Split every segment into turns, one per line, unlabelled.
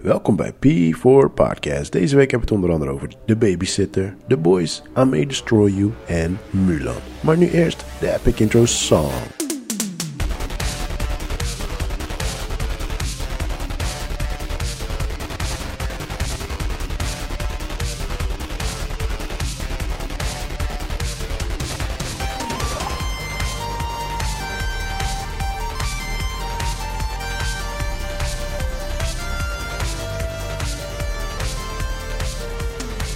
Welkom bij P4 Podcast. Deze week hebben we het onder andere over The Babysitter, The Boys, I May Destroy You en Mulan. Maar nu eerst de epic intro song.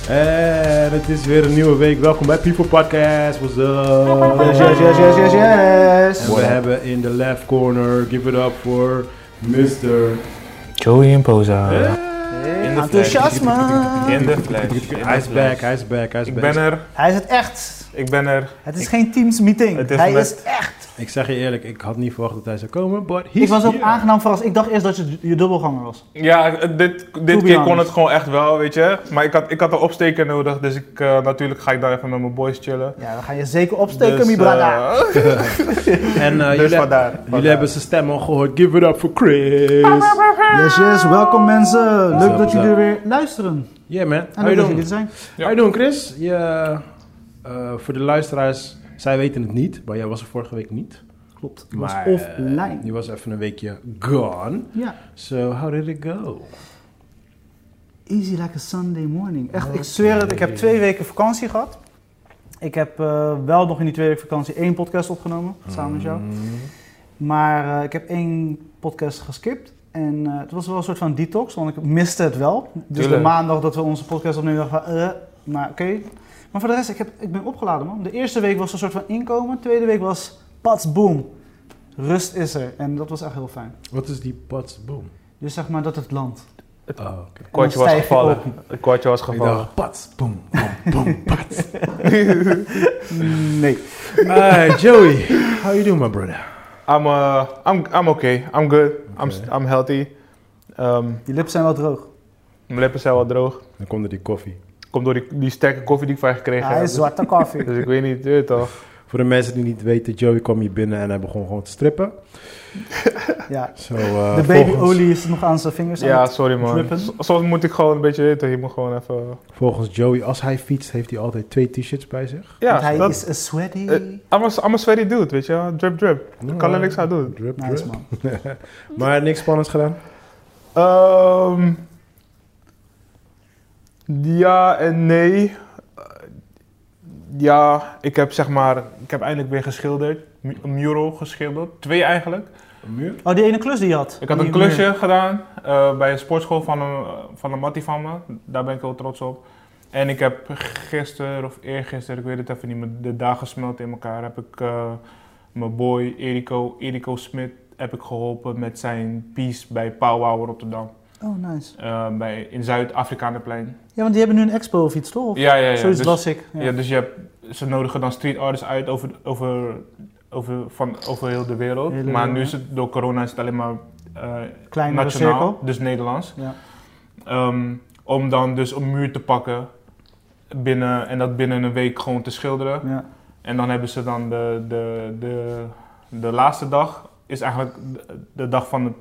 En het is weer een nieuwe week. Welkom bij People Podcast. What's up?
Yes, yes, yes, yes, yes, yes.
En we hebben in de left corner, give it up voor Mr.
Joey Imposa.
Hey, enthousiasme.
In de flash. In de
Hij is
flash.
back, hij is back, hij is
Ik
back.
ben er.
Hij is het echt.
Ik ben er.
Het is geen Teams meeting.
Het is
hij
met-
is echt.
Ik zeg je eerlijk, ik had niet verwacht dat hij zou komen, but he's
Ik was ook
here.
aangenaam verrast. Ik dacht eerst dat je je dubbelganger was.
Ja, dit,
To
dit
be
keer kon
honest.
het gewoon echt wel, weet je. Maar ik had, ik had een opsteker nodig, dus ik, eh, natuurlijk ga ik daar even met mijn boys chillen.
Ja, dan ga je zeker opsteken,
Dus,
mi brada.
eh,
En eh,
dus
jullie,
vandaar.
jullie hebben zijn stem al gehoord. Give it up voor Chris.
eh,
Yes, yes. Welkom mensen.
Zo,
Leuk dat jullie
zo.
er weer luisteren.
Yeah man,
En
how
leuk
you
dat jullie er
doing?
zijn.
Ja.
How you doing Chris? Je, eh, voor de luisteraars, zij weten het niet, maar jij was er vorige week niet.
Klopt. Ik was
Maar, eh,
offline.
Je was even een weekje gone.
Ja.
So, how did it go?
Easy like a Sunday morning. Echt, ik zweer het. Ik heb twee weken vakantie gehad. Ik heb eh, wel nog in die twee weken vakantie één podcast opgenomen, samen met jou. Maar eh, ik heb één podcast geskipt. En eh, het was wel een soort van detox, want ik miste het wel. Dus
Tuurlijk.
de maandag dat we onze podcast opnemen, dacht ik van, eh, maar oké. Maar voor de rest, ik, heb, ik ben opgeladen, man. De eerste week was een soort van inkomen. De tweede week was pats, boom. Rust is er. En dat was echt heel fijn.
Wat is die pats boom?
Dus zeg maar dat het land.
Oh, oké.
Het kwartje was
stijf je
gevallen. Het kwartje was
Ik
gevallen.
dacht pats boom, boom, boom, pats.
Nee.
Hey Joey, how you doing my brother?
I'm, eh, I'm, I'm okay. I'm good. I'm, st- I'm healthy. Ehm,
Die lippen zijn wel droog.
mijn lippen zijn wel droog.
Dan komt er die koffie.
Komt door die, die sterke koffie die ik van je gekregen
Hij
heb.
is zwarte koffie.
Dus ik weet niet, weet je toch?
Voor de mensen die niet weten, Joey kwam hier binnen en hij begon gewoon te strippen.
Ja.
So, eh,
De babyolie
volgens,
is nog aan zijn vingers. aan
Ja,
het-
sorry man.
drippen.
S- Soms moet ik gewoon een beetje, weet je toch, je moet gewoon even...
volgens Joey, als hij fietst, heeft hij altijd twee t-shirts bij zich.
Ja,
want hij
dat-
is a sweaty.
Eh, I'm a, I'm a sweaty dude, weet je. Drip, drip. Ik kan er niks aan doen.
Drup,
nice
drup.
man.
Maar niks spannends gedaan?
Ehm, ja en nee. Eh, ja, ik heb zeg maar... Ik heb eindelijk weer geschilderd. Mu- Een mural geschilderd. Twee eigenlijk.
Een muur?
Oh, die ene klus die je had.
Ik had
Die
een
muur.
klusje gedaan eh, bij een sportschool van een, eh, van een mattie van me. Daar ben ik heel trots op. En ik heb gisteren of eergisteren, ik weet het even niet meer, de dagen smelten in elkaar. Heb ik eh, mijn boy Eriko, Eriko Smit heb ik geholpen met zijn piece bij Powwow Rotterdam.
Oh, nice.
Eh, bij, in Zuid-Afrikaanderplein.
Ja, want die hebben nu een expo of iets, toch? Of
Ja, ja, ja.
Zoiets
Dus-
las ik. Ja.
ja. dus je hebt, ze nodigen dan street artists uit over, over, over, van, over heel de wereld.
Hele
maar
wereld,
nu
ja.
is het door corona is het alleen maar eh,
Kleinere
nationaal,
cirkel.
dus Nederlands.
Ja.
Ehm, om dan dus een muur te pakken binnen, en dat binnen een week gewoon te schilderen.
Ja.
En dan hebben ze dan de, de, de, de laatste dag, is eigenlijk de, de dag van het,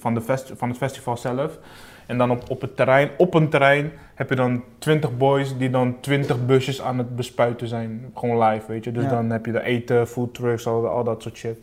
van, de fest, van het festival zelf. En dan op, op, het terrein, op een terrein heb je dan 20 boys die dan 20 busjes aan het bespuiten zijn. Gewoon live, weet je. Dus
Ja.
dan heb je de eten, food trucks, al, al dat soort shit.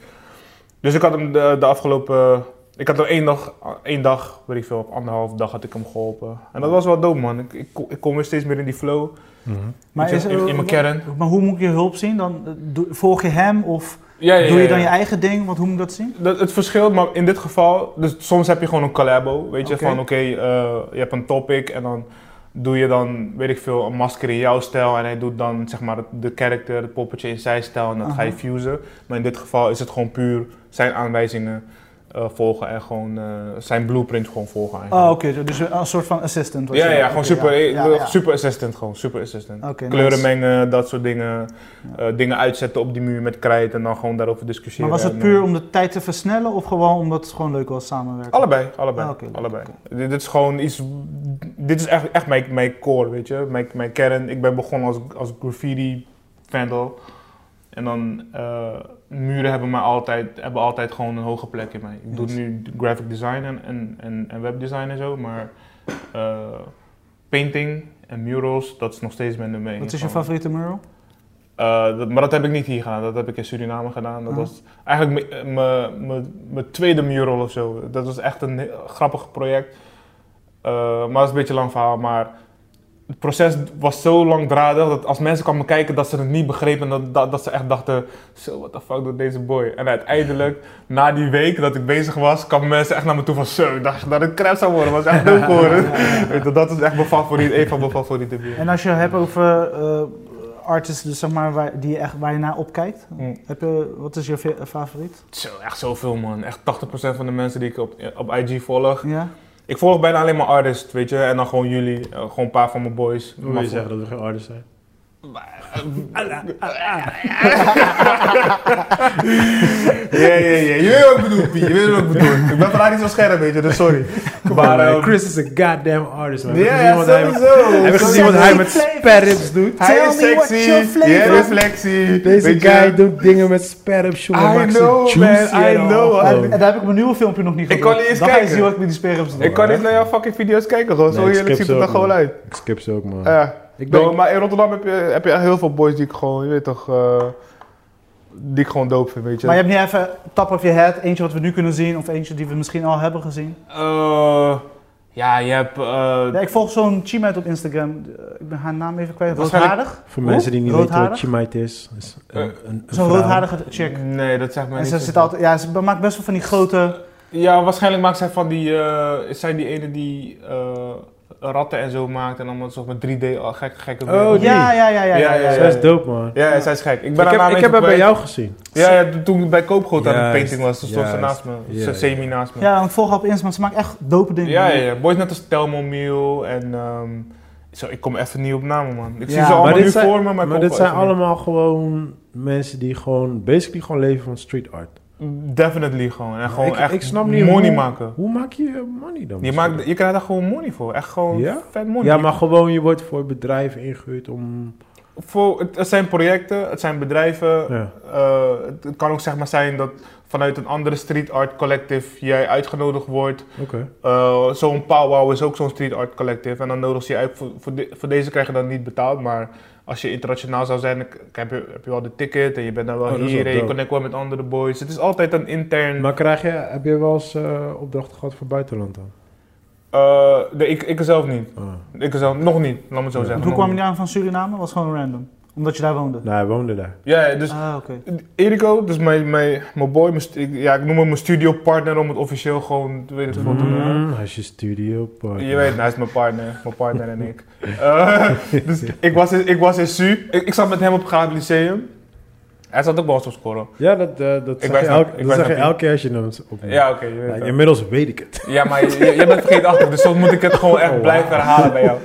Dus ik had hem de, de afgelopen. Ik had hem één dag, één dag, weet ik veel, op anderhalf dag had ik hem geholpen. En dat was wel dope, man. Ik, ik, ik kom weer steeds meer in die flow.
Mhm.
Maar eh,
Weet je, in- in mijn kern.
Maar hoe moet ik je hulp zien? Dan, eh, doe- volg je hem of
Ja,
doe je dan je eigen ding? Want hoe moet ik dat zien?
Dat, het verschilt, maar in dit geval, dus soms heb je gewoon een collabo, weet je,
Oké.
van oké, eh, je hebt een topic en dan doe je dan, weet ik veel, een masker in jouw stijl en hij doet dan zeg maar het- de character, het poppetje in zijn stijl en dat ga je
Aha.
fusen. Maar in dit geval is het gewoon puur zijn aanwijzingen eh, volgen en gewoon eh, zijn blueprint gewoon volgen
Oh,
eigenlijk.
oké. Dus een soort van assistant. was
Ja,
je.
ja,
Oké,
gewoon super,
ja,
eh,
ja, ja.
super assistant gewoon, super assistant.
Oké,
Kleuren
nice.
mengen, dat soort dingen, eh, dingen uitzetten op die muur met krijt en dan gewoon daarover
Maar
discussiëren.
was het
en,
puur
eh,
om de tijd te versnellen of gewoon omdat het gewoon leuk was samenwerken?
Allebei, allebei.
Ah, oké, leuk,
allebei. Dit, dit is gewoon iets. Dit is echt, echt mijn, mijn core, weet je. Mijn, mijn kern. Ik ben begonnen als, als graffiti vandal. En dan eh, muren hebben, mij altijd, hebben altijd gewoon een hoge plek in mij. Ik doe nu graphic design en, en, en, en webdesign en zo, maar eh, painting en murals, dat is nog steeds mijn domein.
Wat is je
Gewoon-
favoriete mural?
eh, dat- maar dat heb ik niet hier gedaan, dat heb ik in Suriname gedaan. Dat
Ah.
was eigenlijk me- eh, me- me- mijn tweede mural of zo. Dat was echt een heel grappig project. Eh, maar dat is een beetje een lang verhaal. Maar het proces was zo langdradig dat als mensen kwamen kijken dat ze het niet begrepen. Dat, dat, dat ze echt dachten, zo what the fuck doet deze boy. En uiteindelijk, na die week dat ik bezig was, kwamen mensen echt naar me toe van zo, ik dacht dat het crap zou worden. was echt dope hoor. Weet je, dat is echt mijn favoriet, een van mijn favoriete muren.
En als je het hebt over eh, artists dus zeg maar, waar, die je echt, waar je naar opkijkt,
Mm.
heb je, wat is je fa- favoriet?
Zo, echt zoveel man. Echt 80% van de mensen die ik op, op IG volg.
Ja?
Ik volg bijna alleen maar artists, weet je. En dan gewoon jullie, eh, gewoon een paar van mijn boys.
Hoe wil je zeggen dat we geen artists zijn?
Ah,
Ja, ja, ja. Je weet wat ik bedoel, Pie. Je weet wat ik bedoel. Ik ben vandaag niet zo scherp, weet je, dus sorry. Maar,
Maar eh,
ehm,
Chris is een goddamn artist, man. Heb je
Ja,
gezien
ja,
wat hij-
sowieso.
Heb je
Zo-
gezien wat hij met
Flavors.
sperrips doet?
Hij
Tell
is
me what
sexy.
your flavor
Jij bent
is.
flexy.
Deze
weet je.
guy doet dingen met sperrips, jongen.
I
maakt ze
know,
juicy
man,
en
I
al.
know.
Gewoon.
I-
En daar heb ik mijn nieuwe filmpje nog niet
Oh. Ik
gehoord.
kan niet eens
Dan ga
kijken.
je zien wat ik met die sperms doe.
Ik kan niet naar jouw fucking video's kijken, gewoon.
Nee, ik
zo eerlijk
skip
ziet het
ze
er
ook,
gewoon
man.
uit.
Ik skip ze ook, man.
Ja.
ik
Doe,
ben...
maar in Rotterdam heb je, heb je echt heel veel boys die ik gewoon, je weet toch, eh, die ik gewoon dope vind, weet je.
Maar je hebt niet even tap of je head, eentje wat we nu kunnen zien of eentje die we misschien al hebben gezien.
Eh, ja, je hebt... eh,
Ja, ik volg zo'n Chimite op Instagram. Eh, Ik ben haar naam even kwijt.
Waarschijnlijk-
Roodharig?
Voor mensen die niet weten wat
Roodharig?
Chimite is. is een,
Eh,
een, een
Zo'n
vrouw.
roodharige chick.
Nee, dat zegt mij
En
niet
ze
zo
zit
veel.
altijd, ja, ze maakt best wel van die grote.
Ja, waarschijnlijk maakt zij van die... eh, is zij die ene die eh, ratten en zo maakt en allemaal zo met 3D al gek, gekke
Oh,
beelden.
die.
Ja, ja, ja, ja. ja,
Ja, ja,
ja.
Zij is dope, man. Ik
Ja, zij is gek. Ik ben haar
heb,
naam
ik heb
even
haar bij
kwijt.
jou gezien.
Ja, ja, toen ik bij Koopgoot aan het
Juist,
painting was, toen stond ze
juist.
naast me.
Ja,
ze
ja.
semi naast me.
Ja, want ik volg haar op Insta, maar ze maakt echt dope dingen.
Ja, ja, ja. Boys net als Telmo Miel en... ehm, zo, ik kom even niet op namen, man. Ik
Ja.
zie ze
Maar
allemaal
dit
nu
zijn-
voor me, maar, ik
Maar
kom
dit zijn
even niet.
allemaal gewoon mensen die gewoon, basically gewoon leven van street art.
Definitely gewoon. En gewoon
ik,
echt
ik snap niet
money
hoe,
maken.
Hoe maak je money dan?
Je, maakt, je krijgt daar gewoon money voor. Echt gewoon
Ja?
vet money.
Ja, maar gewoon, je wordt voor bedrijven ingehuurd om...
voor, het, het zijn projecten, het zijn bedrijven.
Ja.
Eh, het, het kan ook zeg maar zijn dat vanuit een andere street art collective jij uitgenodigd wordt.
Oké.
Eh, zo'n powwow is ook zo'n street art collective. En dan nodig ze je uit. Voor, voor, de- voor deze krijg je dan niet betaald. Maar als je internationaal zou zijn, dan k- heb je, heb je wel de ticket. En je bent dan wel
Oh, dat is
hier.
wel
En je
dope.
connect wel met andere boys. Het is altijd een intern...
Maar krijg je, heb je wel eens eh, opdrachten gehad voor buitenland dan?
Eh, nee, ik, ik zelf niet.
Ah.
Ik zelf nog niet, laat me het zo
Ja.
zeggen.
Hoe
nog
kwam je
niet.
daar aan van Suriname? Was gewoon random. Omdat je daar woonde.
Nou, hij woonde daar.
Ja, ja, dus
Ah, oké.
Eriko, dus mijn, mijn, mijn boy, mijn stu- ik- ja, ik noem hem mijn studiopartner om het officieel gewoon weet het, gewoon te noemen.
Mm, hij is je studio partner.
Je weet, hij is mijn partner, mijn partner en ik. Eh, dus ik was, in, ik was in SU, ik, ik zat met hem op Graaf Lyceum. Hij zat ook bij ons op scoren.
Ja, dat, eh, dat
Ik
zeg
wijs
je,
naar-
elk-
ik
dat
wijs
zeg je
naar Piet.
elke keer als je hem opneemt.
Ja, oké, je weet
Ja,
het.
inmiddels weet ik het.
Ja, maar je- je- jij bent vergeetachtig, dus dan moet ik het gewoon echt blijven herhalen bij jou.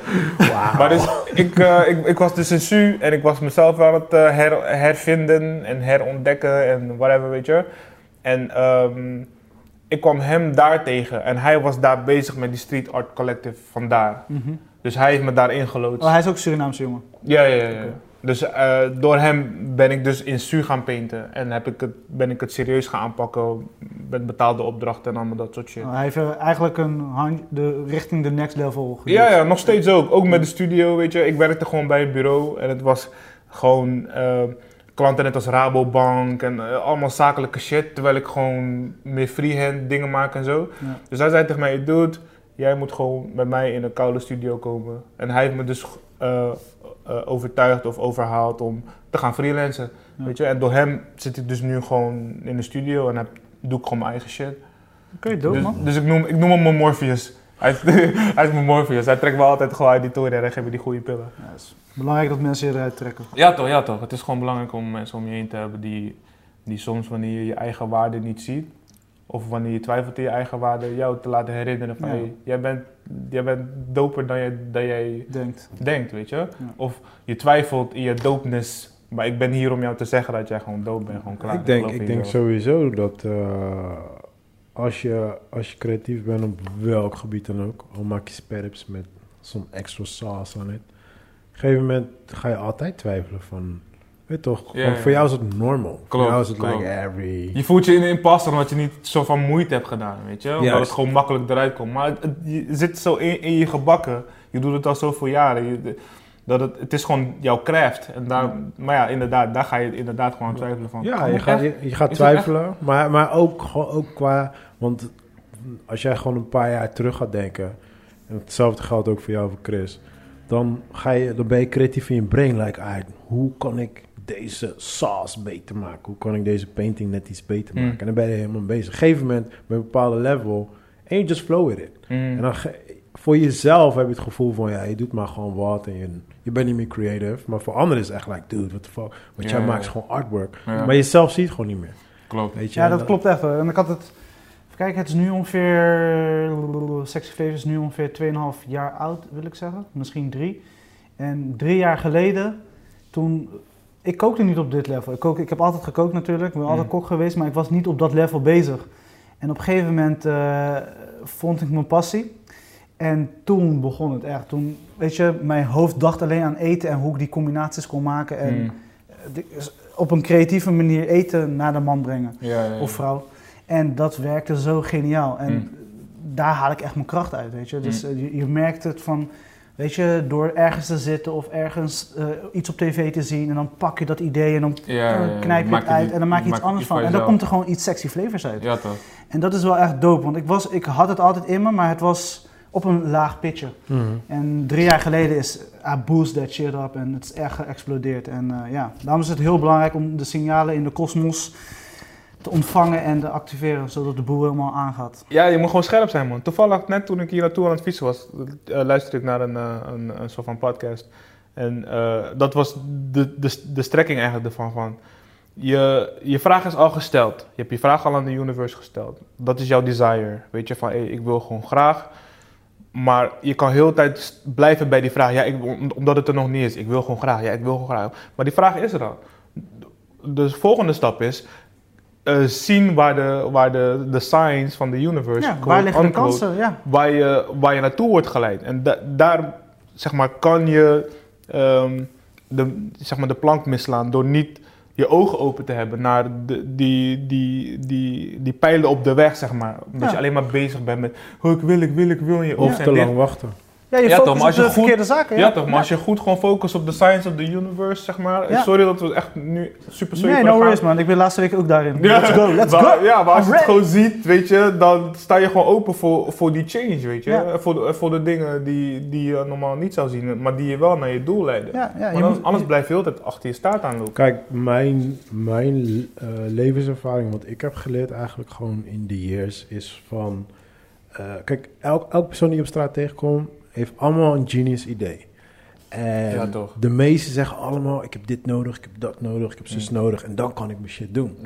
Maar dus, ik, eh, ik, ik was dus in SU en ik was mezelf aan het eh, her- hervinden en herontdekken en whatever, weet je. En ehm, ik kwam hem daar tegen en hij was daar bezig met die street art collective vandaar.
Mhm.
Dus hij heeft me daarin geloodst.
Oh, hij is ook Surinaamse jongen.
Ja, ja, ja. ja. Dus eh, door hem ben ik dus in SU gaan painten en heb ik het, ben ik het serieus gaan aanpakken met betaalde opdrachten en allemaal dat soort shit.
Oh, hij heeft eh, eigenlijk een hand, de, richting de next level geduwd.
Ja, ja, nog steeds ook. Ook met de studio, weet je. Ik werkte gewoon bij het bureau en het was gewoon eh, klanten net als Rabobank en eh, allemaal zakelijke shit. Terwijl ik gewoon meer freehand dingen maak en zo.
Ja.
Dus hij zei tegen mij, dude, jij moet gewoon bij mij in een koude studio komen. En hij heeft me dus eh, eh, overtuigd of overhaald om te gaan freelancen,
Ja.
weet je. En door hem zit ik dus nu gewoon in de studio en heb, doe ik gewoon mijn eigen shit.
Oké, dope
Dus,
man.
dus ik, noem, ik noem hem mijn Morpheus. Hij is, hij is mijn Morpheus. Hij trekt me altijd gewoon uit die toren en hij geeft me die goede pillen.
Ja, het is belangrijk dat mensen je eruit trekken.
Ja toch, ja toch. Het is gewoon belangrijk om mensen om je heen te hebben die, die soms wanneer je je eigen waarde niet ziet. Of wanneer je twijfelt in je eigen waarde, jou te laten herinneren van
Ja.
hey, jij, bent, jij bent doper dan jij, dan jij
Denkt.
denkt, weet je. Of je twijfelt in je dopeness, maar ik ben hier om jou te zeggen dat jij gewoon doop bent, gewoon klaar.
ik denk,
Geloof in
ik denk
jezelf.
sowieso dat eh, als, je, als je creatief bent op welk gebied dan ook, al maak je sperps met zo'n extra saus aan het, op een gegeven moment ga je altijd twijfelen van, Weet toch?
Ja,
Want
ja.
voor jou is het normal. voor
Klopt,
jou is het
klopt.
like every...
Je voelt je een imposter omdat je niet zoveel moeite hebt gedaan, weet je? Omdat
Juist.
het gewoon makkelijk eruit komt. Maar het, het- je zit zo in, in je gebakken. Je doet het al zoveel jaren. Je- de- dat het, het is gewoon jouw craft. En daar, maar ja, inderdaad, daar ga je inderdaad gewoon aan twijfelen van.
Ja,
kan
je
ik
gaat,
echt?
je, je gaat
Is het echt?
twijfelen. Maar, maar ook, gewoon- ook qua... Want als jij gewoon een paar jaar terug gaat denken... En hetzelfde geldt ook voor jou voor Chris. Dan, ga je, dan ben je creatief in je brain. Like, ah, hoe kan ik deze sauce beter maken? Hoe kan ik deze painting net iets beter
Hmm.
maken? En dan ben je helemaal bezig. Op een gegeven moment, bij een bepaalde level... En je just flow with it.
Mm.
En dan ge- voor jezelf heb je het gevoel van, ja, je doet maar gewoon wat en je, je bent niet meer creative. Maar voor anderen is het echt like, dude, what the fuck. Want
Ja,
jij
ja,
maakt
ja.
gewoon artwork.
Ja.
Maar jezelf ziet het gewoon niet meer.
Klopt.
Weet je?
Ja,
En
dat
dan-
klopt echt. hoor. En ik had het. Even kijken, het is nu ongeveer. Sexy Flavor is nu ongeveer 2,5 jaar oud, wil ik zeggen. Misschien drie. En drie jaar geleden, toen. Ik kookte niet op dit level. Ik, kook, ik heb altijd gekookt natuurlijk. Ik ben
Mm.
altijd kok geweest, maar ik was niet op dat level bezig. En op een gegeven moment eh, vond ik mijn passie. En toen begon het echt. Toen, weet je, mijn hoofd dacht alleen aan eten en hoe ik die combinaties kon maken. En
Mm.
eh, de- op een creatieve manier eten naar de man brengen
Ja, ja, ja.
of vrouw. En dat werkte zo geniaal. En
Mm.
daar haal ik echt mijn kracht uit, weet je.
Hm.
Dus eh, je, je merkt het van, weet je, door ergens te zitten of ergens eh, iets op tv te zien. En dan pak je dat idee en dan
Ja, ja, ja.
knijp je
Maak
het uit
die-
en dan maak je iets
maak
anders
iets
van.
van
En dan
jezelf.
komt er gewoon iets sexy flavors uit.
Ja, toch.
En dat is wel echt dope, want ik, was, ik had het altijd in me, maar het was op een laag pitje.
Mhm.
En drie jaar geleden is I boost that shit up en het is echt geëxplodeerd. En eh, ja, daarom is het heel belangrijk om de signalen in de kosmos te ontvangen en te activeren, zodat de boel helemaal aangaat.
Ja, je moet gewoon scherp zijn, man. Toevallig, net toen ik hier naartoe aan het fietsen was, eh, luisterde ik naar een, eh, een, een soort van podcast. En eh, dat was de, de, de strekking eigenlijk ervan. Van. Je, je vraag is al gesteld. Je hebt je vraag al aan de universe gesteld. Dat is jouw desire. Weet je, van hey, ik wil gewoon graag. Maar je kan heel de tijd s- blijven bij die vraag. Ja, ik, om- omdat het er nog niet is. Ik wil gewoon graag. Ja, ik wil gewoon graag. Maar die vraag is er al. De volgende stap is eh, zien waar de, waar de, de signs van de universe
Ja, waar
quote,
liggen de
unquote,
kansen? Ja.
waar je, waar je naartoe wordt geleid. En da- daar zeg maar, kan je ehm, de, zeg maar, de plank misslaan door niet je ogen open te hebben naar de, die, die, die, die pijlen op de weg, zeg maar. Omdat
Ja.
je alleen maar bezig bent met, oh, ik wil, ik wil, ik wil, en je ogen
Of
zijn
te
dicht.
lang wachten.
ja, je
Ja, toch,
focust
maar
op
als je
de
goed-
verkeerde zaken.
Ja, toch, maar als je goed gewoon focust op de science of the universe, zeg maar.
Ja.
Sorry dat we echt nu super sorry
Nee,
voor
no
de
worries
gaan.
man, ik ben laatste week ook daarin.
Ja,
Let's go, let's
maar-
go!
Ja, maar als je het
Alright.
gewoon ziet, weet je, dan sta je gewoon open voor, voor die change, weet je. Eh,
Ja.
Voor, de, voor de dingen die, die je normaal niet zou zien, maar die je wel naar je doel leiden.
Ja, ja,
maar
je
dan-
moet-
anders blijf je altijd achter je staart aanlopen.
Kijk, mijn, mijn eh, levenservaring, wat ik heb geleerd eigenlijk gewoon in de years, is van... eh, kijk, elk, elk persoon die je op straat tegenkomt, heeft allemaal een genius idee. En
Ja, toch.
de meesten zeggen allemaal, ik heb dit nodig, ik heb dat nodig, ik heb zus nodig. En dan kan ik mijn shit doen.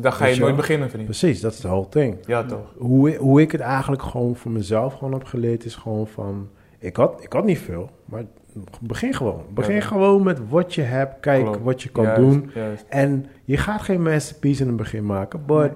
Dan ga
Weet
je
je
nooit
wel?
beginnen, vriend.
Dus Precies, dat is de whole thing.
Ja, toch.
hoe, hoe ik het eigenlijk gewoon voor mezelf gewoon heb geleerd is gewoon van... Ik had, ik had niet veel, maar begin gewoon. Begin
Ja.
gewoon met wat je hebt. Kijk
Klopt.
wat je kan
Juist,
doen.
juist.
En je gaat geen masterpiece in het begin maken. But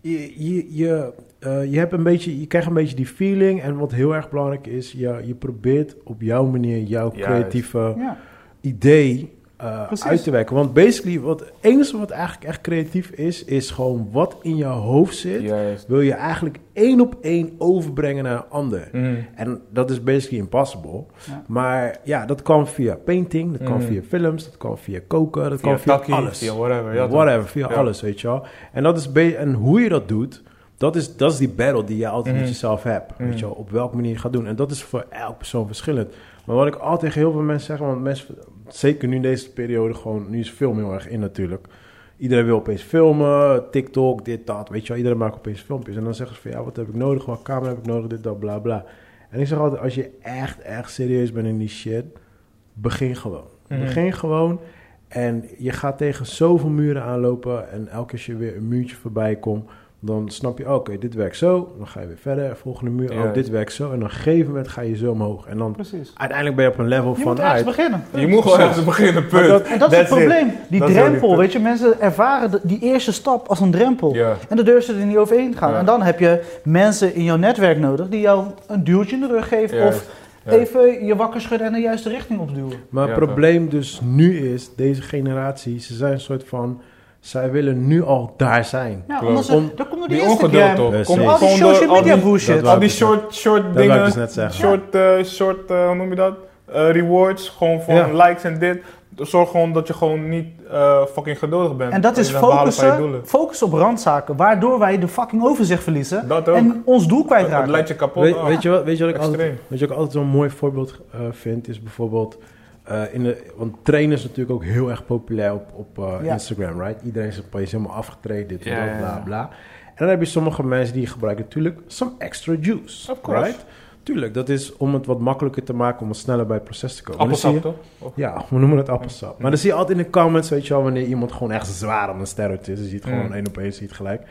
je, je, je, eh, je, hebt een beetje, je krijgt een beetje die feeling. En wat heel erg belangrijk is, je, je probeert op jouw manier jouw
Juist.
creatieve
Ja.
idee eh,
Precies.
uit te werken. Want basically, wat, het enige wat eigenlijk echt creatief is, is gewoon wat in jouw hoofd zit
Juist.
wil je eigenlijk één op één overbrengen naar een ander.
Mm.
En dat is basically impossible.
Ja.
Maar ja, dat kan via painting, dat kan
Mm.
via films, dat kan via koken, dat
Via
kan via
takkie,
alles.
via whatever. Ja, toch.
Whatever, via
Ja.
alles, weet je wel. En, dat is be- en hoe je dat doet, dat is, dat is die battle die je altijd
Mhm.
met jezelf hebt.
Mhm.
Weet je wel, op welke manier je gaat doen. En dat is voor elk persoon verschillend. Maar wat ik altijd tegen heel veel mensen zeg, want mensen, zeker nu in deze periode, gewoon, nu is film heel erg in natuurlijk. Iedereen wil opeens filmen, TikTok, dit, dat, weet je wel. Iedereen maakt opeens filmpjes. En dan zeggen ze van, ja, wat heb ik nodig? Wat camera heb ik nodig? Dit, dat, bla, bla. En ik zeg altijd, als je echt, echt serieus bent in die shit, begin gewoon.
Mhm.
Begin gewoon. En je gaat tegen zoveel muren aanlopen. En elke keer als je weer een muurtje voorbij komt, dan snap je, oh, oké, dit werkt zo. Dan ga je weer verder. Volgende muur,
Ja.
oh, dit werkt zo. En op een gegeven moment ga je zo omhoog. En dan
Precies.
uiteindelijk ben je op een level
Je
van
moet ergens
uit.
beginnen.
Je moet gewoon ergens beginnen, punt.
dat-
En dat is het
That's it.
probleem. Die
Dat is wel
drempel,
die-
weet je. Mensen ervaren de- die eerste stap als een drempel.
Ja.
En dan durven ze er niet overheen te gaan.
Ja.
En dan heb je mensen in jouw netwerk nodig die jou een duwtje in de rug geven.
Juist.
Of
Ja.
Even je wakker schudden en de juiste richting opduwen.
Maar het
Ja,
probleem dus nu is, deze generatie, ze zijn een soort van... Zij willen nu al daar zijn.
Ja,
Klopt.
anders
Om-
dat komt door die
Die
Instagram.
ongeduld toch?
Precies.
Komt
Al die
gewoon door
social
al die-
media bullshit.
dat
Al die
ik dus net-
short, short
Dat wil ik
dingen,
dus net zeggen.
short, eh, short eh, hoe noem je dat? Eh, rewards, gewoon voor
Ja.
likes en dit. Zorg gewoon dat je gewoon niet eh, fucking geduldig bent.
En dat is
je bent behalen van je
focussen,
doelen.
focussen op randzaken, waardoor wij de fucking overzicht verliezen
Dat ook.
en ons doel
dat, dat
kwijtraken.
leidt je kapot.
Weet,
Ah,
weet, je wat, weet, je wat ik
Extreem.
altijd, weet je wat ik altijd zo'n mooi voorbeeld eh, vind? Is bijvoorbeeld... eh, in de, want trainen is natuurlijk ook heel erg populair op, op eh,
Ja.
Instagram, right? Iedereen is opeens helemaal afgetraind, dit en
Ja,
dat,
ja,
bla
ja.
bla. En dan heb je sommige mensen die gebruiken natuurlijk some extra juice,
Of course.
right? Tuurlijk, dat is om het wat makkelijker te maken, om wat sneller bij het proces te komen. Dan zie je-
Appelsap toch? Of-
Ja, we noemen het appelsap. Maar dan zie je altijd in de comments, weet je wel, wanneer iemand gewoon echt zwaar aan een steroid is. Je ziet gewoon
Mm.
één op één, zie je het gelijk. En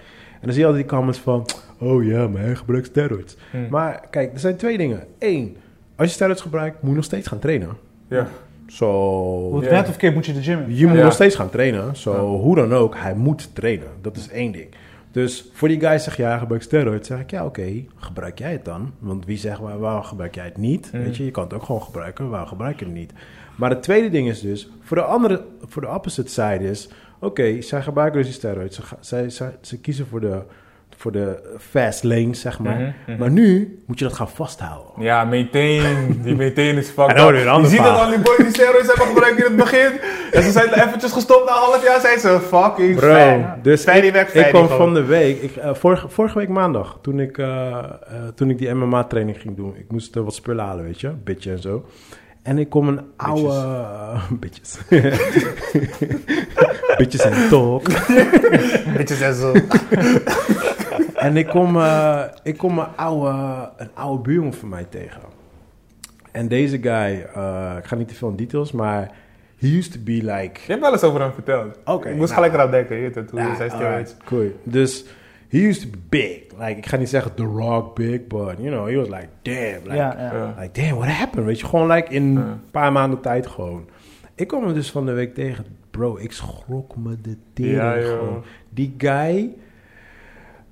dan zie je altijd die comments van, oh ja, maar hij gebruikt steroids.
Mm.
Maar kijk, er zijn twee dingen. Eén, als je steroids gebruikt, moet je nog steeds gaan trainen.
Ja.
Zo,
Want
Ja.
werd of keer moet je de gym in.
je moet
Ja.
nog steeds gaan trainen. Zo, hoe dan ook, hij moet trainen. Dat is één ding. Dus voor die guy zeg je, ja, gebruik steroids. Zeg ik, ja, oké, gebruik jij het dan? Want wie zegt, waar, waarom gebruik jij het niet?
Mm.
Weet je, je kan het ook gewoon gebruiken, waarom gebruik je het niet? Maar het tweede ding is dus, voor de andere, voor de opposite side is... Oké, zij gebruiken dus die steroids. Ze, ga- zij, zij- ze kiezen voor de, voor de fast lane, zeg maar.
Mhm, mhm.
Maar nu moet je dat gaan vasthouden.
Ja, methane. Die methane is fucked
En dan
up.
weer een ander
Je ziet dat
verhaal.
al die boys die steroids hebben gebruikt in het begin. En ze zijn eventjes gestopt na een half jaar. Zijn ze fucking
Bro,
fijn.
dus
Fijn die
ik,
weg,
ik
fijn
kwam
die
van de week, ik, eh, vorige, vorige week maandag, toen ik, eh, eh, toen ik die MMA-training ging doen. Ik moest eh, wat spullen halen, weet je, bitje en zo. En ik kom een oude... bitches. bitches en talk.
Beetje zijn zo.
En ik kom, eh, ik kom een, oude, een oude buurman van mij tegen. En deze guy, eh, ik ga niet te veel in details, maar he used to be like...
Je hebt wel eens over hem verteld.
Oké,
ik moest
nou.
gelijk eraan denken. Je weet het, hoe
Ja,
hij zijn steroids.
alright, cool. Dus he used to be big. Like, ik ga niet zeggen The Rock big, but you know, he was like, damn. Like,
Ja, ja.
Ja.
like damn, what happened? Weet je, gewoon like in
Ja.
een paar maanden tijd gewoon. Ik kwam hem dus van de week tegen. Bro, ik schrok me de tering
Ja, joh.
gewoon. Die guy...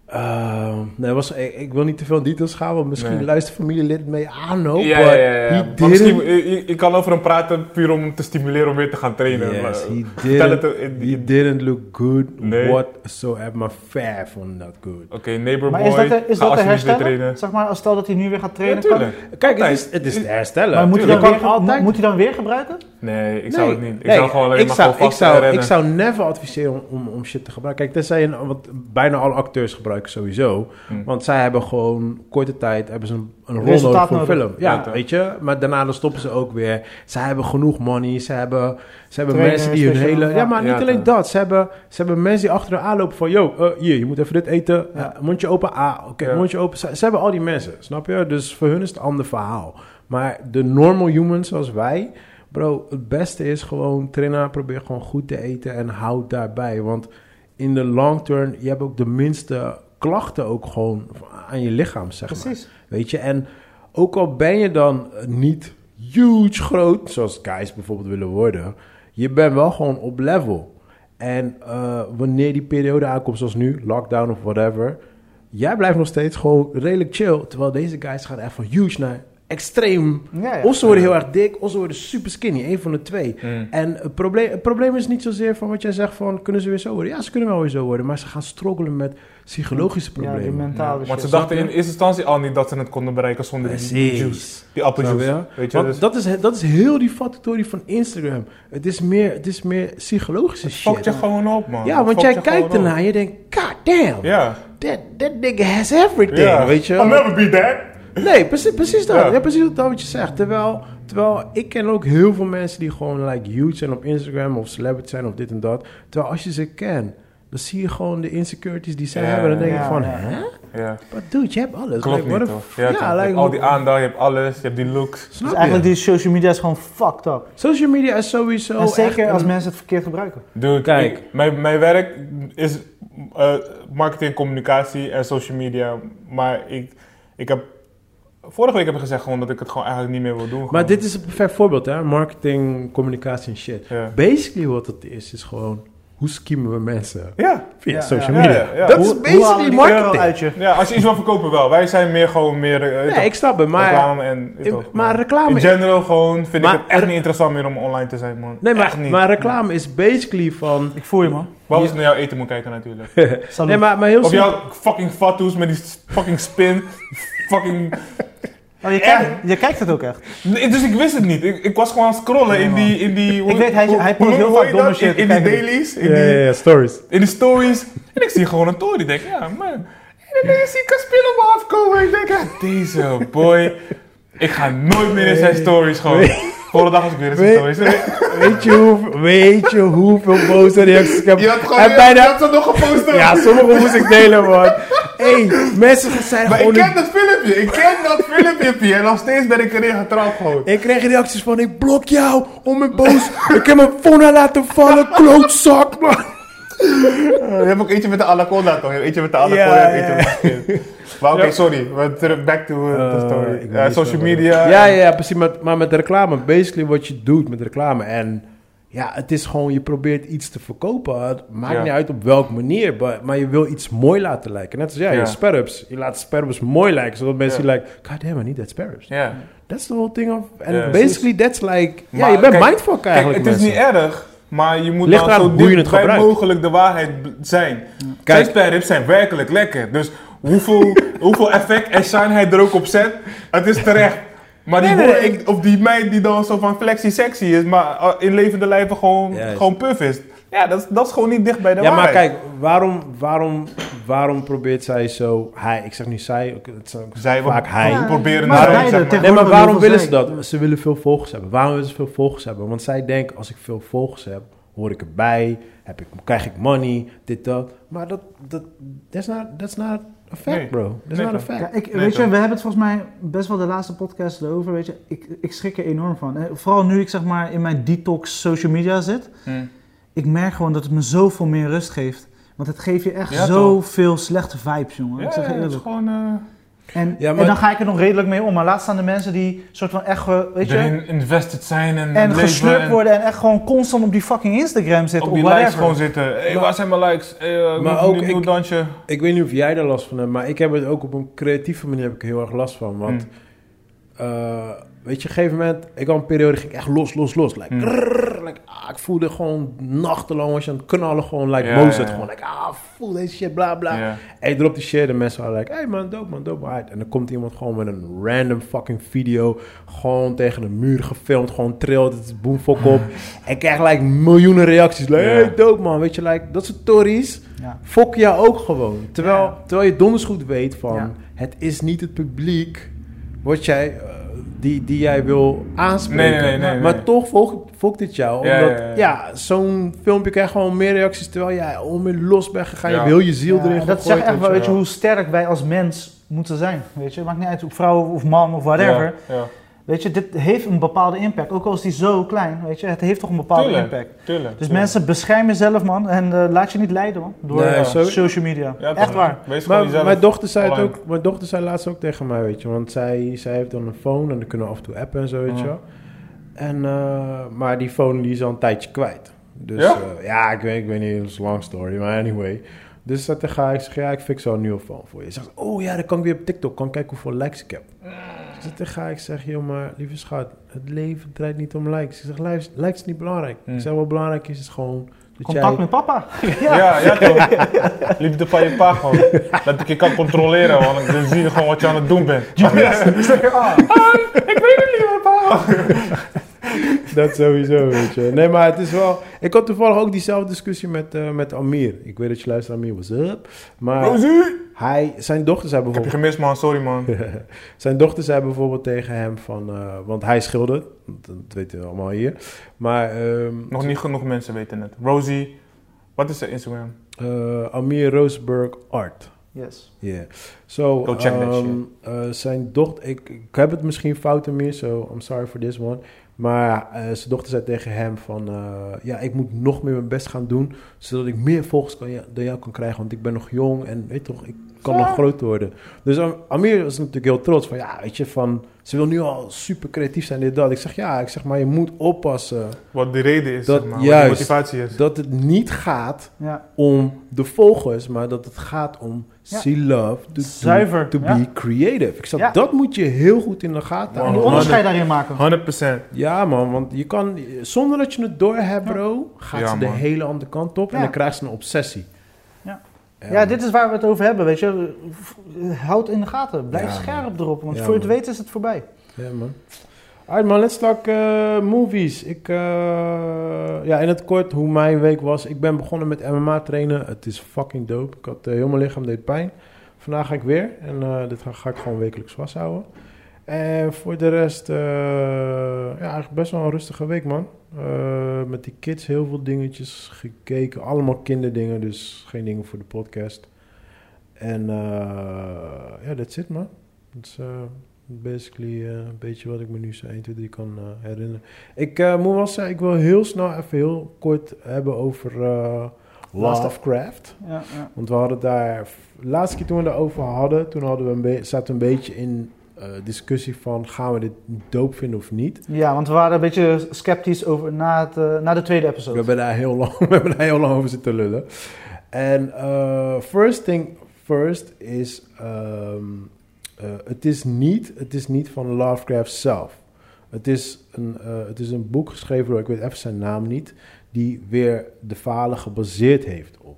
ehm, nee, was, ik, ik wil niet te veel in details gaan, want misschien
Nee.
luistert familielid mee aan. No,
Ja, ja,
but
ja. ja.
he
Maar
didn't-
misschien, ik, ik kan over hem praten puur om hem te stimuleren om weer te gaan trainen. maar-
Yes, he
vertel het
didn't,
in- in-
he didn't look good
Nee.
whatsoever, maar fair vond not good.
Oké, neighbor
Maar
boy,
is dat de, is
ga
dat de
alsjeblieft weer
herstellen?
trainen.
Zeg maar, als stel dat hij nu weer gaat trainen. kan-
Natuurlijk.
Oh, Kijk, het is, het is te herstellen.
maar moet hij, dan
Je
weer,
kan altijd-
moet hij dan weer gebruiken?
Nee, ik
Nee,
zou het niet. Ik
nee,
zou gewoon alleen
ik
maar
zou,
gewoon
ik
vast
zou,
rennen.
Ik zou never adviseren om, om, om shit te gebruiken. Kijk, tenzij je, want bijna alle acteurs gebruiken sowieso.
Hm.
Want zij hebben gewoon korte tijd hebben ze een, een rol nodig
Resultaat
voor een
nodig.
film. Ja,
Ja, toch.
weet je. Maar daarna dan stoppen ze ook weer. Zij hebben genoeg money. Ze hebben, ze hebben
Trainers,
mensen die hun
special-
hele... Ja,
ja.
maar
Ja,
niet alleen
toch.
dat. Ze hebben, ze hebben mensen die achter hun aanlopen van... Yo, eh, hier, je moet even dit eten. Eh, mondje open, ah, oké,
Ja.
mondje open. Ze, ze hebben al die mensen, snap je? Dus voor hun is het een ander verhaal. Maar de normal humans zoals wij... Bro, het beste is gewoon trainen, probeer gewoon goed te eten en houd daarbij. Want in de long term, je hebt ook de minste klachten ook gewoon aan je lichaam, zeg
Precies.
maar. Weet je, en ook al ben je dan eh, niet huge groot, zoals guys bijvoorbeeld willen worden, je bent wel gewoon op level. En eh, wanneer die periode aankomt, zoals nu, lockdown of whatever, jij blijft nog steeds gewoon redelijk chill. Terwijl deze guys gaan echt van huge naar extreem.
Ja, ja.
Of ze worden heel erg dik, of ze worden super skinny. Een van de twee.
Mm.
En het probleem, het probleem is niet zozeer van wat jij zegt van... kunnen ze weer zo worden? Ja, ze kunnen wel weer zo worden. Maar ze gaan struggelen met psychologische
Ja, die
problemen.
mentale
Want ze
shit.
dachten in eerste instantie al niet dat ze het konden bereiken zonder die
Precies.
juice. Die appeljuice.
Snap je?
Weet je,
Want
dus
dat, is, dat is heel die fattorie van Instagram. Het is meer, het is meer psychologische
fuck
shit.
je gewoon op, man.
ja, want
Fuck
jij
je
kijkt
gewoon op.
ernaar en je denkt... God damn,
Ja.
that, that nigga has everything,
Ja.
weet je.
I'll never be that.
Nee, precies, precies dat. Ja.
Ja.
precies dat wat je zegt. Terwijl, terwijl ik ken ook heel veel mensen die gewoon like huge zijn op Instagram of celebrity zijn of dit en dat. Terwijl als je ze kent, dan zie je gewoon de insecurities die zij
Ja,
hebben. Dan denk
ja,
ik van,
ja.
hè?
Ja.
Maar dude, je hebt alles.
Klopt
Like, what
niet,
the
toch?
f-
Ja, klopt. Je
like,
hebt al die aandacht, je hebt alles, je hebt die looks.
Snap
Dus
je?
eigenlijk die social media is gewoon fucked up.
Social media is sowieso
en
Oh, echt
zeker
een-
als mensen het verkeerd gebruiken.
Dude,
Kijk.
Kijk. mijn, mijn werk is eh, marketing, communicatie en social media. Maar ik, ik heb... Vorige week heb ik gezegd gewoon dat ik het gewoon eigenlijk niet meer wil doen.
Maar
gewoon.
dit is een perfect voorbeeld, hè? Marketing, communicatie en shit.
Ja.
Basically wat het is, is gewoon hoe schemen we mensen?
Ja.
Via
Ja,
social
ja,
media.
ja, ja.
Dat
Hoe-
is
hoe
Hoe halen
basically
die euro
marketing.
uit je?
ja, als je iets wil verkopen wel. Wij zijn meer gewoon meer... eh,
Nee,
toch,
ik snap het, maar...
reclame en... eh,
in-
toch,
maar
In
reclame...
general gewoon vind
Maar-
ik het echt niet interessant meer om online te zijn, man.
Nee,
Echt
maar,
niet.
maar reclame is basically van...
Ik voel je, man.
Waar was naar jouw eten moet kijken natuurlijk.
Salut.
Nee, maar, maar heel
Of
simpel.
jouw fucking fatsoes met die fucking spin. fucking...
Oh, je, kijkt, je kijkt het ook echt.
Nee, dus ik wist het niet. Ik, ik was gewoon aan het scrollen
Nee,
in
man.
die... In die hoe-
Ik weet, hij-
hoe-
hij
hoe
post heel
noem
vaak
je
domme
dat?
shit.
In, in die
Kijk, ik-
dailies, in,
Ja,
die,
ja, ja, stories.
in die stories. En ik zie gewoon een tory. Ik denk, ja, man. En ineens zie ik een spin op me afkomen. Ik denk, ah, deze boy. Ik ga nooit meer in zijn stories gewoon. Volgende dag was ik weer in zijn
Nee.
stories.
Weet je, hoe, weet je hoeveel boze reacties ik heb?
Je had gewoon...
en
je
bijna,
had ze nog gepost.
ja, sommige moest ik delen, man. Hé, mensen zijn
Maar ik
gewoon...
ken dat filmpje, ik ken dat filmpje, Pie, en nog steeds ben ik erin getrapt gewoon.
Ik kreeg reacties van, ik blok jou om mijn boos. ik heb mijn phone laten vallen, klootzak, man.
Je hebt ook eentje met de anaconda toch? Je hebt eentje met de anaconda,
Ja,
en eentje
ja,
met de spin. Maar oké, sorry, we terug back to eh, the
Eh,
story.
ik weet
Eh,
niet
social
zo,
media.
Ja, ja, ja, precies. Maar, maar met reclame, basically wat je doet met reclame. En ja, het is gewoon, je probeert iets te verkopen. Het maakt
Ja.
niet uit op welke manier, maar, maar je wil iets mooi laten lijken. Net als ja,
Ja.
je sperrups. Je laat sperrups mooi lijken, zodat mensen
Ja.
like, god damn, I need that sperrups.
Ja.
That's the whole thing of... En
Ja,
basically, that's like... Ja,
Maar
je bent
kijk,
mindfuck
Kijk,
eigenlijk,
het is
mensen.
niet erg, maar je moet
Ligt
dan
eraan
zo
hoe je het
dichtbij
gebruikt.
mogelijk de waarheid b- zijn.
Kijk.
Kijk, sperrips zijn werkelijk lekker, dus hoeveel, hoeveel effect en shine hij er ook op zet, het is terecht. Maar die
Nee, nee,
boy
nee,
of die meid die dan zo van flexie sexy is, maar eh, in levende lijven gewoon,
Juist.
gewoon puff is. Ja, dat, is- dat is gewoon niet dicht bij de
ja, maar
waarheid.
kijk, waarom, waarom, waarom probeert zij zo... Hij, ik zeg niet zij, ook- het zijn ook
Zij
vaak hij.
we proberen
maar
het
beide,
zeg maar.
Nee, maar
Tegenwoordig
waarom
heel
willen
veel
ze dat? Ze willen veel volgers hebben. Waarom willen ze veel volgers hebben? Want zij denken, als ik veel volgers heb, hoor ik erbij, heb ik, krijg ik money, dit, dat. Maar dat, dat that's, not, that's not a fact,
Nee.
bro. That's
Nee,
not a
toch?
fact.
Ja, ik,
Nee,
weet je,
toch?
we hebben het volgens mij best wel de laatste podcast erover. Weet je, ik, ik schrik er enorm van. Eh, Vooral nu ik zeg maar in mijn detox social media zit.
Hmm.
Ik merk gewoon dat het me zoveel meer rust geeft. Want het geeft je echt
Ja,
zoveel slechte vibes, jongen. ik
Ja,
zeg je
ja, het is
eerlijk.
gewoon... eh,
En,
Ja, maar-
en dan ga ik er nog redelijk mee om. Maar laat staan de mensen die soort van echt, eh, weet je,
erin invested zijn en,
en
leven
geslurpt
en-
worden en echt gewoon constant op die fucking Instagram zitten.
Op
Op
die
whatever.
likes gewoon zitten. Hey,
Maar-
waar zijn mijn likes? Hey, eh,
Maar
nieuw-
ook
nieuw-
ik-
nieuw dansje.
Ik weet niet of jij daar last van hebt, maar ik heb het ook op een creatieve manier heb ik er heel erg last van. Want,
Mm.
eh, weet je, op een gegeven moment, ik had een periode, ging ik echt los, los, los. Like,
Mm.
grrr, like, ah, ik voelde gewoon nachtenlang was je aan het knallen, gewoon like
Ja,
Mozart.
ja, ja.
Gewoon like, ah, voel deze shit, bla, bla.
Ja.
En je dropt die shit en mensen waren like, hey man, dope man, dope man. Alright. En dan komt iemand gewoon met een random fucking video, gewoon tegen een muur gefilmd, gewoon trilt, het is boomfok op. en ik krijg like miljoenen reacties, like,
Ja.
hey dope man, weet je, like, dat soort tories
Ja.
fok jou ook gewoon. Terwijl,
Ja.
terwijl je donders goed weet van,
Ja.
het is niet het publiek wat jij, eh, die, die jij wil aanspreken.
Nee, nee, nee, nee,
maar
nee.
toch fokt, fokt het jou.
Ja,
Omdat,
ja, ja.
ja, zo'n filmpje krijgt gewoon meer reacties terwijl jij al meer los bent gegaan. Je
Ja.
hebt heel je ziel
Ja,
erin
dat
gegooid,
zegt echt
weet
wel, weet je,
wel.
hoe sterk wij als mens moeten zijn. Weet je, maakt niet uit of vrouw of man of whatever.
Ja, ja.
Weet je, dit heeft een bepaalde impact. Ook al is die zo klein, weet je, het heeft toch een bepaalde
Tuurlijk,
impact.
tuurlijk,
Dus
tuurlijk.
mensen, bescherm jezelf, man. En eh, laat je niet leiden, man. Door
Nee,
eh,
zo-
social media.
Ja,
Echt
toch.
waar.
Wees gewoon
Maar
jezelf.
mijn dochter, zei het
online.
ook, mijn dochter zei laatst ook tegen mij, weet je. Want zij, zij heeft dan een phone en dan kunnen we af en toe appen en zo, weet je
Mhm.
wel. En, eh, maar die phone die is al een tijdje kwijt. Dus
Ja?
ja, ja ik, weet, ik weet niet, dat is een long story, maar anyway. Dus dat tegen haar, ik zeg, ja, ik fix al een nieuwe phone voor je. Ze zegt, oh ja, dan kan ik weer op TikTok, kan kijken hoeveel likes ik heb.
Ah.
Dus ik zeg tegen haar, ik zeg, joh, maar lieve schat, het leven draait niet om likes. Ik zeg, likes, likes is niet belangrijk.
Hmm.
Ik zeg, wat belangrijk is, is gewoon dat
Contact
jij...
met papa.
Ja, ja, toch. Liefde van je pa gewoon. Dat ik je kan controleren, want dan zie je gewoon wat je aan het doen bent.
Dat sowieso, weet je. Nee, maar het is wel... Ik had toevallig ook diezelfde discussie met, eh, met Amir. Ik weet dat je luistert, Amir. What's up? Maar hij, zijn dochter zei
Heb je
bijvoorbeeld...
gemist, man. Sorry, man.
zijn dochter zei bijvoorbeeld tegen hem van... eh, want hij schildert. Dat weten we allemaal hier. Maar ehm,
Nog niet genoeg mensen weten het. Rosie, wat is zijn Instagram?
eh, Amir Roosberg Art.
Yes.
Yeah. So,
Go check that
ehm,
shit.
eh, zijn dochter, ik, ik heb het misschien fout in meer, so I'm sorry for this one. Maar eh, zijn dochter zei tegen hem van, eh, ja, ik moet nog meer mijn best gaan doen, zodat ik meer volgers kan, dan jou kan krijgen, want ik ben nog jong en weet toch, ik kan nog groot worden. Dus Am- Amir is natuurlijk heel trots van, ja, weet je, van, ze wil nu al super creatief zijn, dit, dat. Ik zeg, ja, ik zeg maar, je moet oppassen
Wat de reden is,
Dat-
zeg maar,
juist.
wat de motivatie is.
dat het niet gaat
Ja.
om de volgers, maar dat het gaat om
Ja.
see love to, do-
Zuiver,
to
ja.
be creative. Ik zeg,
Ja.
dat moet je heel goed in de gaten
En die
houden.
onderscheid daarin maken.
100%.
Ja man, want je kan, zonder dat je het door hebt bro, gaat
Ja,
ze de
man.
hele andere kant op en
Ja.
dan krijgt ze een obsessie.
Ja.
Ja,
Ja, dit is waar we het over hebben, weet je. Houd in de gaten. Blijf
Ja, man.
scherp erop, want
Ja,
voor je het
man.
weet is het voorbij.
Ja, man. Alright man, let's talk eh, movies. Ik, eh, ja, in het kort hoe mijn week was. Ik ben begonnen met MMA trainen. Het is fucking dope. Ik had eh, heel mijn lichaam deed pijn. Vandaag ga ik weer. En eh, dit ga, ga ik gewoon wekelijks vasthouden. En voor de rest, eh, ja, eigenlijk best wel een rustige week man. Eh, met die kids heel veel dingetjes gekeken. Allemaal kinderdingen, dus geen dingen voor de podcast. En eh, ja, that's it man. Dat is eh, basically eh, een beetje wat ik me nu zo 1, 2, 3 kan eh, herinneren. Ik eh, moet wel zeggen, ik wil heel snel even heel kort hebben over eh
Last-
Lovecraft.
Ja, ja.
Want we hadden daar, laatste keer toen we erover hadden, toen hadden we een be- zaten we een beetje in eh, discussie van gaan we dit doop vinden of niet.
ja, want we waren een beetje sceptisch over na, het, eh, na de tweede
We
episode.
hebben daar heel lang, we hebben daar heel lang over zitten lullen. En eh, first thing first is, ehm, eh, het, is niet, het is niet van Lovecraft zelf. Het is, een, eh, het is een boek geschreven door, ik weet even zijn naam niet, die weer de verhalen gebaseerd heeft op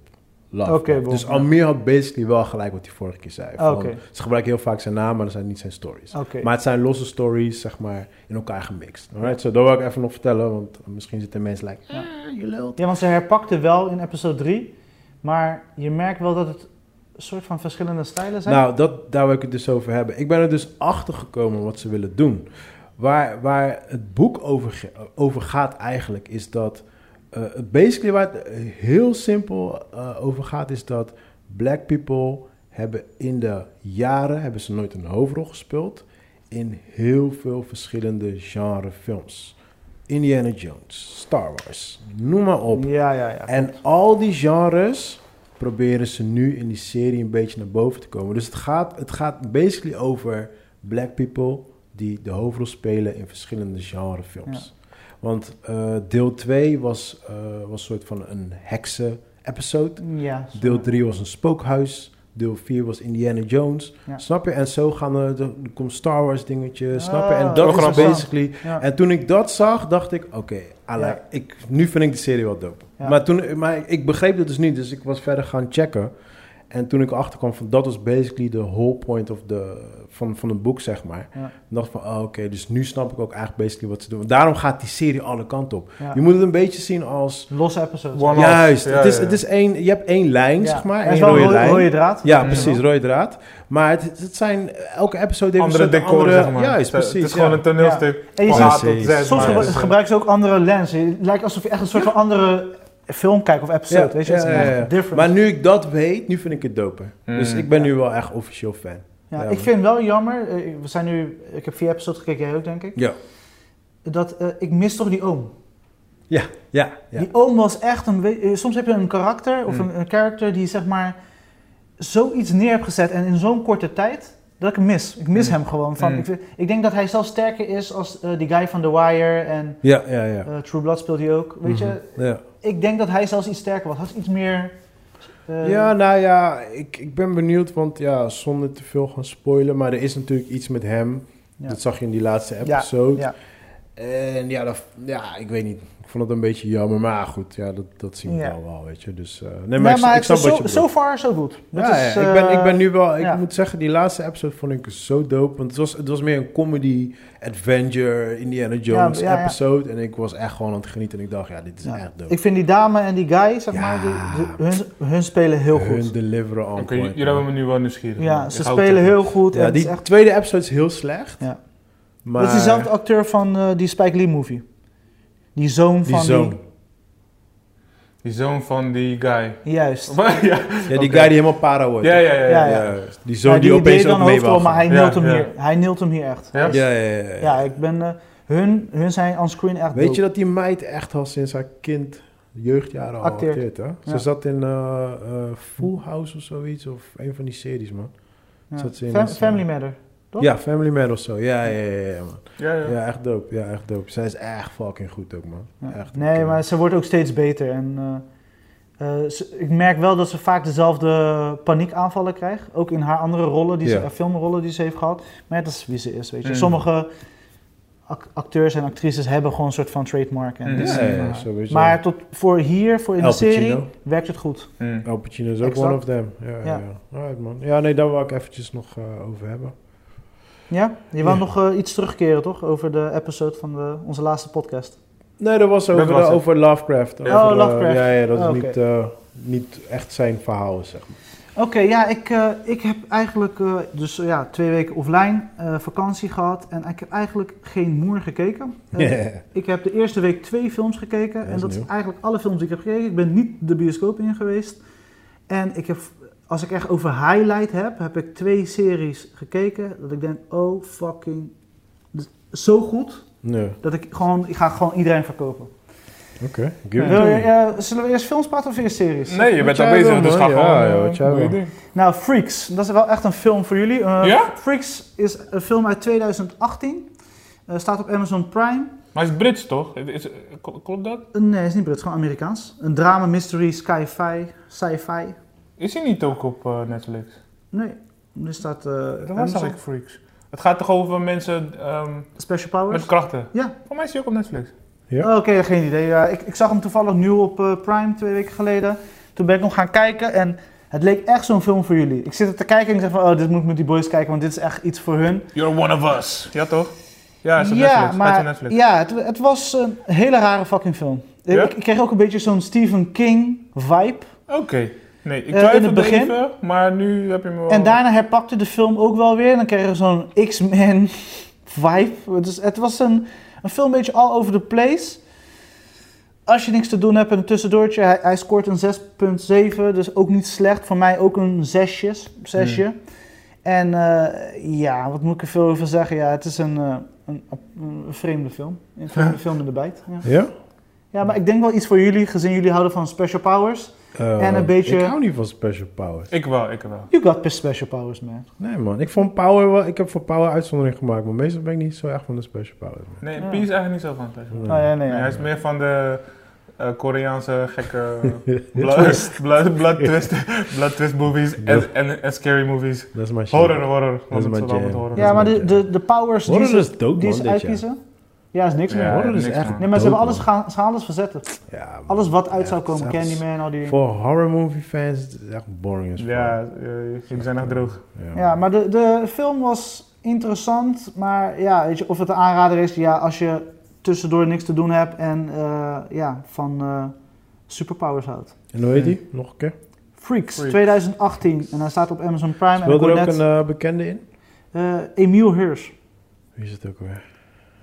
Lovecraft.
Oké, bon,
dus
ja.
Amir had basically wel gelijk wat hij vorige keer zei. Van,
Oké.
Ze gebruiken heel vaak zijn naam, maar dat zijn niet zijn stories.
Oké.
Maar het zijn losse stories, zeg maar, in elkaar gemixt. Alright, zo dat wil ik even nog vertellen, want misschien zitten mensen like,
Ja.
ah, je lult.
Ja, want ze herpakten wel in episode 3, maar je merkt wel dat het een soort van verschillende stijlen zijn.
Nou, dat, daar wil ik het dus over hebben. Ik ben er dus achter gekomen wat ze willen doen. Waar, waar het boek over, ge- over gaat eigenlijk is dat... eh, basically waar het eh, heel simpel eh, over gaat is dat... Black people hebben in de jaren hebben ze nooit een hoofdrol gespeeld... in heel veel verschillende genrefilms. Indiana Jones, Star Wars, noem maar op.
ja, ja, ja.
En al die genres proberen ze nu in die serie een beetje naar boven te komen. Dus het gaat, het gaat basically over black people die de hoofdrol spelen in verschillende genrefilms. Want eh, deel 2 was, eh, was een soort van een heksen-episode.
ja, zo.
Deel 3 was een spookhuis. Deel 4 was Indiana Jones.
Ja.
Snap je? En zo gaan er, er komt Star Wars dingetjes. snap je?
Ah,
En dat
zo
is
grappig.
basically
Ja.
en toen ik dat zag, dacht ik, oké, I like-
Ja.
ik, nu vind ik de serie wel dope.
Ja.
Maar, toen, maar ik begreep dat dus niet, dus ik was verder gaan checken. En toen ik erachter kwam van dat was basically de whole point of the, van, van het boek, zeg maar.
Ja.
Ik dacht van, oh, oké, dus nu snap ik ook eigenlijk basically wat ze doen. Want daarom gaat die serie alle kanten op.
Ja.
Je moet het een beetje zien als...
Losse episodes.
One-off.
Juist,
Ja,
het is,
ja,
Het
ja.
is één, je hebt één lijn, zeg maar,
Er is
één
wel een
rode
rode,
lijn.
rode draad.
Ja, precies, rode draad. Maar het, het zijn, elke episode heeft
Andere
een soort
decor,
andere-
zeg maar.
Juist,
Het-
precies.
Het is
ja.
gewoon een toneelstuk.
En je
van
ziet-
A tot Z,
Soms
maar-
gebru- gebruiken ze ook andere lenzen. Het lijkt alsof je echt een soort van andere film kijkt of episode.
Ja,
weet je?
ja,
Het is
ja,
echt
ja.
different.
Maar nu ik dat weet, nu vind ik het doper.
Mm.
Dus ik ben
Ja.
nu wel echt officieel fan.
ja,
Ja,
ik
man.
vind wel jammer, eh, we zijn nu, ik heb vier episodes gekeken, jij ook denk ik,
Ja.
dat eh, ik mis toch die oom.
Ja, ja, ja.
Die oom was echt een. we- eh, Soms heb je een karakter of
Mm.
een, een character die zeg maar zoiets neer hebt gezet en in zo'n korte tijd dat ik hem mis. Ik mis
Mm.
hem gewoon. Van,
Mm.
ik, vind- ik denk dat hij zelfs sterker is als eh, die guy van The Wire en
Ja, ja, ja.
eh, True Blood speelt hij ook. Weet je, eh,
Mhm. Ja.
ik denk dat hij zelfs iets sterker was. Had iets meer. eh,
ja, nou ja, ik, ik ben benieuwd, want ja, zonder te veel gaan spoilen, maar er is natuurlijk iets met hem.
Ja.
Dat zag je in die laatste
ja,
episode.
Ja,
En ja, dat, ja, ik weet niet. Ik vond het een beetje jammer, maar goed, ja, dat, dat zien we
Ja.
dan wel, weet je. Dus, eh, nee,
Nee,
maar, ik,
maar
ik snap
zo,
wat je
so
bedoelt.
far, so good.
Ja,
Het
ja,
is,
ik, ben, ik
eh,
ben nu wel, ik
ja.
moet zeggen, die laatste episode vond ik zo dope. Want het was, het was meer een comedy, adventure, Indiana Jones
ja, ja.
episode. En ik was echt gewoon aan het genieten. En ik dacht, ja, dit is
ja.
echt dope.
Ik vind die dame en die guy, zeg
Ja.
maar, die, die- hun, hun spelen heel
Hun
goed.
deliveren on
Oké,
point,
jullie hebben
man.
me nu wel nieuwsgierig.
Ja,
Ik
ze
hou het
spelen
tegen.
heel goed. en
Ja,
het is
die
echt-
tweede episode is heel slecht.
Ja.
Maar
Dat is diezelfde acteur van eh, die Spike Lee movie. Die zoon
die
van
zoon.
die...
Die zoon van die guy.
Juist.
ja.
Ja, die
Oké.
guy die helemaal para wordt.
Ja, ja, ja.
Ja,
ja.
Ja, Die zoon
Ja,
die, opeens
deed dan
ook mee
hoofdrol,
wou
maar hij
gaan.
neelt
Ja,
hem
ja.
hier. Hij neelt hem hier echt.
Ja?
gaan. Ja, ja, ja. ja.
Ja, ik ben... eh, hun, hun zijn on screen echt
Weet
dope.
je dat die meid echt al sinds haar kind jeugdjaren al
Acteert.
acteert, hè? Ze
Ja.
zat in eh, eh, Full House of zoiets, of een van die series, man.
Ja.
dat ze in
Fam-
het, eh,
Family Matter. Toch?
Ja, Family Man of zo. Ja, ja, ja, ja, man.
Ja, ja.
Ja, echt dope. Ja, echt dope. Zij is echt fucking goed ook, man.
Ja.
Echt.
nee,
oké.
maar ze wordt ook steeds beter. En, eh, eh, ze- ik merk wel dat ze vaak dezelfde paniekaanvallen krijgt. Ook in haar andere rollen, die ze,
Ja.
eh, filmrollen die ze heeft gehad. Maar ja, dat is wie ze is, weet je.
Mm.
Sommige ac- acteurs en actrices hebben gewoon een soort van trademark. En
Mm.
dit is
Ja,
niet
ja,
van
ja,
haar.
sowieso.
maar tot voor hier, voor in
Al
de serie,
Pacino.
werkt het goed.
Mm.
Al Pacino is ook
Exact.
one of them. Ja, ja.
Ja.
ja. Alright, man. Ja, nee, daar wil ik eventjes nog eh, over hebben.
Ja? Je wou
Ja.
nog eh, iets terugkeren, toch? Over de episode van de, onze laatste podcast.
Nee, dat was over,
Dat was het.
over Lovecraft. Over,
Oh,
eh,
Lovecraft.
ja, ja, dat
Oh,
het
oké.
niet, eh, niet echt zijn verhaal is, zeg maar.
Oké, ja, ik, eh, ik heb eigenlijk eh, dus eh, ja, twee weken offline eh, vakantie gehad en ik heb eigenlijk geen moer gekeken. Eh, Ik heb de eerste week twee films gekeken
Dat
en
is
dat zijn
nieuw.
eigenlijk alle films die ik heb gekeken. Ik ben niet de bioscoop in geweest. En ik heb, als ik echt over highlight heb, heb ik twee series gekeken dat ik denk, oh fucking, dit is zo goed
Nee, oké.
dat ik gewoon, ik ga gewoon iedereen verkopen.
Give it
Wil
to
je,
me.
eh, zullen we eerst films praten of eerst series?
Nee, je
Wat
bent al
jij
bezig,
wil,
dus
man.
ga
Ja,
gewoon. eh,
joh, wat jij
doe je
wil.
ding.
Nou, Freaks, dat is wel echt een film voor jullie. Eh,
Ja?
Freaks is een film uit 2018. Eh, staat op Amazon Prime.
Maar hij is Brits toch? Het Is, kl- klopt dat?
Eh, nee, is niet Brits, gewoon Amerikaans. Een drama, mystery, sci-fi. Sci-fi.
Is hij niet ook op eh, Netflix?
Nee, er staat eh,
Dat was
Amazon.
eigenlijk Freaks. Het gaat toch over mensen ehm,
Special
met
Powers.
krachten?
Ja.
Voor mij is hij ook op Netflix.
Ja.
Oh, Oké, geen idee. Ja, ik, ik zag hem toevallig nieuw op eh, Prime twee weken geleden. Toen ben ik nog gaan kijken en het leek echt zo'n film voor jullie. Ik zit er te kijken en ik zeg van, oh, dit moet ik met die boys kijken, want dit is echt iets voor hun.
You're one of us. Ja toch? Ja, hij is op Netflix. Hij is op
maar
Netflix.
ja, het, het was een hele rare fucking film. Ik-
Ja?
Ik, kreeg ook een beetje zo'n Stephen King vibe.
Oké. Nee,
Eh, in
ik
het
twijfelde
begin?
even, maar nu heb je me wel...
En daarna herpakte de film ook wel weer. En dan kreeg je zo'n X-Men vibe. Dus het was een, een film een beetje all over the place. Als je niks te doen hebt en een tussendoortje, hij, hij scoort een 6.7. Dus ook niet slecht. Voor mij ook een zesje. zesje.
Hmm.
En eh, ja, wat moet ik er veel over zeggen? Ja, het is een, eh, een, een vreemde film. Een vreemde film in de bijt. Ja.
Ja?
Ja, maar ik denk wel iets voor jullie, gezien jullie houden van special powers.
Eh,
En een beetje-
Ik hou niet van special powers.
Ik wel, ik wel.
You got special powers, man.
Nee, man. Ik, vond power wel, ik heb voor power uitzondering gemaakt, maar meestal ben ik niet zo erg van de special powers. man.
Nee,
Ja.
Pie is eigenlijk niet zo van Netflix.
Nee.
Oh ja, nee.
Nee, hij
Ja.
is meer van de eh, Koreaanse gekke blood, blood, blood twist, blood twist movies en, en, en scary movies.
Dat is mijn shit.
Horror, horror.
is
Want het
mijn
zit allemaal
jam.
met horror.
ja, maar de, de, de powers die
Horror
ze,
is dood,
die
man,
ze
dit jaar.
uitkiezen, ja, is niks
Ja,
meer.
Horror is
niks,
echt
man.
Nee, maar ze
dood,
hebben alles,
man.
gaan, ze gaan alles verzetten.
Ja, man.
Alles wat uit
Ja,
zou
het is
komen,
echt-
Candyman, al die...
Voor horror movie fans is het echt boring as fuck.
Ja, eh, ik ben echt droog.
Ja, maar de, de film was interessant, maar ja, weet je, of het een aanrader is, ja, als je tussendoor niks te doen hebt en eh, ja, van eh, superpowers houdt.
En hoe heet die? Nog een keer.
Freaks,
Freaks.
2018, en hij staat op Amazon Prime. en ik
Speelt er
hoor
ook
net,
een eh, bekende in?
eh, Emile Hirsch.
Wie is het ook weer?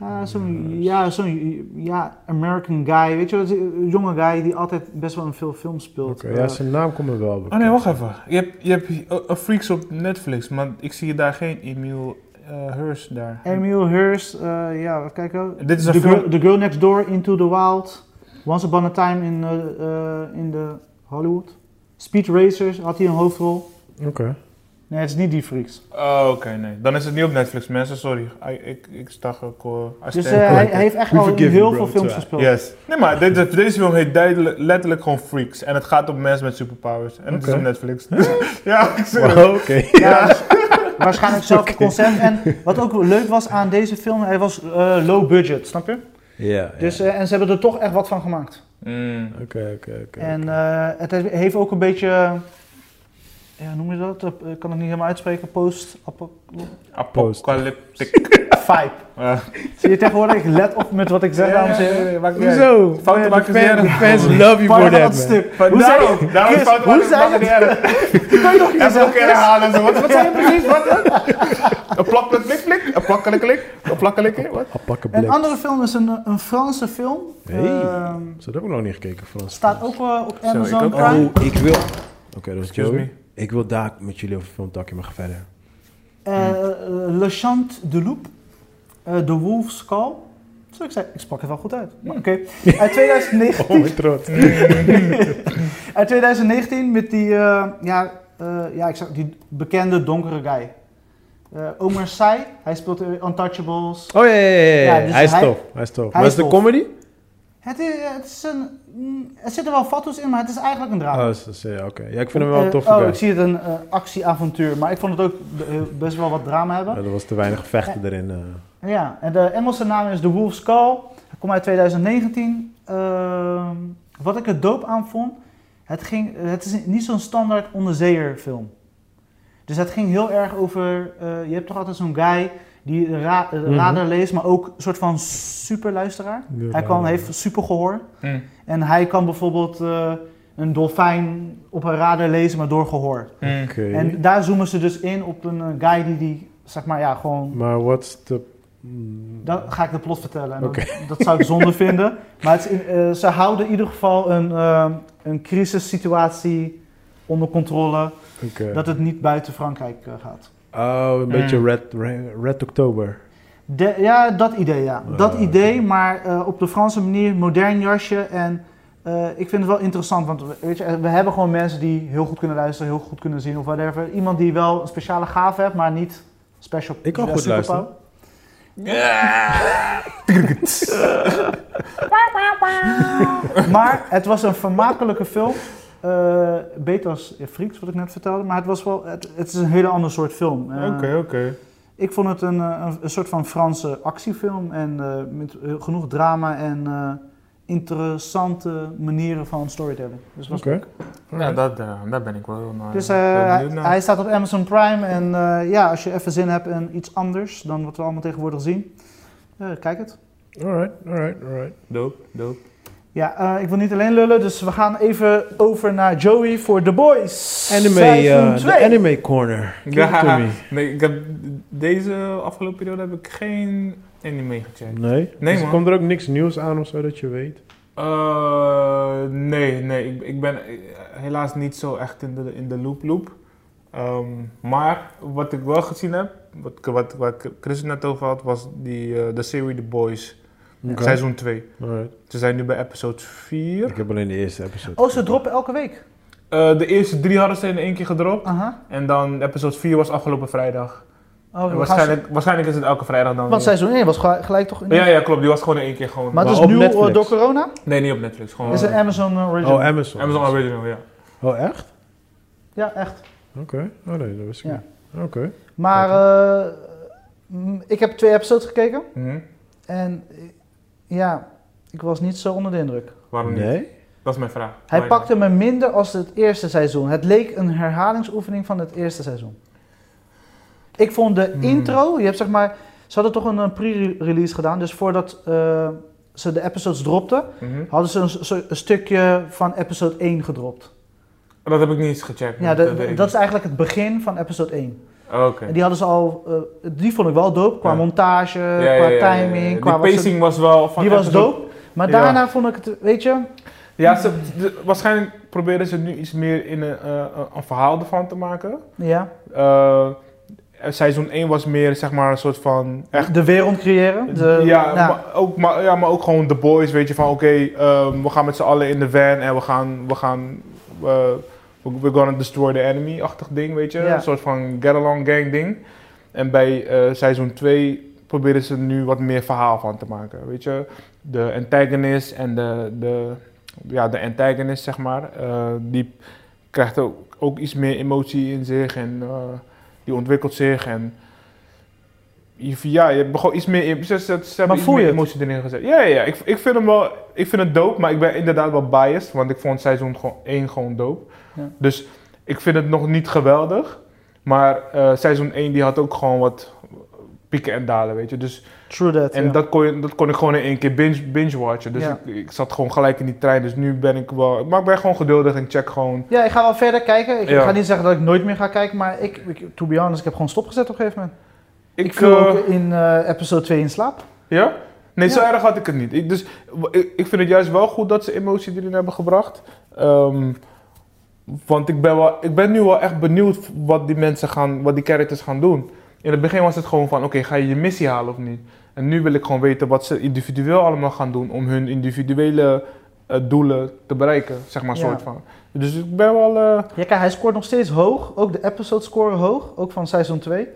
Ja, Ah, zo'n ja, zo'n ja, American guy, weet je wel, een jonge guy die altijd best wel in veel films speelt.
Oké, ja,
Eh,
zijn naam komt me wel
Oh nee, wacht even. Je hebt, je hebt eh, eh, Freaks op Netflix, maar ik zie daar geen Emile eh Hirsch daar.
Emile Hirst, eh, ja, even kijken.
Dit is een
the,
film-
girl, the Girl Next Door, Into the Wild, Once Upon a Time in, eh eh, in the Hollywood. Speed Racers had hij een hoofdrol.
Oké.
Nee, het is niet die freaks.
Oh, oké, nee. Dan is het niet op Netflix, mensen, sorry. I- ik, ik stak ook... eh, I
Dus eh,
stand
hij,
corrected.
hij heeft echt
We
al in
forgive
heel
you,
veel
bro,
films
try.
gespeeld.
Yes. Nee, maar dit, deze film heet duidelijk, letterlijk gewoon Freaks. En het gaat om mensen met superpowers. En het is
Oké.
op Netflix. ja, ik zeg het.
Wow, Oké.
Ja, dus waarschijnlijk hetzelfde concept. En wat ook leuk was aan deze film, hij was eh, low budget, snap je?
Ja, ja.
Dus, eh, en ze hebben er toch echt wat van gemaakt.
Mm.
Oké, oké, oké.
En eh, het heeft ook een beetje ja, noem je dat? Ik kan het niet helemaal uitspreken. Post. apo-
Post.
Apocalyptic.
Vibe.
Eh,
Zie je tegenwoordig? Ik let op met wat ik zeg, dames en heren.
maakt niet uit.
Hoezo?
Fouten
Man,
maken
de
ze
fan-
erg.
fans love you for
Pardon,
that,
dat
man.
stuk.
Maar
Hoe zei
daarom,
je-
daarom is
Chris,
fouten
hoe
maken,
zei
maakt niet uit.
Kan je nog niet
Even
zeggen?
een keer herhalen en zo. Wat, wat zei je precies? Wat? Een plakkelijk klik klik? Een plakkelijk klik? Een plakkelijk klik? Wat?
Apakken
Een
Black.
andere film is een, een Franse film.
Hey.
Ehm,
Zo, dat heb ik nog niet gekeken, Frans.
staat ook eh, op
ik
Amazon
ook.
Prime.
Oh, ik wil... Oké, dat is
Excuse
Joey. Ik wil daar met jullie over filmtakje, maar ga verder.
Eh, eh, Le Chant de Loup. eh, The Wolf's Call. Zo, ik, zei, ik sprak het wel goed uit. Maar Oké. Uit 2019.
Oh, mijn trots.
Uit 2019 met die, eh, ja, eh, ja, ik zag die bekende donkere guy. Eh Omer Sy, hij speelt in Untouchables.
Oh, ja, ja, ja, ja.
Ja, dus
hij is
hij-
tof. Hij is tof.
hij
Maar
is
is de
tof.
comedy?
Het is, het is een, mm, er zitten wel fatsoes in, maar het is eigenlijk een drama.
Oh, is- is- ja, oké. Ja, ik vind hem wel een
Eh,
toffe
oh,
guy.
ik zie het een eh, actieavontuur, maar ik vond het ook eh, best wel wat drama hebben.
Ja, er was te weinig vechten erin. eh.
Ja, en de Engelse naam is The Wolf's Call. Hij komt uit 2019. Ehm, wat ik er doop aan vond, het, ging, het is niet zo'n standaard onderzeeërfilm. Dus het ging heel erg over, eh, je hebt toch altijd zo'n guy die de ra- eh,
Mhm.
radar leest, maar ook een soort van superluisteraar. Hij kan, heeft supergehoor
Mm,
en hij kan bijvoorbeeld eh, een dolfijn op een radar lezen, maar door gehoor.
mm.
Oké.
En daar zoomen ze dus in op een eh, guy die die, zeg maar, ja, gewoon
Maar wat de...
Dan ga ik de plot vertellen. En dat-
Oké.
Dat, zou ik zonde vinden. Maar het is in- eh, ze houden in ieder geval een, ehm een crisissituatie onder controle.
mm, Oké.
Dat het niet buiten Frankrijk eh, gaat.
Oh, een beetje
Mm.
Red, Red, Red October.
De- ja, dat idee, ja. dat
Ah,
idee,
oké.
maar eh, op de Franse manier, modern jasje. En eh, ik vind het wel interessant, want we- weet je, eh, we hebben gewoon mensen die heel goed kunnen luisteren, heel goed kunnen zien of whatever. Iemand die wel een speciale gave heeft, maar niet special.
Ik kan
ja,
goed
superpower.
luisteren.
Maar het was een vermakelijke film. Eh, beter als Freaks, wat ik net vertelde. Maar het, was wel, het, het is een hele ander soort film. Eh,
Oké, oké.
Ik vond het een, eh, een, een soort van Franse actiefilm. En eh, met eh, genoeg drama en eh, interessante manieren van storytelling. Dus het was
Oké.
Ja, dat, eh, daar ben ik wel heel naar.
Dus eh,
heel
hij,
benieuwd naar.
hij staat op Amazon Prime. En eh, ja, als je even zin hebt in iets anders dan wat we allemaal tegenwoordig zien, eh, kijk het.
Alright, alright, alright.
Dope, dope.
Ja, eh, ik wil niet alleen lullen, dus we gaan even over naar Joey voor The Boys.
Anime,
Seizoen
eh, de
twee.
anime corner. Give it to me.
nee, ik heb, deze afgelopen periode heb ik geen anime gecheckt.
Nee?
Nee,
Dus
man.
komt er ook niks nieuws aan of zo dat je weet?
Eh, nee, nee. Ik, ik ben eh, helaas niet zo echt in de, in de loop loop. Ehm, maar wat ik wel gezien heb, wat, wat, waar Chris het net over had, was die, eh, de serie The Boys,
Oké.
seizoen 2.
Alright.
Ze zijn nu bij episode 4.
Ik heb alleen de eerste episode.
Oh, ze droppen elke week.
Eh, de eerste drie hadden ze in één keer gedropt.
Aha.
En dan episode 4 was afgelopen vrijdag.
Oh, we
En
gaan
waarschijnlijk, waarschijnlijk is het elke vrijdag dan
ze- Want
weer.
seizoen 1 was gelijk, gelijk toch... in-
Ja, ja, klopt. Die was gewoon in één keer gewoon...
Maar het
Maar
is
op
nu eh,
Netflix.
door corona?
Nee, niet op Netflix. Gewoon
Is het Amazon eh, Original?
Oh, Amazon.
Amazon Original, ja.
Oh, echt?
Ja, echt.
Oké. Oh nee, dat wist ik
Ja.
niet. Oké.
Maar eh, mm, ik heb twee episodes gekeken.
Mhm.
En eh, ja, ik was niet zo onder de indruk.
Waarom niet?
Nee?
Dat is mijn vraag.
Hij
Waarom?
pakte me minder als het eerste seizoen. Het leek een herhalingsoefening van het eerste seizoen. Ik vond de
Hmm.
intro, je hebt zeg maar, ze hadden toch een, eh, pre-release gedaan, dus voordat eh, ze de episodes dropten,
Mhm.
hadden ze een, zo- een stukje van episode 1 gedropt.
Oh, Dat heb ik niet eens gecheckt.
Ja,
dat
de-
weet ik
dat is
niet.
eigenlijk het begin van episode 1.
Oh, Oké.
En die hadden ze al, eh, die vond ik wel dope, qua
Ja.
montage,
Ja, ja,
eh, qua
ja, ja, ja.
timing,
Die
qua wat ze-
pacing was wel van
die was
episode-
dope. Maar
Ja.
daarna vond ik het, weet je,
Ja, ze, de- waarschijnlijk proberen ze nu iets meer in een, eh, een- een verhaal ervan te maken.
ja,
Eh, seizoen 1 was meer zeg maar een soort van echt.
de wereld creëren. De,
ja,
nou,
Maar ook, maar, ja, maar ook gewoon de boys, weet je, van oké, ehm, we gaan met z'n allen in de van en we gaan, we gaan, eh, we- we're gonna destroy the enemy-achtig ding, weet je.
Ja.
Een soort van get-along gang ding. En bij eh, seizoen 2 proberen ze nu wat meer verhaal van te maken, weet je. De antagonist en de, de, ja, de antagonist, zeg maar, eh, die krijgt ook, ook iets meer emotie in zich en eh, die ontwikkelt zich en... je- Ja, je hebt gewoon iets meer... Ze, ze, ze hebben iets
voel je
meer
het?
emotie erin gezet. Ja, ja, ja. Ik, ik vind hem wel... Ik vind het dope, maar ik ben inderdaad wel biased. Want ik vond seizoen gewoon, 1 gewoon dope.
Ja.
Dus ik vind het nog niet geweldig. Maar eh, seizoen 1 die had ook gewoon wat pieken en dalen, weet je. Dus,
True that.
en
ja.
dat, kon je, dat kon ik gewoon in één keer binge- binge-watchen. dus
Ja.
ik, ik zat gewoon gelijk in die trein. Dus nu ben ik wel... Maar ik ben gewoon geduldig en check gewoon...
Ja, ik ga wel verder kijken. Ik
Ja.
ga niet zeggen dat ik nooit meer ga kijken, maar ik, ik to be honest, ik heb gewoon stopgezet op een gegeven moment. Ik, viel
eh,
ook in eh, episode 2 in slaap.
Ja? Nee, zo
Ja.
erg had ik het niet. Ik, dus w- ik, ik vind het juist wel goed dat ze emotie erin hebben gebracht. Ehm, want ik ben, wel, ik ben nu wel echt benieuwd wat die mensen gaan, wat die characters gaan doen. In het begin was het gewoon van, oké, ga je je missie halen of niet? En nu wil ik gewoon weten wat ze individueel allemaal gaan doen om hun individuele eh, doelen te bereiken, zeg maar,
Ja.
soort van. Dus ik ben wel... eh,
Ja, kijk, hij scoort nog steeds hoog. Ook de episode scoren hoog, ook van seizoen 2.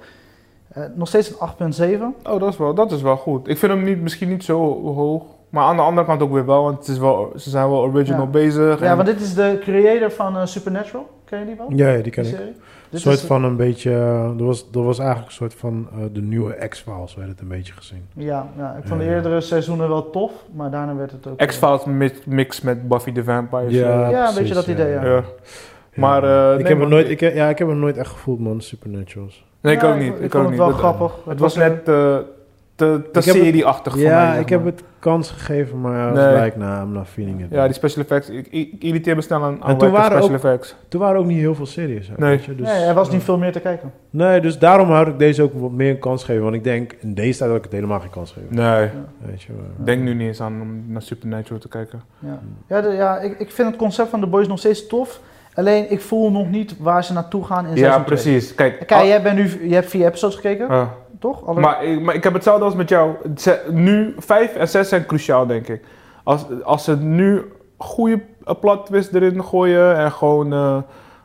Eh, nog steeds een 8.7.
Oh, dat is wel, dat is wel goed. Ik vind hem niet, misschien niet zo hoog. Maar aan de andere kant ook weer wel, want het is wel, ze zijn wel original
Ja.
bezig.
Ja,
en-
want dit is de creator van eh, Supernatural. Ken je die wel?
Ja, ja, die ken
Die
ik.
serie?
Een
Dit
soort
is-
van een beetje... eh, Dat was, dat was eigenlijk een soort van eh, de nieuwe X-Files, werd het een beetje gezien.
Ja, ja, ik vond de
Ja.
eerdere seizoenen wel tof, maar daarna werd het ook... eh,
X-Files mix, mix met Buffy the
Ja.
Vampire Slayer.
Ja, een
precies,
beetje dat
ja.
idee, ja.
Ja. Maar, eh,
ik,
nee,
heb
man,
hem nooit, ik, heb- ja, ik heb hem nooit echt gevoeld, man, Supernaturals.
Nee, ik
ja,
ook niet. Ik,
vond
ook
het
niet.
wel
Het-
grappig.
Het was
een-
net eh, te, te
Ik heb het-
serieachtig voor mij.
Ja,
zeg
ik heb
maar.
het kans gegeven, maar
Nee.
gelijk na, I'm not feeling it.
Ja, die special effects. Ik, ik, ik irriteer me snel aan, aan
En toen
wacky
waren
special
ook-
effects.
Toen waren ook niet heel veel series. hè,
Nee.
weet je, dus-
nee, er was niet veel meer te kijken.
Nee, dus daarom had ik deze ook wat meer een kans gegeven. Want ik denk, in deze tijd had ik het helemaal geen kans gegeven.
Nee,
Weet je, maar-
ik denk nu niet eens aan om naar Supernatural te kijken.
Ja, ja, de- ja ik, ik vind het concept van The Boys nog steeds tof. Alleen, ik voel nog niet waar ze naartoe gaan in
Ja,
seizoen twee.
precies. Kijk,
Kijk,
al-
jij, bent nu, je hebt vier episodes gekeken,
Ah.
toch? Alle-
Maar, ik- maar ik heb hetzelfde als met jou. Het zijn- Nu, vijf en zes zijn cruciaal, denk ik. Als, als ze nu goede eh, plot twist erin gooien en gewoon eh,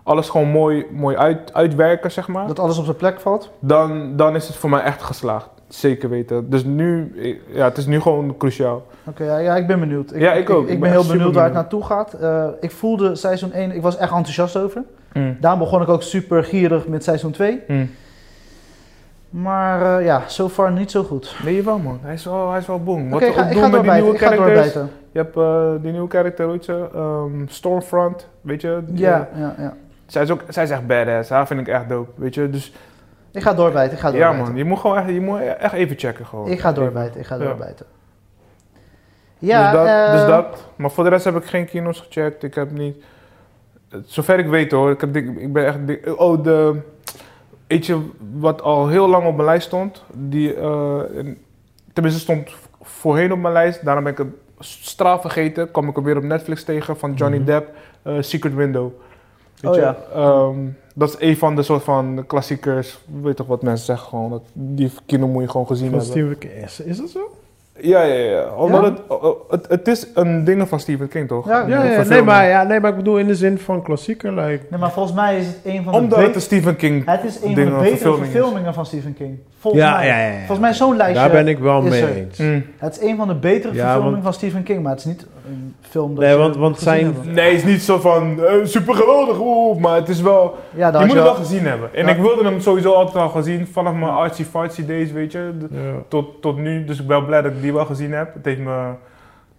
alles gewoon mooi, mooi uit, uitwerken, zeg maar.
dat alles op zijn plek valt.
Dan, dan is het voor mij echt geslaagd. Zeker weten. Dus nu, eh, ja, het is nu gewoon cruciaal.
Oké, ja, ja, ik ben benieuwd.
Ja, ik ook.
Ik,
Ik
ben
ben
heel
echt
benieuwd
super
waar het naartoe gaat. Eh, ik voelde seizoen 1, ik was echt enthousiast over.
Mm.
Daarom begon ik ook super gierig met seizoen 2.
Mm.
Maar eh, ja, so far niet zo goed.
Nee, wel man. Hij is wel, hij is wel boom.
Oké,
Wat ze
ga-
ook
ik ga
doen met die
doorbijten.
nieuwe
Ik ga
characters.
doorbijten.
Je hebt eh, die nieuwe character, hoe heet ze? Ehm, Stormfront, weet je? Die-
Ja, ja, ja.
Zij is, ook, zij is echt badass. Haar vind ik echt dope, weet je? Dus
Ik ga doorbijten, ik ga
Ja
doorbijten.
man, je moet gewoon echt, je moet echt even checken gewoon.
Ik ga doorbijten, ik ga
Ja.
doorbijten. Ja,
dus, dat, dus
eh,
dat. Maar voor de rest heb ik geen kino's gecheckt. Ik heb niet... Zover ik weet hoor, ik, heb, dik- ik ben echt... dik- oh, de... Eentje wat al heel lang op mijn lijst stond. Die, eh, en- tenminste stond voorheen op mijn lijst. Daarom ben ik het straal vergeten. Kwam ik hem weer op Netflix tegen van Johnny Depp. eh, Secret Window.
Mhm.
Weet
Oh
je?
ja.
Ehm, dat is een van de soort van klassiekers. Weet toch wat mensen zeggen gewoon. Dat, die kino moet je gewoon gezien
Van
hebben.
Steven King. Is, is dat zo?
Ja, ja, ja. Omdat
Ja?
Het, o- het, het is een ding van Stephen King, toch?
Ja,
Een
Ja, ja, nee,
verfilming.
maar, ja, nee, maar ik bedoel in de zin van klassieker. Like,
nee, maar volgens mij is het een van de
Omdat het
betere...
een Stephen King...
Het is een van de
dingen-
betere
verfilmingen is.
verfilmingen van Stephen King. Volgens
Ja,
mij.
ja, ja, ja.
Volgens mij zo'n lijstje.
daar ben ik wel
is
mee
er.
eens.
Mm.
Het is een van de betere
Ja,
verfilmingen
want-
van Stephen King, maar het is niet een film dat
Nee,
je
want- want
gezien
zijn-
hebt.
Nee, het is niet zo van eh, super geweldig, oeh, maar het is wel...
Ja,
Je
daar
moet het
had
wel
je
gezien hebben. En
Nou, Ja.
ik wilde hem sowieso altijd al gezien, vanaf mijn artsy-fartsy days, weet je. d-
Ja.
Tot, tot nu, dus ik ben blij dat ik die wel gezien heb. Het heeft me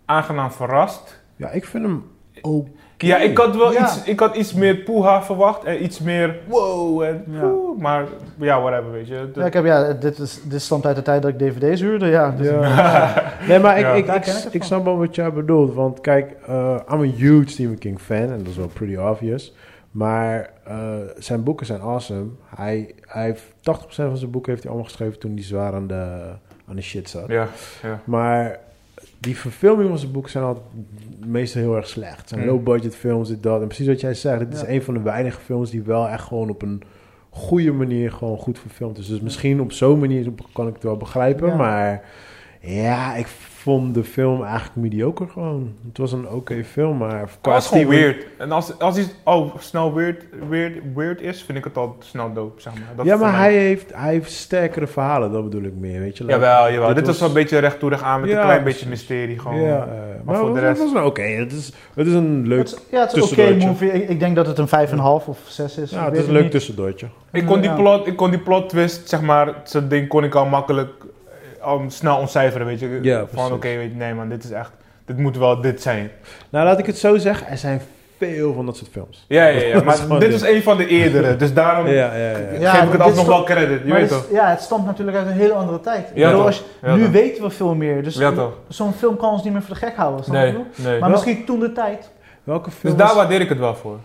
aangenaam verrast.
ja, ik vind hem ook.
Ja, ik had wel
Ja.
iets, ik had iets meer poeha verwacht en iets meer wow en
Ja.
poeh, maar ja, whatever, weet je. Het-
Ja, ik heb, ja, dit, is, dit stamt uit de tijd dat ik dvd's huurde, ja. Dus,
Nee, maar ik,
Ja.
ik,
Daar
ik,
ken ik het
ik
van.
snap wel wat jij bedoelt. Want kijk, eh, I'm a huge Stephen King fan. En dat is wel pretty obvious. Maar eh, zijn boeken zijn awesome. Hij, hij heeft 80% van zijn boeken heeft hij allemaal geschreven toen hij zwaar aan de, aan de shit zat.
ja, ja.
Maar die verfilmingen van zijn boeken zijn altijd meestal heel erg slecht. Het zijn
Mm.
low-budget films, dit, dat. En precies wat jij zegt, dit is
Ja.
een van de weinige films die wel echt gewoon op een goede manier gewoon goed verfilmd is. Dus misschien op zo'n manier kan ik het wel begrijpen,
Ja.
maar ja, ik vond de film eigenlijk mediocre gewoon. Het was een oké film, maar
Qua is gewoon
Steven-
weird. En als, als iets al snel weird, weird, weird is, vind ik het al snel dope, zeg maar. Dat
ja,
is voor
maar
mij-
hij heeft, hij heeft sterkere verhalen, dat bedoel ik meer, weet je. Like,
Jawel, jawel. Dit,
dit
was wel een beetje rechttoedig aan met
Ja,
een klein
precies.
beetje mysterie gewoon.
Ja, eh, maar
voor
voor
de
de
rest-
was wel oké. Het, is, het is een leuk...
het, is- ja, het is een oké
Tussendoortje.
movie. Ik, ik denk dat het een 5,5 of 6 is.
ja,
ik
het
weet
is een leuk
niet.
tussendoortje.
Ik, kon die
Ja.
plot, ik kon die plot twist, zeg maar, dat ding kon ik al makkelijk eh, al snel ontcijferen, weet je.
Ja,
van
precies.
oké, weet je, nee man, dit is echt, dit moet wel dit zijn.
Nou, laat ik het zo zeggen. Er zijn veel van dat soort films.
Ja, ja, ja.
Dat is
Maar
gewoon
dit
dit.
is een van de eerdere, dus daarom
Ja, ja, ja.
Ja,
geef ik
maar
het
dit is
alsnog nog
toch-
wel credit. Je
Maar
weet
het is-
toch?
ja, het stamt natuurlijk uit een hele andere tijd.
Ja,
Ik bedoel,
toch.
als je-
Ja,
nu
toch.
weten we veel meer, dus
Ja, toch?
zo'n film kan ons niet meer voor de gek houden. snap je wat ik
Nee,
bedoel?
nee.
Maar misschien toen de tijd.
Welke, film
Dus daar
was,
waardeer ik het wel voor.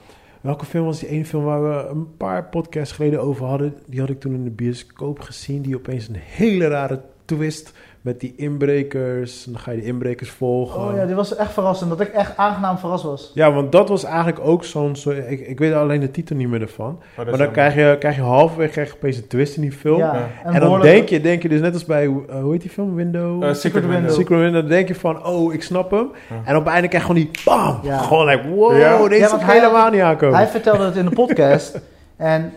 welke film was die ene film waar we een paar podcasts geleden over hadden? Die had ik toen in de bioscoop gezien. Die opeens een hele rare twist met die inbrekers. En dan ga je die inbrekers volgen.
Oh ja, dit was echt verrassend, dat ik echt aangenaam verrast was.
Ja, want dat was eigenlijk ook zo'n... soort- Ik, ik weet alleen de titel niet meer ervan.
dat
Maar
is
dan
jammer.
krijg je, krijg je halverwege krijg je opeens een twist in die film.
Ja,
Ja.
En, dan
behoorlijk-
denk je, denk je dus net als bij, eh, hoe heet die film? Window?
Eh, Secret
En
Window.
Secret Window, dan denk je van, oh, ik snap hem.
Ja.
En op het einde krijg je gewoon die bam.
Ja.
Gewoon like, wow,
Ja.
deze
Ja,
is
want hij-
helemaal niet aankomen.
Hij vertelde het in de podcast. en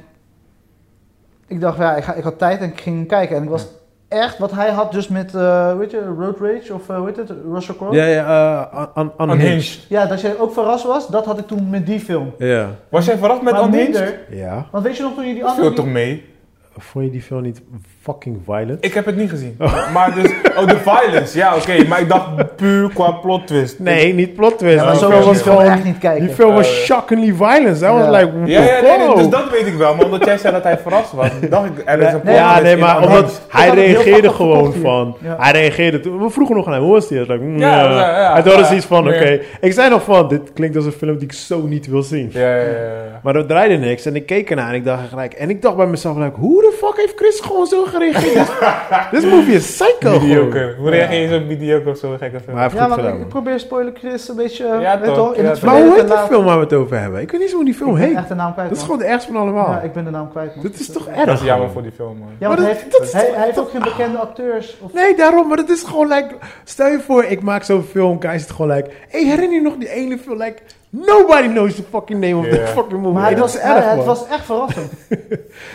ik dacht, ja, ik, ga, ik had tijd en ik ging hem kijken. En ik was echt, wat hij had dus met, eh, weet je, Road Rage of eh, weet je, het, Russell Crowe.
ja, ja, eh, un- un- unhinged.
Unhinged.
Ja, dat je ook verrast was, dat had ik toen met die film.
Ja.
Was jij verrast met
Maar
Unhinged?
minder,
Ja.
want weet je nog toen je die
Dat viel
andere...
toch mee?
Vond je die film niet fucking violent?
Ik heb het niet gezien. Maar dus, oh, de violence. Ja, oké. Maar ik dacht puur qua plot twist.
Nee, niet plot twist.
Ja, maar
Die
zo
film
was
was
die film
gewoon...
echt niet kijken.
Die film was
Oh, ja.
shockingly violent. That
Ja.
was like, wow.
Ja, ja nee, nee, dus dat weet ik wel. Maar omdat jij zei dat hij verrast was, dacht ik, er is een plot
Nee,
ja,
twist
nee,
in
maar
Unhinged.
omdat hij
had het heel
reageerde
grappig
gewoon
verkocht
van.
hier. Ja.
Hij reageerde toen. We vroegen nog aan hem, hoe was die? Hij was like, mm,
Ja,
ja,
ja, ja,
Hij dacht
ja.
dus iets van,
Nee.
oké. Ik zei nog van, dit klinkt als een film die ik zo niet wil zien.
Ja, ja, ja, ja.
Maar dat draaide niks en ik keek ernaar en ik dacht gelijk. En ik dacht bij mezelf, like, hoe de fuck heeft Chris gewoon zo gereageerd? Dit movie is psycho. Gewoon. Maar
Mediocre. Hoe reageer je zo mediocre of zo'n gekke film?
hij heeft
Ja,
goed
maar
gedaan.
ik, ik
man.
probeer spoiler Chris een beetje, eh,
Ja,
weet
toch,
toch, in
ja,
het
toch.
Maar
verleden
hoe heet
te
die
laten.
film waar we het over hebben? Ik weet niet eens hoe die film
Ik ben
heet.
echt de naam kwijt,
Dat is
man.
gewoon het ergste van allemaal.
Ja, ik ben de naam kwijt, man.
Dit is toch
Ja,
erg?
Dat is jammer
man?
voor die film, man.
want
dat-
hij,
dat
heeft,
is
hij,
toch-
hij heeft ook geen bekende acteurs. Of,
Nee, daarom, maar dat is gewoon like. Stel je voor, ik maak zo'n film, Kai is het gewoon like. Hey, herinner je nog die ene film? Like, nobody knows the fucking name of
Ja.
that fucking movie.
maar hij
Hey, dat
was,
is
hij-
erg,
het
man.
was echt verrassend.
ja,
ik,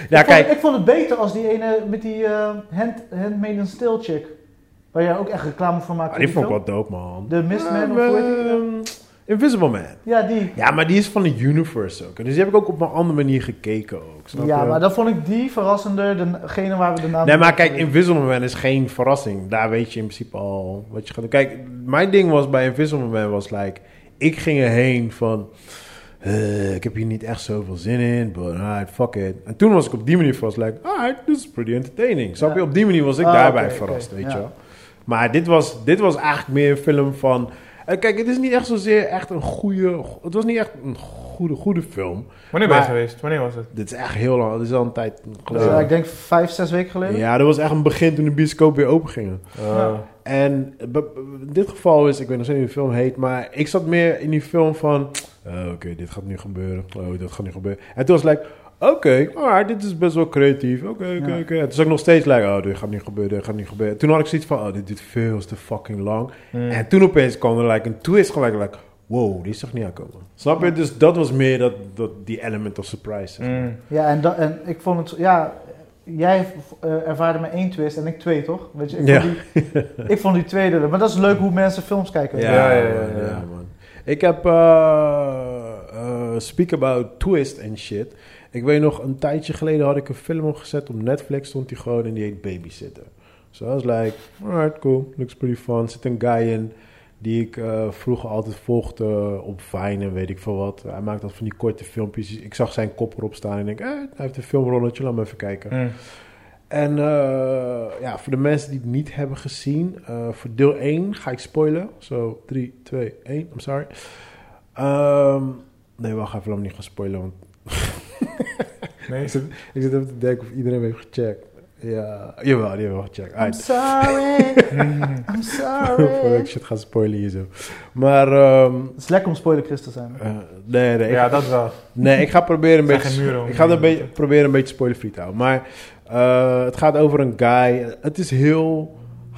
vond,
kijk.
ik vond het beter als die ene met die eh hand, handmade and still chick. Waar jij ook echt reclame voor maakte.
Ah,
in
die
die
vond ik
film.
wel dope, man.
De Mistman of
Ehm,
hoe heet die?
ehm, Invisible Man.
Ja, die.
Ja, maar die is van de universe ook. En Dus die heb ik ook op een andere manier gekeken ook. Snap
Ja,
je?
maar dan vond ik die verrassender, degene waar we de naam
Nee, maar kijk, Invisible Man is geen verrassing. Daar weet je in principe al wat je gaat doen. Kijk, mijn ding was bij Invisible Man was like... Ik ging erheen van... eh, ik heb hier niet echt zoveel zin in, but alright, fuck it. En toen was ik op die manier vast like... Alright, this is pretty entertaining. Snap je?
Ja.
Op die manier was ik
Ah,
daarbij
oké,
verrast,
oké,
weet
ja.
je wel. Maar dit was, dit was eigenlijk meer een film van... eh, kijk, het is niet echt zozeer echt een goede... Het was niet echt een goede, goede film.
Wanneer ben je
Maar-
geweest? Wanneer was het?
Dit is echt heel lang. Dit is al een tijd
Dus,
geleden.
ja, ik denk vijf, zes weken geleden.
Ja, dat was echt een begin toen de bioscoop weer open gingen. En b- b- in dit geval is, ik weet nog steeds niet hoe de film heet, maar ik zat meer in die film van, oh, oké, dit gaat nu gebeuren, oh, dat gaat nu gebeuren. En toen was het like, oké, alright, dit is best wel creatief, oké, oké,
Ja.
oké. En toen zat ik nog steeds like, oh, dit gaat niet gebeuren, dit gaat niet gebeuren. Toen had ik zoiets van, oh, dit duurt veel te fucking lang.
Hmm.
En toen opeens kwam er like een twist gelijk, like, wow, die is toch niet aankomen. Snap je? Dus dat was meer dat, dat, die element of surprise. zeg maar.
Mm.
Ja, en, da- en ik vond het, ja, jij eh, ervaarde me één twist en ik twee, toch? Weet je, ik,
Ja.
vond die, ik vond die tweede, maar dat is leuk hoe mensen films kijken.
Ja, ja,
ja,
man,
ja.
ja, man. Ik heb eh, eh, Speak About Twist en shit. Ik weet nog, een tijdje geleden had ik een film opgezet op Netflix. Stond die gewoon en die heet Babysitter. So I was like, alright, cool. Looks pretty fun. Zit een guy in die ik eh, vroeger altijd volgde op Vine en weet ik veel wat. Hij maakt dat van die korte filmpjes. Ik zag zijn kop erop staan en ik denk, eh, hij heeft een filmrolletje, laat me even kijken.
Mm.
En eh, ja, voor de mensen die het niet hebben gezien, eh, voor deel 1 ga ik spoilen. Zo, 3, 2, 1, I'm sorry. Ehm, nee, wacht even, laat me niet gaan spoilen, want
Nee.
ik zit, ik zit even te denken of iedereen heeft gecheckt. Ja, jawel, die hebben wel gecheckt.
I'm
Alright.
sorry, I'm
Voordat ik
sorry.
shit ga spoilen hier zo. Maar, ehm,
Het is lekker om spoiler Chris te zijn.
eh, nee, nee, ik,
Ja, dat wel.
nee, ik ga proberen een
zijn
beetje...
geen muren om
ik ga
die
een beetje,
muren.
proberen een beetje spoilerfree te houden. Maar eh, het gaat over een guy. Het is heel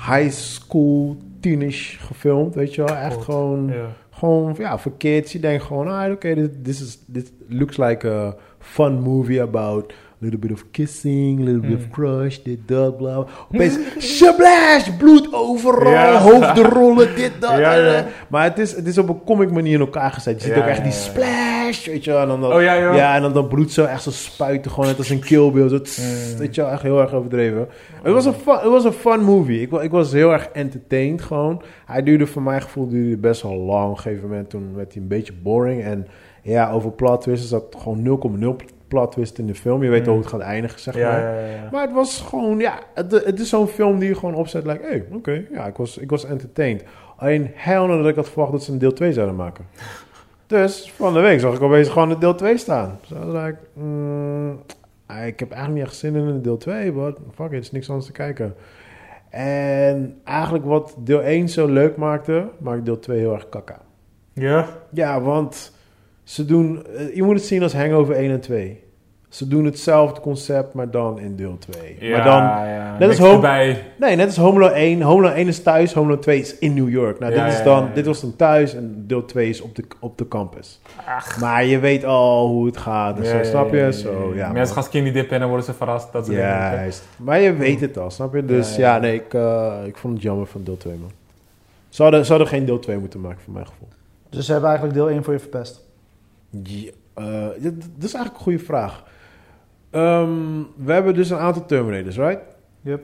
high school, teenish gefilmd, weet je wel. Echt
God.
gewoon,
Ja.
gewoon ja, voor kids. Je denkt gewoon, ah, oké, this, this, is- this looks like a fun movie about... A little bit of kissing, a little bit
Hmm.
of crush, dit, dat, bla. bla. Opeens, splash, bloed overal,
Ja.
hoofden rollen, dit, dat.
Ja, ja.
eh, eh. Maar het is, het is op een comic manier in elkaar gezet. Je ziet
Ja,
ook echt die
ja, ja.
splash, weet je wel. En dan dat,
Oh, ja, joh.
en dan dat bloed zo echt zo spuiten, gewoon net als een killbeeld. Zo, tss,
Mm.
Weet je wel, echt heel erg overdreven. Het was een fun, het was een fun movie. Ik, wa- ik was heel erg entertained gewoon. Hij duurde voor mijn gevoel duurde best wel lang. Op een gegeven moment toen werd hij een beetje boring. En Ja, over plot twists zat gewoon 0,0 plot twist in de film. Je weet
Mm.
al hoe het gaat eindigen, zeg
ja,
maar.
ja, ja, ja.
Maar het was gewoon, ja, het, het is zo'n film die je gewoon opzet. Like, hey, oké, ja, ik was, ik was entertained. Alleen hel dat ik had verwacht dat ze een deel 2 zouden maken. Dus van de week zag ik opeens gewoon een deel 2 staan. Dus I was like, mm, ik heb eigenlijk niet echt zin in een deel 2, but fuck it, is niks anders te kijken. En eigenlijk wat deel 1 zo leuk maakte, maakt deel 2 heel erg kaka.
Ja?
Ja, want ze doen, eh, je moet het zien als Hangover 1 en 2. Ze doen hetzelfde concept, maar dan in deel 2. maar dan
ja.
net als
Niks
hoop-
erbij.
Nee, net als Homelo 1. Homelo 1 is thuis, Homelo 2 is in New York. Nou,
Ja,
dit, is
ja,
dan,
ja, ja.
dit was dan thuis en deel 2 is op de, op de campus. Maar je weet al hoe het gaat en
Ja,
zo,
ja,
snap je?
ja, ja,
Zo,
ja, ja.
ja,
Mensen
man.
gaan skinny dippen en dan worden ze verrast. Dat soort dingen.
Juist. Maar je weet het al, snap je? Dus
Ja,
ja,
ja, ja.
nee, ik, eh, ik vond het jammer van deel 2, man. Ze hadden, ze hadden geen deel 2 moeten maken, voor mijn gevoel.
Dus ze hebben eigenlijk deel 1 voor je verpest.
Ja, eh, dit- dat is eigenlijk een goede vraag. Ehm, we hebben dus een aantal Terminators, right?
Yep.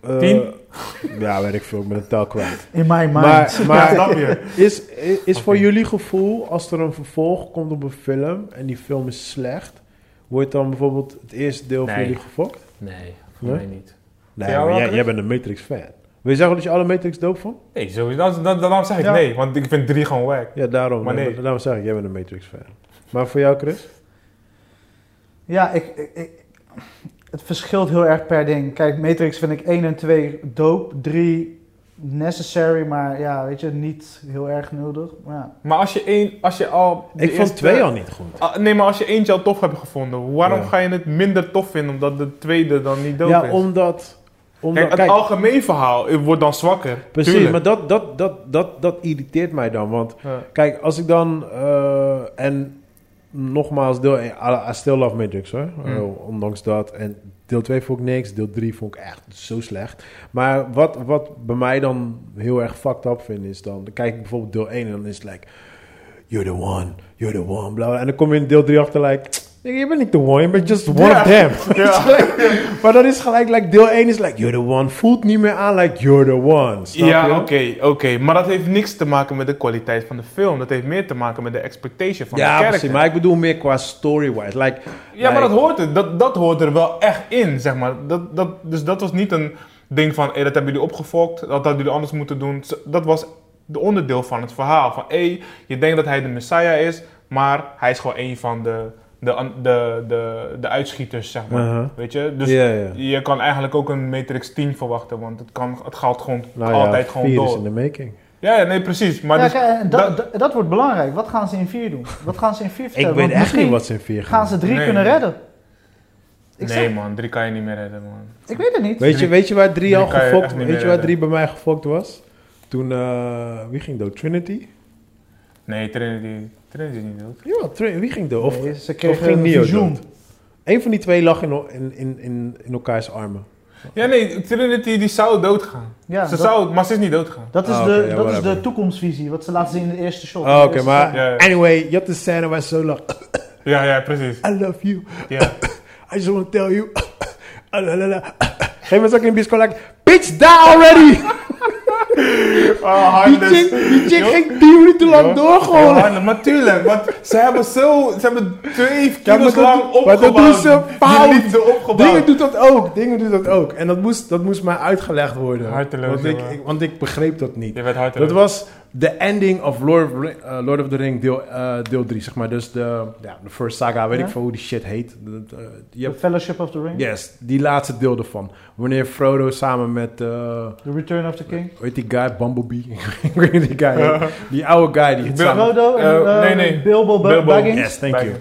Eh,
Tien?
ja, weet ik veel. Ik ben het tel kwijt.
In my mind.
Maar, maar
snap je.
is, is, is voor
Oké.
jullie gevoel, als er een vervolg komt op een film en die film is slecht, wordt dan bijvoorbeeld het eerste deel
Nee.
voor jullie gefokt?
Nee, voor
Ja?
mij niet.
Nee,
jou
maar
wel,
jij,
Chris?
jij bent een Matrix-fan. Wil je zeggen dat je alle Matrix doop vond?
Nee, sowieso. Dat, dat, daarom zeg ik
Ja.
nee, want ik vind drie gewoon wack.
Ja, daarom.
Maar nee.
Daarom zeg ik, jij bent een Matrix-fan. Maar voor jou, Chris?
Ja, ik, ik, ik- het verschilt heel erg per ding. Kijk, Matrix vind ik 1 en 2 dope. 3 necessary, maar ja, weet je, niet heel erg nodig. Maar ja.
Maar als je één, als je al... de
ik vond
eerste-
twee al niet goed.
Ah, nee, maar als je eentje al tof hebt gevonden, waarom
Ja.
ga je het minder tof vinden omdat de tweede dan niet dood
Ja,
is?
omdat... omdat
Kijk, het algemeen verhaal eh, wordt dan zwakker.
Precies,
Tuurlijk.
maar dat, dat, dat, dat, dat irriteert mij dan. Want
Ja.
kijk, als ik dan. eh, en nogmaals, deel 1. I, I still love Matrix hoor.
Mm.
Eh, ondanks dat. En deel 2 vond ik niks. Deel 3 vond ik echt zo slecht. Maar wat, wat bij mij dan heel erg fucked up vind is dan. Dan kijk ik bijvoorbeeld deel 1 en dan is het like. You're the one, you're the one, bla bla. En dan kom je in deel 3 achter, like. Je bent niet the one, je bent just one of
Ja.
them. maar dat is gelijk, like, deel 1 is like, you're the one. Voelt niet meer aan, like, you're the one. Snap
Ja,
je?
oké, oké. Maar dat heeft niks te maken met de kwaliteit van de film. Dat heeft meer te maken met de expectation van
ja,
de
precies.
character.
Maar ik bedoel meer qua story-wise. Like,
Ja,
like-
maar dat hoort, er, dat, dat hoort er wel echt in, zeg maar. Dat, dat, dus dat was niet een ding van, hé, dat hebben jullie opgefokt, dat hadden jullie anders moeten doen. Z- Dat was de onderdeel van het verhaal. Van, hé, je denkt dat hij de Messiah is, maar hij is gewoon een van de, de, an- de, de, de uitschieters, zeg maar.
Uh-huh.
Weet je? Dus
Ja, ja.
je kan eigenlijk ook een Matrix 10 verwachten, want het, kan, het gaat gewoon
Nou ja,
altijd gewoon
vier is
door.
in de making.
Ja, ja, nee, precies. Maar
Ja,
dus,
kijk, en dat,
dat-
dat, dat wordt belangrijk. Wat gaan ze in 4 doen? Wat gaan ze in 4
Ik
vertellen?
weet
Want
echt niet
misschien
wat ze in vier gaan.
gaan ze 3
Nee.
kunnen redden. Ik,
nee
zeg,
man, drie kan je niet meer redden, man.
ik weet het niet.
Weet je, weet je waar drie
Drie
al
kan je
gefokt...
echt niet
Weet je
meer
waar
redden.
drie bij mij gefokt was? Toen, eh, wie ging dood? Trinity?
Nee, Trinity, Trinity is niet dood.
Ja, Trin- wie ging dood? Of,
Nee, ze
of ging
een
Neo
visioen.
dood? Eén van die twee lag in, in, in, in, in elkaars armen.
Ja, nee, Trinity die zou doodgaan.
Ja,
ze
dat-
zou, maar ze is niet doodgegaan.
Dat is,
Ah,
de,
oké, ja,
dat is de
whatever.
toekomstvisie, wat ze laten zien in de eerste shot. Dus,
Oh, Oké,
De eerste
maar
scène.
Ja, ja.
anyway, je had de scène waar ze zo lag.
Ja, ja, precies.
I love you.
Ja.
I just want to tell you. Ah, la, la, la. Geen mensen ook in de bioscoop like, bitch, die already!
Oh,
Die chick, die chick ging tien minuten lang door gewoon.
maar tuurlijk, want ze hebben zo, ze hebben twee
Ja, maar
kilo's
dat
lang
doen-
opgebouwd.
maar dat doen ze
Die
fout.
liefde opgebouwd.
Dingen doet dat ook. Dingen doet dat ook. En dat moest, dat moest mij uitgelegd worden.
Harteloos,
Want ik,
jongen.
ik- want ik begreep dat niet.
Je werd hard
Dat was de ending of Lord of, Ri- eh, Lord of the Ring deel, eh, deel 3, zeg maar. Dus de, ja, de first saga, weet
Ja.
ik veel hoe die shit heet. Dat, eh, je
The
hebt-
Fellowship of the Ring,
yes, die laatste deel ervan. Wanneer Frodo samen met... eh
The Return of the King.
hoe heet die guy? Bumblebee? ik weet niet die guy. heet. Die oude guy die het samen-
Frodo en
Eh,
eh,
nee, nee.
Bilbo, Ba-
Bilbo.
Baggins.
Yes, thank you.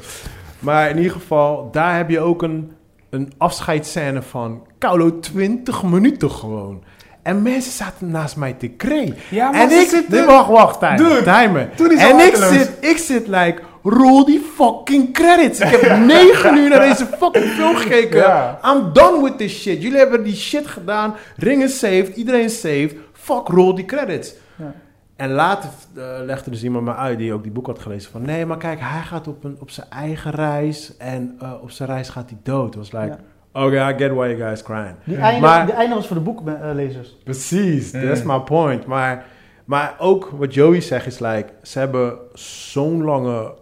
Maar in ieder geval, daar heb je ook een, een afscheidsscène van Kaulo 20 minuten gewoon. En mensen zaten naast mij te kree.
Ja, maar
en
ze
ik zit.
zitten-
Wacht, wacht, timer.
Dude,
timer.
doe die zo
en ik
harteloos.
zit, ik zit, like, rol die fucking credits. Ik heb 9 uur naar deze fucking film gekeken.
Ja.
I'm done with this shit. Jullie hebben die shit gedaan. Ringen saved, iedereen saved. Fuck, rol die credits.
Ja.
En later eh, legde dus iemand me uit die ook die boek had gelezen van... Nee, maar kijk, hij gaat op, een, op zijn eigen reis en eh, op zijn reis gaat hij dood. was like,
Ja.
oké, I get why you guys crying.
Die, einde,
Maar-
die einde was voor de boeklezers.
Precies, that's my point. Maar, maar ook wat Joey zegt is like, ze hebben zo'n lange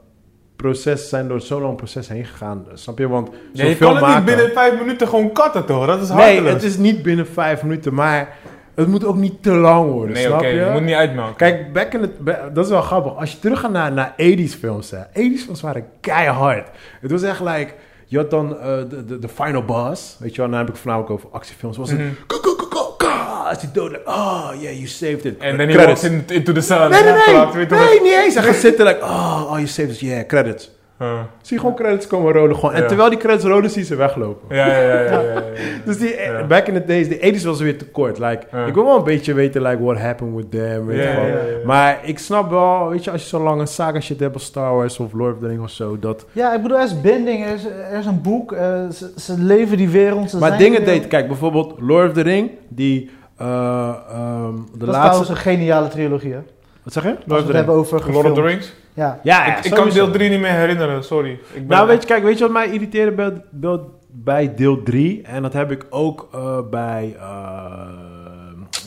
proces zijn door zo'n lang proces heen gegaan. Snap je? Want
Ja, je
zoveel
kan het niet
maken...
binnen vijf minuten gewoon katten, toch? Dat is
Nee,
hardeloos.
het is niet binnen vijf minuten, maar het moet ook niet te lang worden,
Nee, oké,
snap
je?
je?
moet niet uitmelken.
Kijk, back in the, ba- dat is wel grappig. Als je teruggaat naar, naar 80s films, hè. 80s films waren keihard. Het was echt like, je had dan eh, de, de, de final boss, weet je wel, en dan heb ik het voornamelijk over actiefilms. Was het,
Mhm.
"Ko, ko, ko, ko, ko." als hij dood, oh yeah, you saved it.
en dan hij
Credits.
walks in, into the sun.
Nee, nee,
Ja, klapt,
nee,
weet
nee,
je toch?
niet eens. Hij gaat zitten, like, oh, oh, you saved us, yeah, credits.
Huh.
Zie je gewoon credits komen rollen, gewoon. En
Ja.
terwijl die credits rollen, zie je ze weglopen.
Ja, ja, ja, ja, ja, ja.
Dus die,
Ja.
back in the days, de 80s was weer te kort. Like,
Ja.
Ik wil wel een beetje weten, like, what happened with them. Weet
Ja,
je wel.
ja, ja, ja.
Maar ik snap wel, weet je, als je zo'n lange saga shit hebt als Star Wars of Lord of the Rings of zo, dat...
Ja, ik bedoel, er is binding, er is, er is een boek, eh, ze, ze leven die wereld. Ze
maar
zijn
dingen
die wereld.
deed, kijk, bijvoorbeeld Lord of the Ring, die... eh, ehm, de
Dat
laatste...
is trouwens een geniale trilogie, hè?
Wat
Als
zeg je?
we het hebben over
Lord of
gefilmd.
the Rings?
Ja.
Ja,
ik ik kan deel 3 niet meer herinneren, sorry. Ik ben
Nou, weet je, kijk, weet je wat mij irriteerde bij, bij, bij deel 3? En dat heb ik ook eh, bij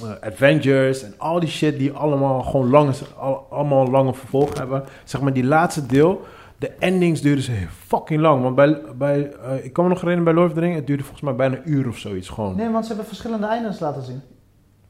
eh, Avengers en al die shit die allemaal gewoon lange, al- allemaal een lange vervolg hebben. Zeg maar die laatste deel, de endings duurden ze fucking lang. Want bij, bij, eh, ik kan me nog herinneren bij Lord of the Rings, het duurde volgens mij bijna een uur of zoiets gewoon.
Nee, want ze hebben verschillende eindes laten zien.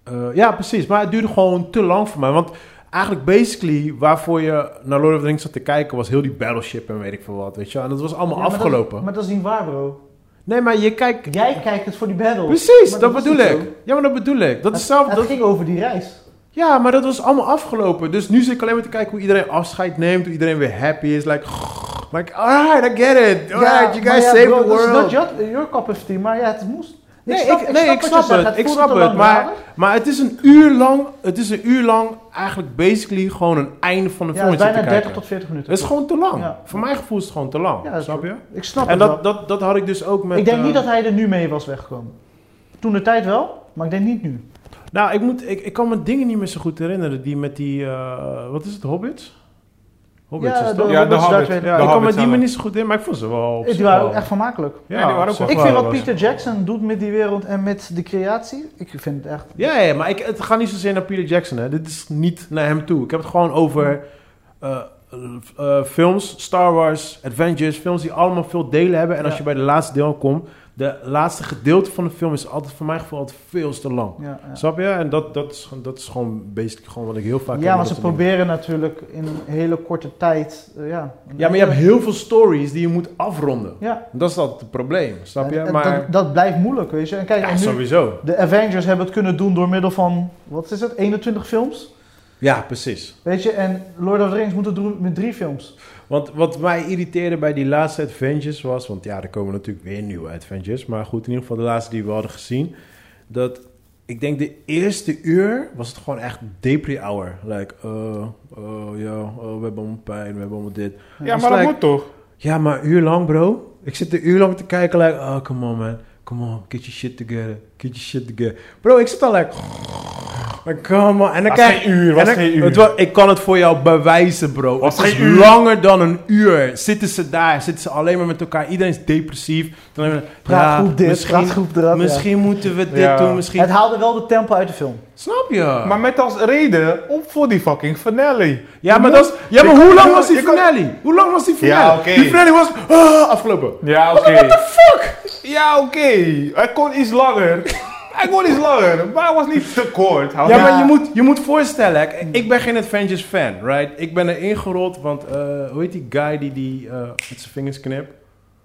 Eh, ja, precies. Maar het duurde gewoon te lang voor mij. Want eigenlijk, basically, waarvoor je naar Lord of the Rings zat te kijken, was heel die battleship en weet ik veel wat, weet je wel. En dat was allemaal
Ja, maar dat-
afgelopen.
Maar dat is niet waar, bro.
Nee, maar je kijkt...
Jij kijkt het voor die battle.
Precies,
Maar
dat,
was
bedoel
niet
ik.
zo.
Ja, maar dat bedoel ik. Dat is zelf,
Het
dat,
ging over die reis.
ja, maar dat was allemaal afgelopen. Dus nu zit ik alleen maar te kijken hoe iedereen afscheid neemt, hoe iedereen weer happy is. Like, like alright, I get it. Alright, you
maar
guys
ja,
save
bro,
the
dat is
world.
not your, your cup of tea, maar ja, het moest.
Nee, ik, nee, ik
wat je
snap
zegt,
het. Ik
voelt
snap
te
het.
lang
Maar,
dralen.
maar het is een uur lang, het is een uur lang eigenlijk basically gewoon een einde van de
Ja, het
film.
is
zitten
bijna 30
kijken.
tot 40 minuten.
Het is gewoon te lang.
Ja.
Voor mijn gevoel is het gewoon te lang.
Ja, dat is
snap je?
ik snap
En
het
dat,
wel.
dat, dat had ik dus ook met...
Ik denk
eh,
niet dat hij er nu mee was weggekomen. Toen de tijd wel, maar ik denk niet nu.
Nou, ik, moet, ik, ik kan me dingen niet meer zo goed herinneren. Die met die. eh, wat is het, Hobbits? Hobbits is het
de
toch?
Ja, de
Hobbits,
Hobbit.
Darth Vader.
Ja,
de
ik kan me
Hobbits
die
hadden.
me niet zo goed in, maar ik vond ze wel. op
Die
zich
waren
wel-
ook echt vermakelijk.
Ja,
Ja, die waren ook
op zich
wel
Ik vind
wel
wat
was-
Peter Jackson doet met die wereld en met de creatie, ik vind het echt...
Ja, ja, maar ik, het gaat niet zozeer naar Peter Jackson. Hè. Dit is niet naar hem toe. Ik heb het gewoon over eh, eh, films, Star Wars, Avengers, films die allemaal veel delen hebben. En als
Ja.
je bij de laatste deel komt, de laatste gedeelte van de film is altijd voor mijn gevoel altijd veel te lang.
Ja, ja.
Snap je? En dat, dat, is, gewoon- dat is gewoon basically gewoon wat ik heel vaak heb met
ja, maar
dat
ze
soort dingen.
proberen natuurlijk in een hele korte tijd... eh, ja,
Ja, maar je hebt heel veel stories die je moet afronden.
Ja.
Dat is dat het probleem, snap je?
En- en
Maar
dat, dat blijft moeilijk, weet je. En kijk,
ja,
en nu-
sowieso.
de Avengers hebben het kunnen doen door middel van, wat is het, 21 films?
Ja, precies.
Weet je, en Lord of the Rings moet het doen met drie films.
Want wat mij irriteerde bij die laatste Adventures was... Want ja, er komen natuurlijk weer nieuwe Adventures. Maar goed, in ieder geval de laatste die we hadden gezien. Dat, ik denk de eerste uur was het gewoon echt depre hour. Like, oh, oh, ja, oh, we hebben allemaal pijn, we hebben allemaal dit.
Ja,
Als
maar dat
lijkt-
moet toch?
Ja, maar een uur lang, bro. Ik zit een uur lang te kijken, like, oh, come on, man. Come on, get your shit together. Get your shit together. Bro, ik zit al like... like, come on. En dan
Was
krijg
geen uur, was
en dan-
geen uur.
het wa- ik kan het voor jou bewijzen, bro.
Was
het is
geen uur.
langer dan een uur. Zitten ze daar, zitten ze alleen maar met elkaar. Iedereen is depressief. Dan hebben we-
Praatgroep
ja,
dit,
misschien,
praatgroep dat, ja.
Misschien moeten we dit
Ja.
doen, misschien...
Het haalde wel de tempo uit de film.
Snap je?
Maar met als reden op voor die fucking finale.
ja, maar, dat is, ja, maar
je
hoe
kan-
lang was die
je kan-
finale? Hoe lang was die finale?
Ja, oké.
Die finale was ah, afgelopen.
Ja, oké.
Fuck!
Ja, oké. Hij kon iets langer. Hij kon iets langer, maar hij was niet te kort. Hij was-
Ja, maar je moet, je moet voorstellen, hè, ik, ik ben geen Avengers fan, right? Ik ben er ingerold, want eh, hoe heet die guy die, die eh, met zijn vingers knipt?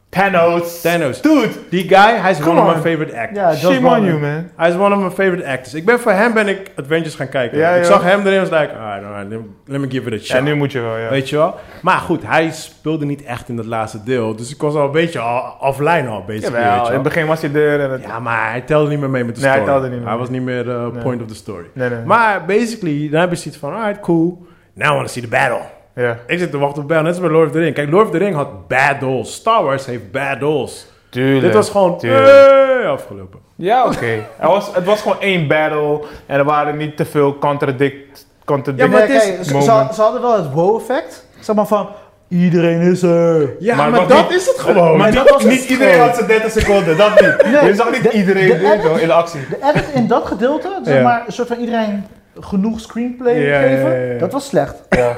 Thanos.
Thanos.
Dude,
Die guy, hij is
Come
one of
on.
my favorite actors.
Ja, Josh
shame on
Brolin.
you, man.
Hij is one of my favorite actors. Ik ben voor hem ben ik Avengers gaan kijken.
Ja,
ik
ja.
zag hem erin en was like, alright, alright, let, me- let me give it a shot.
Ja, nu moet je wel, ja.
Weet je wel? Maar goed, hij speelde niet echt in dat laatste deel. Dus ik was al een beetje al, offline al, basically. weet
Jawel,
je
in
wel.
het begin was je er en het...
Ja, maar hij telde niet meer mee met de
Nee, hij
story.
telde niet meer mee.
was niet meer eh,
Nee.
point of the story.
Nee, nee.
Maar basically, dan heb je zoiets van, alright, cool. Now I want to see the battle.
Ja.
Ik zit te wachten op battle, net als bij Lord of the Ring. Kijk, Lord of the Ring had battles. Star Wars heeft battles.
Tuurlijk.
Dit was gewoon
tuurlijk.
hey, afgelopen.
Ja, oké. Er was, het was gewoon één battle en er waren niet te veel contradict...
Ja,
contradict
maar het is-
kijk, ze,
moment.
ze- ze hadden wel het wow-effect. Zeg maar van, iedereen is er.
Ja,
Maar
maar,
wat
dat
niet-
is het gewoon.
Maar
Nee, dat
niet,
was het
niet iedereen
gewoon.
had zijn 30 seconden, dat niet.
Nee,
je zag niet
de-
iedereen
de
weet je
edit-
wel, in de actie.
De edit in dat gedeelte, zeg
Ja.
maar, een soort van iedereen genoeg screenplay
Ja, ja,
geven,
ja, ja.
dat was slecht.
Ja.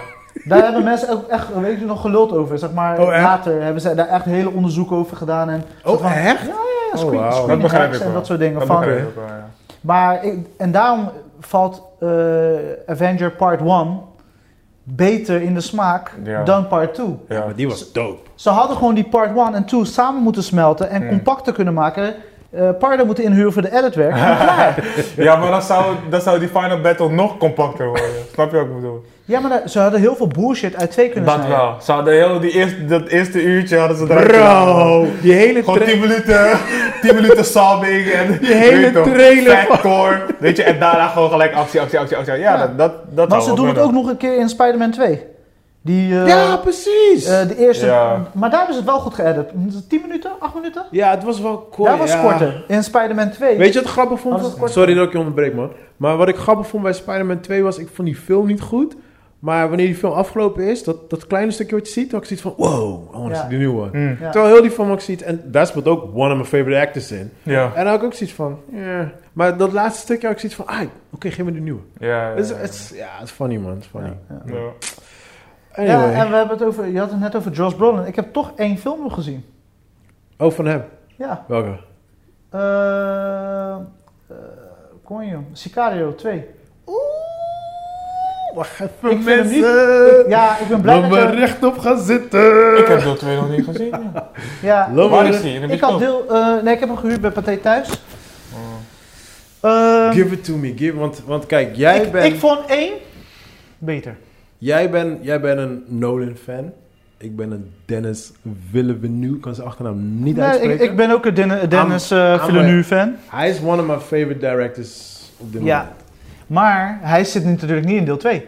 Daar hebben mensen ook echt een week nog geluld over. Zeg maar,
Oh, echt?
later hebben ze daar echt hele onderzoeken over gedaan. En soort van,
Oh, echt?
Ja,
Oh,
screen,
wauw.
Dat
screen
begrijp
hacks
ik
en
wel.
dat soort dingen.
Dat
van,
begrijp ik wel, ja.
Maar ik- en daarom valt eh, Avenger Part 1 beter in de smaak
Ja.
dan Part 2.
Ja, maar die was dope.
Ze hadden gewoon die Part 1 en 2 samen moeten smelten en
Mm.
compacter kunnen maken. Eh parten moeten inhuren voor de editwerk. En klaar.
Ja, maar dan zou, dan zou die final battle nog compacter worden. Snap je wat ik bedoel?
ja, maar daar- ze hadden heel veel bullshit uit twee kunnen
Dat
snijden.
wel. Ze hadden heel die eerste, dat eerste uurtje hadden ze eruit gedaan.
Bro, die hele
Gewoon
track.
10 minuten, 10 minuten salming en
Die hele
weet je toch,
trailer.
Factor, weet je, en daarna gewoon gelijk actie, actie, actie, actie. Ja,
Ja.
dat, dat, dat
Maar
zou
ze
wel
doen het
kunnen.
ook nog een keer in Spider-Man 2. Die, eh,
Ja, precies.
eh, de eerste.
Ja.
Maar daar hebben ze het wel goed geëdit. 10 minuten, 8 minuten?
ja, het was wel kort.
daar was
ja.
korter. In Spider-Man 2.
Weet je wat ik grappig
Oh, dat is
vond?
kort.
Sorry dat ik je onderbreek, man. Maar wat ik grappig vond bij Spider-Man 2 was, ik vond die film niet goed. Maar wanneer die film afgelopen is, dat, dat kleine stukje wat je ziet, dan had ik zoiets van, wow, I want to
Ja. Mm.
see the new one.
Hm,
Ja.
Terwijl heel die film ook ziet, en daar speelt ook one of my favorite actors in.
Ja.
En dan had ik ook zoiets van, ja. Maar dat laatste stukje had ik zoiets van, ah, oké, geef me de nieuwe.
Ja, ja,
Het is-
ja.
het is- Ja, het is funny, man. Het is funny.
Ja.
Anyway.
Ja, en we hebben het over, je had het net over Josh Brolin. Ik heb toch één film nog gezien.
Oh, van hem.
Ja.
Welke?
Eh eh, kon je? Sicario 2.
Wacht even,
Ik vind hem niet- Ik- ja, ik ben blij dat je-
rechtop gaan zitten.
Ik heb deel 2 nog niet gezien. ja.
Ja,
Loop
Waar
maar
is die? In de
ik had
bioscoop?
deel... eh, nee, ik heb hem gehuurd bij Pathé Thuis.
Oh.
Eh,
Give it to me. Give, want, want kijk, jij
ik,
bent
ik vond één beter.
jij ben, jij ben een Nolan-fan. Ik ben een Dennis Villeneuve. Ik kan zijn achternaam niet
Nee,
uitspreken.
ik, ik ben ook een Den- Dennis eh
I'm
Villeneuve-fan.
Hij is one of my favorite directors op dit
Ja.
moment.
Maar hij zit natuurlijk niet in deel 2.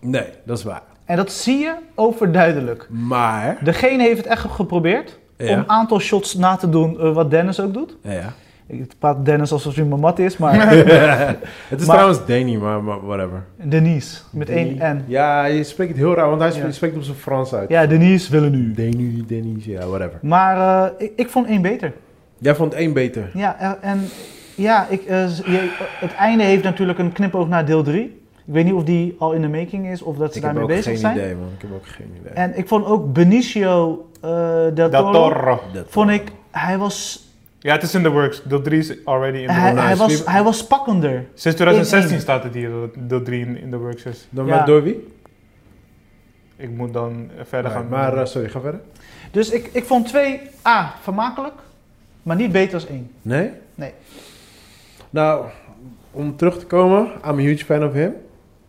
Nee, dat is waar.
En dat zie je overduidelijk.
Maar...
Degene heeft het echt geprobeerd
Ja.
om een aantal shots na te doen eh, wat Dennis ook doet.
Ja.
Ik praat Dennis alsof hij mijn mat is, maar
het is
Maar-
trouwens Danny, maar, maar whatever.
Denise met één N.
Ja, je spreekt het heel raar, want hij spreekt,
Ja.
spreekt op zijn Frans uit.
Ja, Denise willen nu.
Danny, Danny, ja, whatever.
Maar eh, ik, ik vond één beter.
Jij vond één beter.
Ja, eh, en ja, ik, eh, z- je- het einde heeft natuurlijk een knipoog naar deel 3. Ik weet niet of die al in de making is of dat ze
Ik heb
daarmee
ook
bezig
geen
zijn.
idee, man. Ik heb ook geen idee.
En ik vond ook Benicio eh del
Dat
Toro,
Toro.
Dat-
vond ik, hij was,
Ja, het is in the works. Deel 3 is already in the
hij,
nice.
works.
hij was,
Wie-
hij was pakkender.
Sinds 2016 staat het hier, dat deel 3 in, in the works is.
Dan
Ja.
maar door wie?
Ik moet dan verder
Nee,
gaan.
maar, eh, sorry, ga verder.
Dus ik, ik vond 2 A vermakelijk, maar niet beter als 1.
Nee?
Nee.
Nou, om terug te komen, I'm a huge fan of him.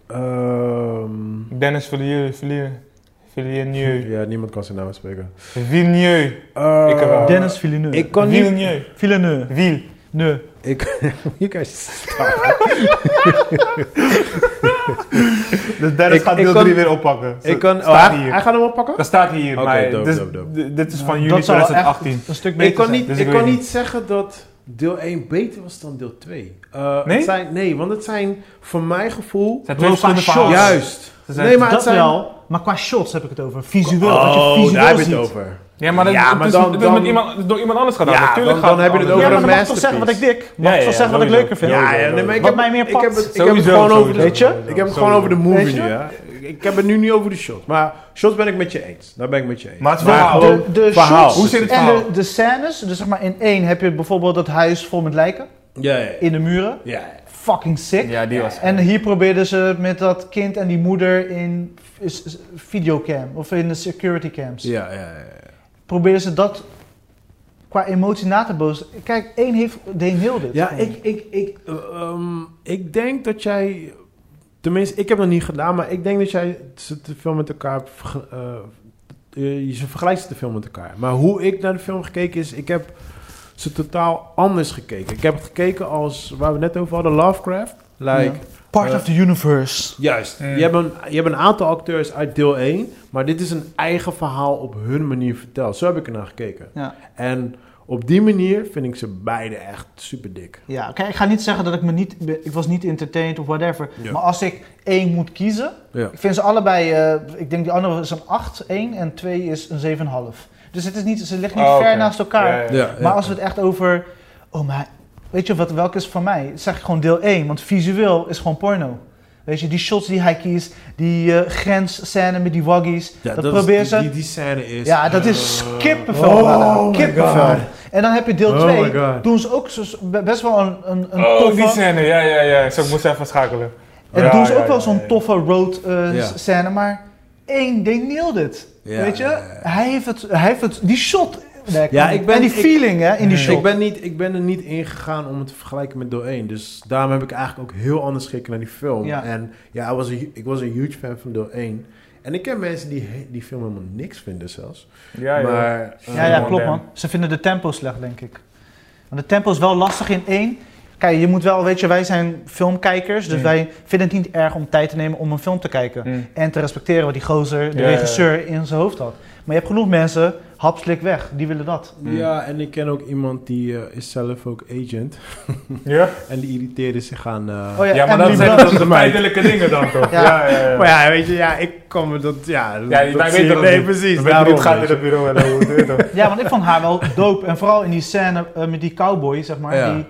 Ehm,
Dennis Villieu, Villieu, Villeneuve.
ja, niemand kan zijn naam spreken.
Villeneuve.
Eh,
Ik heb wel.
Dennis Villeneuve.
Ik kan niet...
Villeneuve.
Villeneuve.
Vil.
Nee.
Ik, you guys stop.
Dus Dennis
Ik-
gaat
ik
deel
kan-
3 weer oppakken.
ik kan... oh,
staat
hij,
hier.
hij gaat hem oppakken?
Dat staat hier,
Oké,
maar
dope,
dit, is-
dope, dope.
dit- dit is van
Nou,
juli
dat zou wel
2018.
echt een stuk beter
Ik kan,
zijn.
niet,
dus
ik
ik
kan
weet
niet zeggen dat deel 1 beter was dan deel 2.
Nee?
nee? Zijn, nee, want het zijn voor mijn gevoel...
zijn twee verschillende
Location.
verhalen.
Juist.
Ze zijn-
Nee, maar het
dat
zijn... Oh,
wel, maar qua shots heb ik het over. Visueel, als Oh, je
daar
visueel
heb je het
ziet.
over.
Ja, maar, dat,
Ja,
het
maar
is-
dan-
dit is
dan-
met iemand, door iemand anders gedaan.
Ja,
Natuurlijk
dan-
gaat
dan heb je het
anders.
Ja,
over
maar
een
dan mag ik toch
masterpiece.
zeggen wat ik dik.
Ja,
Mag ik
ja,
toch zeggen wat ik
sowieso.
leuker vind.
Ja,
Ja, ja, nee, maar ik
Wat
heb,
mij meer
ik heb het,
pakt.
ik heb het
Sowieso,
gewoon over de,
sowieso,
Weet je?
sowieso.
Ik heb het
Sowieso.
gewoon over de movie
Weet je?
nu, ja. Ik- Ik heb het nu niet over de shots. Maar shots ben ik met je eens. Daar ben ik met je eens.
Maar het
Maar
verhaal.
de, de
verhaal.
shots
Hoe zit het
en de,
verhaal?
de scènes, dus zeg maar in één heb je bijvoorbeeld dat huis vol met lijken
Ja, ja, ja.
in de muren.
ja.
Fucking sick.
Ja, die was.
En hier probeerden ze met dat kind en die moeder in is- is- videocam of in de security cams.
Ja, ja, ja.
Probeerden ze dat qua emotie na te bozen. Kijk, één heeft, deed heel dit.
Ja,
gewoon.
ik, ik, ik, eh, ehm, ik denk dat jij... Tenminste, ik heb het nog niet gedaan, maar ik denk dat jij ze te veel met elkaar... hebt verge- eh, eh, je ze vergelijkt ze te veel met elkaar. Maar hoe ik naar de film gekeken is, ik heb ze totaal anders gekeken. Ik heb het gekeken als, waar we het net over hadden, Lovecraft. Like,
Ja. Part
eh,
of the universe.
Juist.
Mm.
Je, hebt een, je hebt een aantal acteurs uit deel 1, maar dit is een eigen verhaal op hun manier verteld. Zo heb ik er naar gekeken.
Ja.
En op die manier vind ik ze beide echt super dik.
Ja, kijk, ik ga niet zeggen dat ik me niet... Ik was niet entertained of whatever.
Ja.
Maar als ik één moet kiezen...
Ja.
Ik vind ze allebei... eh, ik denk die andere is een 8, 1 en 2 is een 7,5. Dus het is niet, ze liggen niet
Ah,
ver naast elkaar. Maar als we het echt over... Oh, maar weet je wat, welke is van mij? Zeg ik gewoon deel 1, want visueel is gewoon porno. Weet je, die shots die hij kiest, die eh grensscène met die waggies. dat,
is-
probeer
die-
ze.
Die, die scène is...
ja, dat is
eh,
kippenvel.
oh
brother.
my
kippenvel.
God.
En dan heb je deel
Oh
2.
my God.
doen ze ook zo, best wel een, een, een
Oh, die
toffe...
scène, ja, ja, ja. Zo, ik moest even schakelen.
En
Ja,
doen ze
ja,
ook wel
ja,
zo'n
ja.
toffe road eh,
Ja.
s- scène, maar één ding nailed it.
Ja,
Weet je?
ja, ja.
Hij, heeft het, hij heeft het... Die shot...
Ja, ik ben-
en die
ik-
feeling hè, in die shot.
Ik ben, niet, ik ben er niet ingegaan om het te vergelijken met Deel 1. Dus daarom heb ik eigenlijk ook heel anders gekeken naar die film.
Ja.
En ja, I was a hu- ik was een huge fan van Deel 1. En ik ken mensen die he- die film helemaal niks vinden zelfs.
Ja, ja.
maar, eh,
Ja, ja,
Gewoon
klopt
bam.
man. Ze vinden de tempo slecht, denk ik. Want de tempo is wel lastig in één. Kijk, je moet wel, weet je, wij zijn filmkijkers, dus
Mm.
wij vinden het niet erg om tijd te nemen om een film te kijken.
Mm.
En te respecteren wat die gozer, de
Ja, ja, ja.
regisseur, in zijn hoofd had. Maar je hebt genoeg mensen, hapslik weg, die willen dat.
Ja, en ik ken ook iemand die eh, is zelf ook agent.
Ja?
En die irriteerde zich aan... eh,
Oh ja,
Ja, maar dat
Emily
zijn
Blunt.
dat de feitelijke dingen dan toch?
Ja.
Ja, ja, ja.
Maar Oh ja, weet je, ja, ik kan me dat... Ja, dat-
Ja,
dat
wij
zie
weten
ik-
dat
Nee,
niet.
precies.
We weten hoe het
daarom,
gaat in
weet je.
het bureau en hoe het weet toch?
Ja, want ik vond haar wel dope. En vooral in die scène eh, met die cowboy, zeg maar.
Ja.
Die,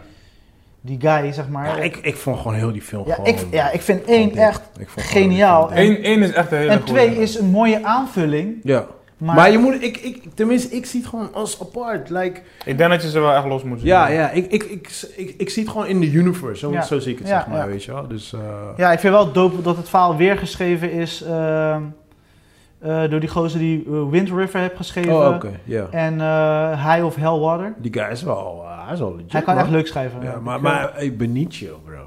die guy, zeg maar.
Ja, ik, ik vond gewoon heel die film
ja,
gewoon...
ik, ja, ik vind één
gewoon dik.
echt
Ik vond gewoon
geniaal.
die film dik.
Eén één is echt een hele
En
goede.
twee is een mooie aanvulling.
Ja. Maar,
Maar,
je moet, ik, ik, tenminste, ik zie het gewoon als apart. Like,
Ik denk dat je ze wel echt los moet zien.
ja, ja, ik, ik, ik, ik, ik zie het gewoon in de universe. Zo,
Ja.
zo zie ik het,
Ja,
zeg maar,
ja.
weet je wel. Dus, eh,
ja, ik vind wel dope dat het verhaal weergeschreven is ehm, eh, door die gozer die eh, Wind River heeft geschreven.
Oh, oké, ja.
En eh, High of Hellwater.
Die guy is wel, eh, hij is wel legit,
Hij kan
man.
echt leuk schrijven.
Ja, maar, maar hey, Benicio, bro.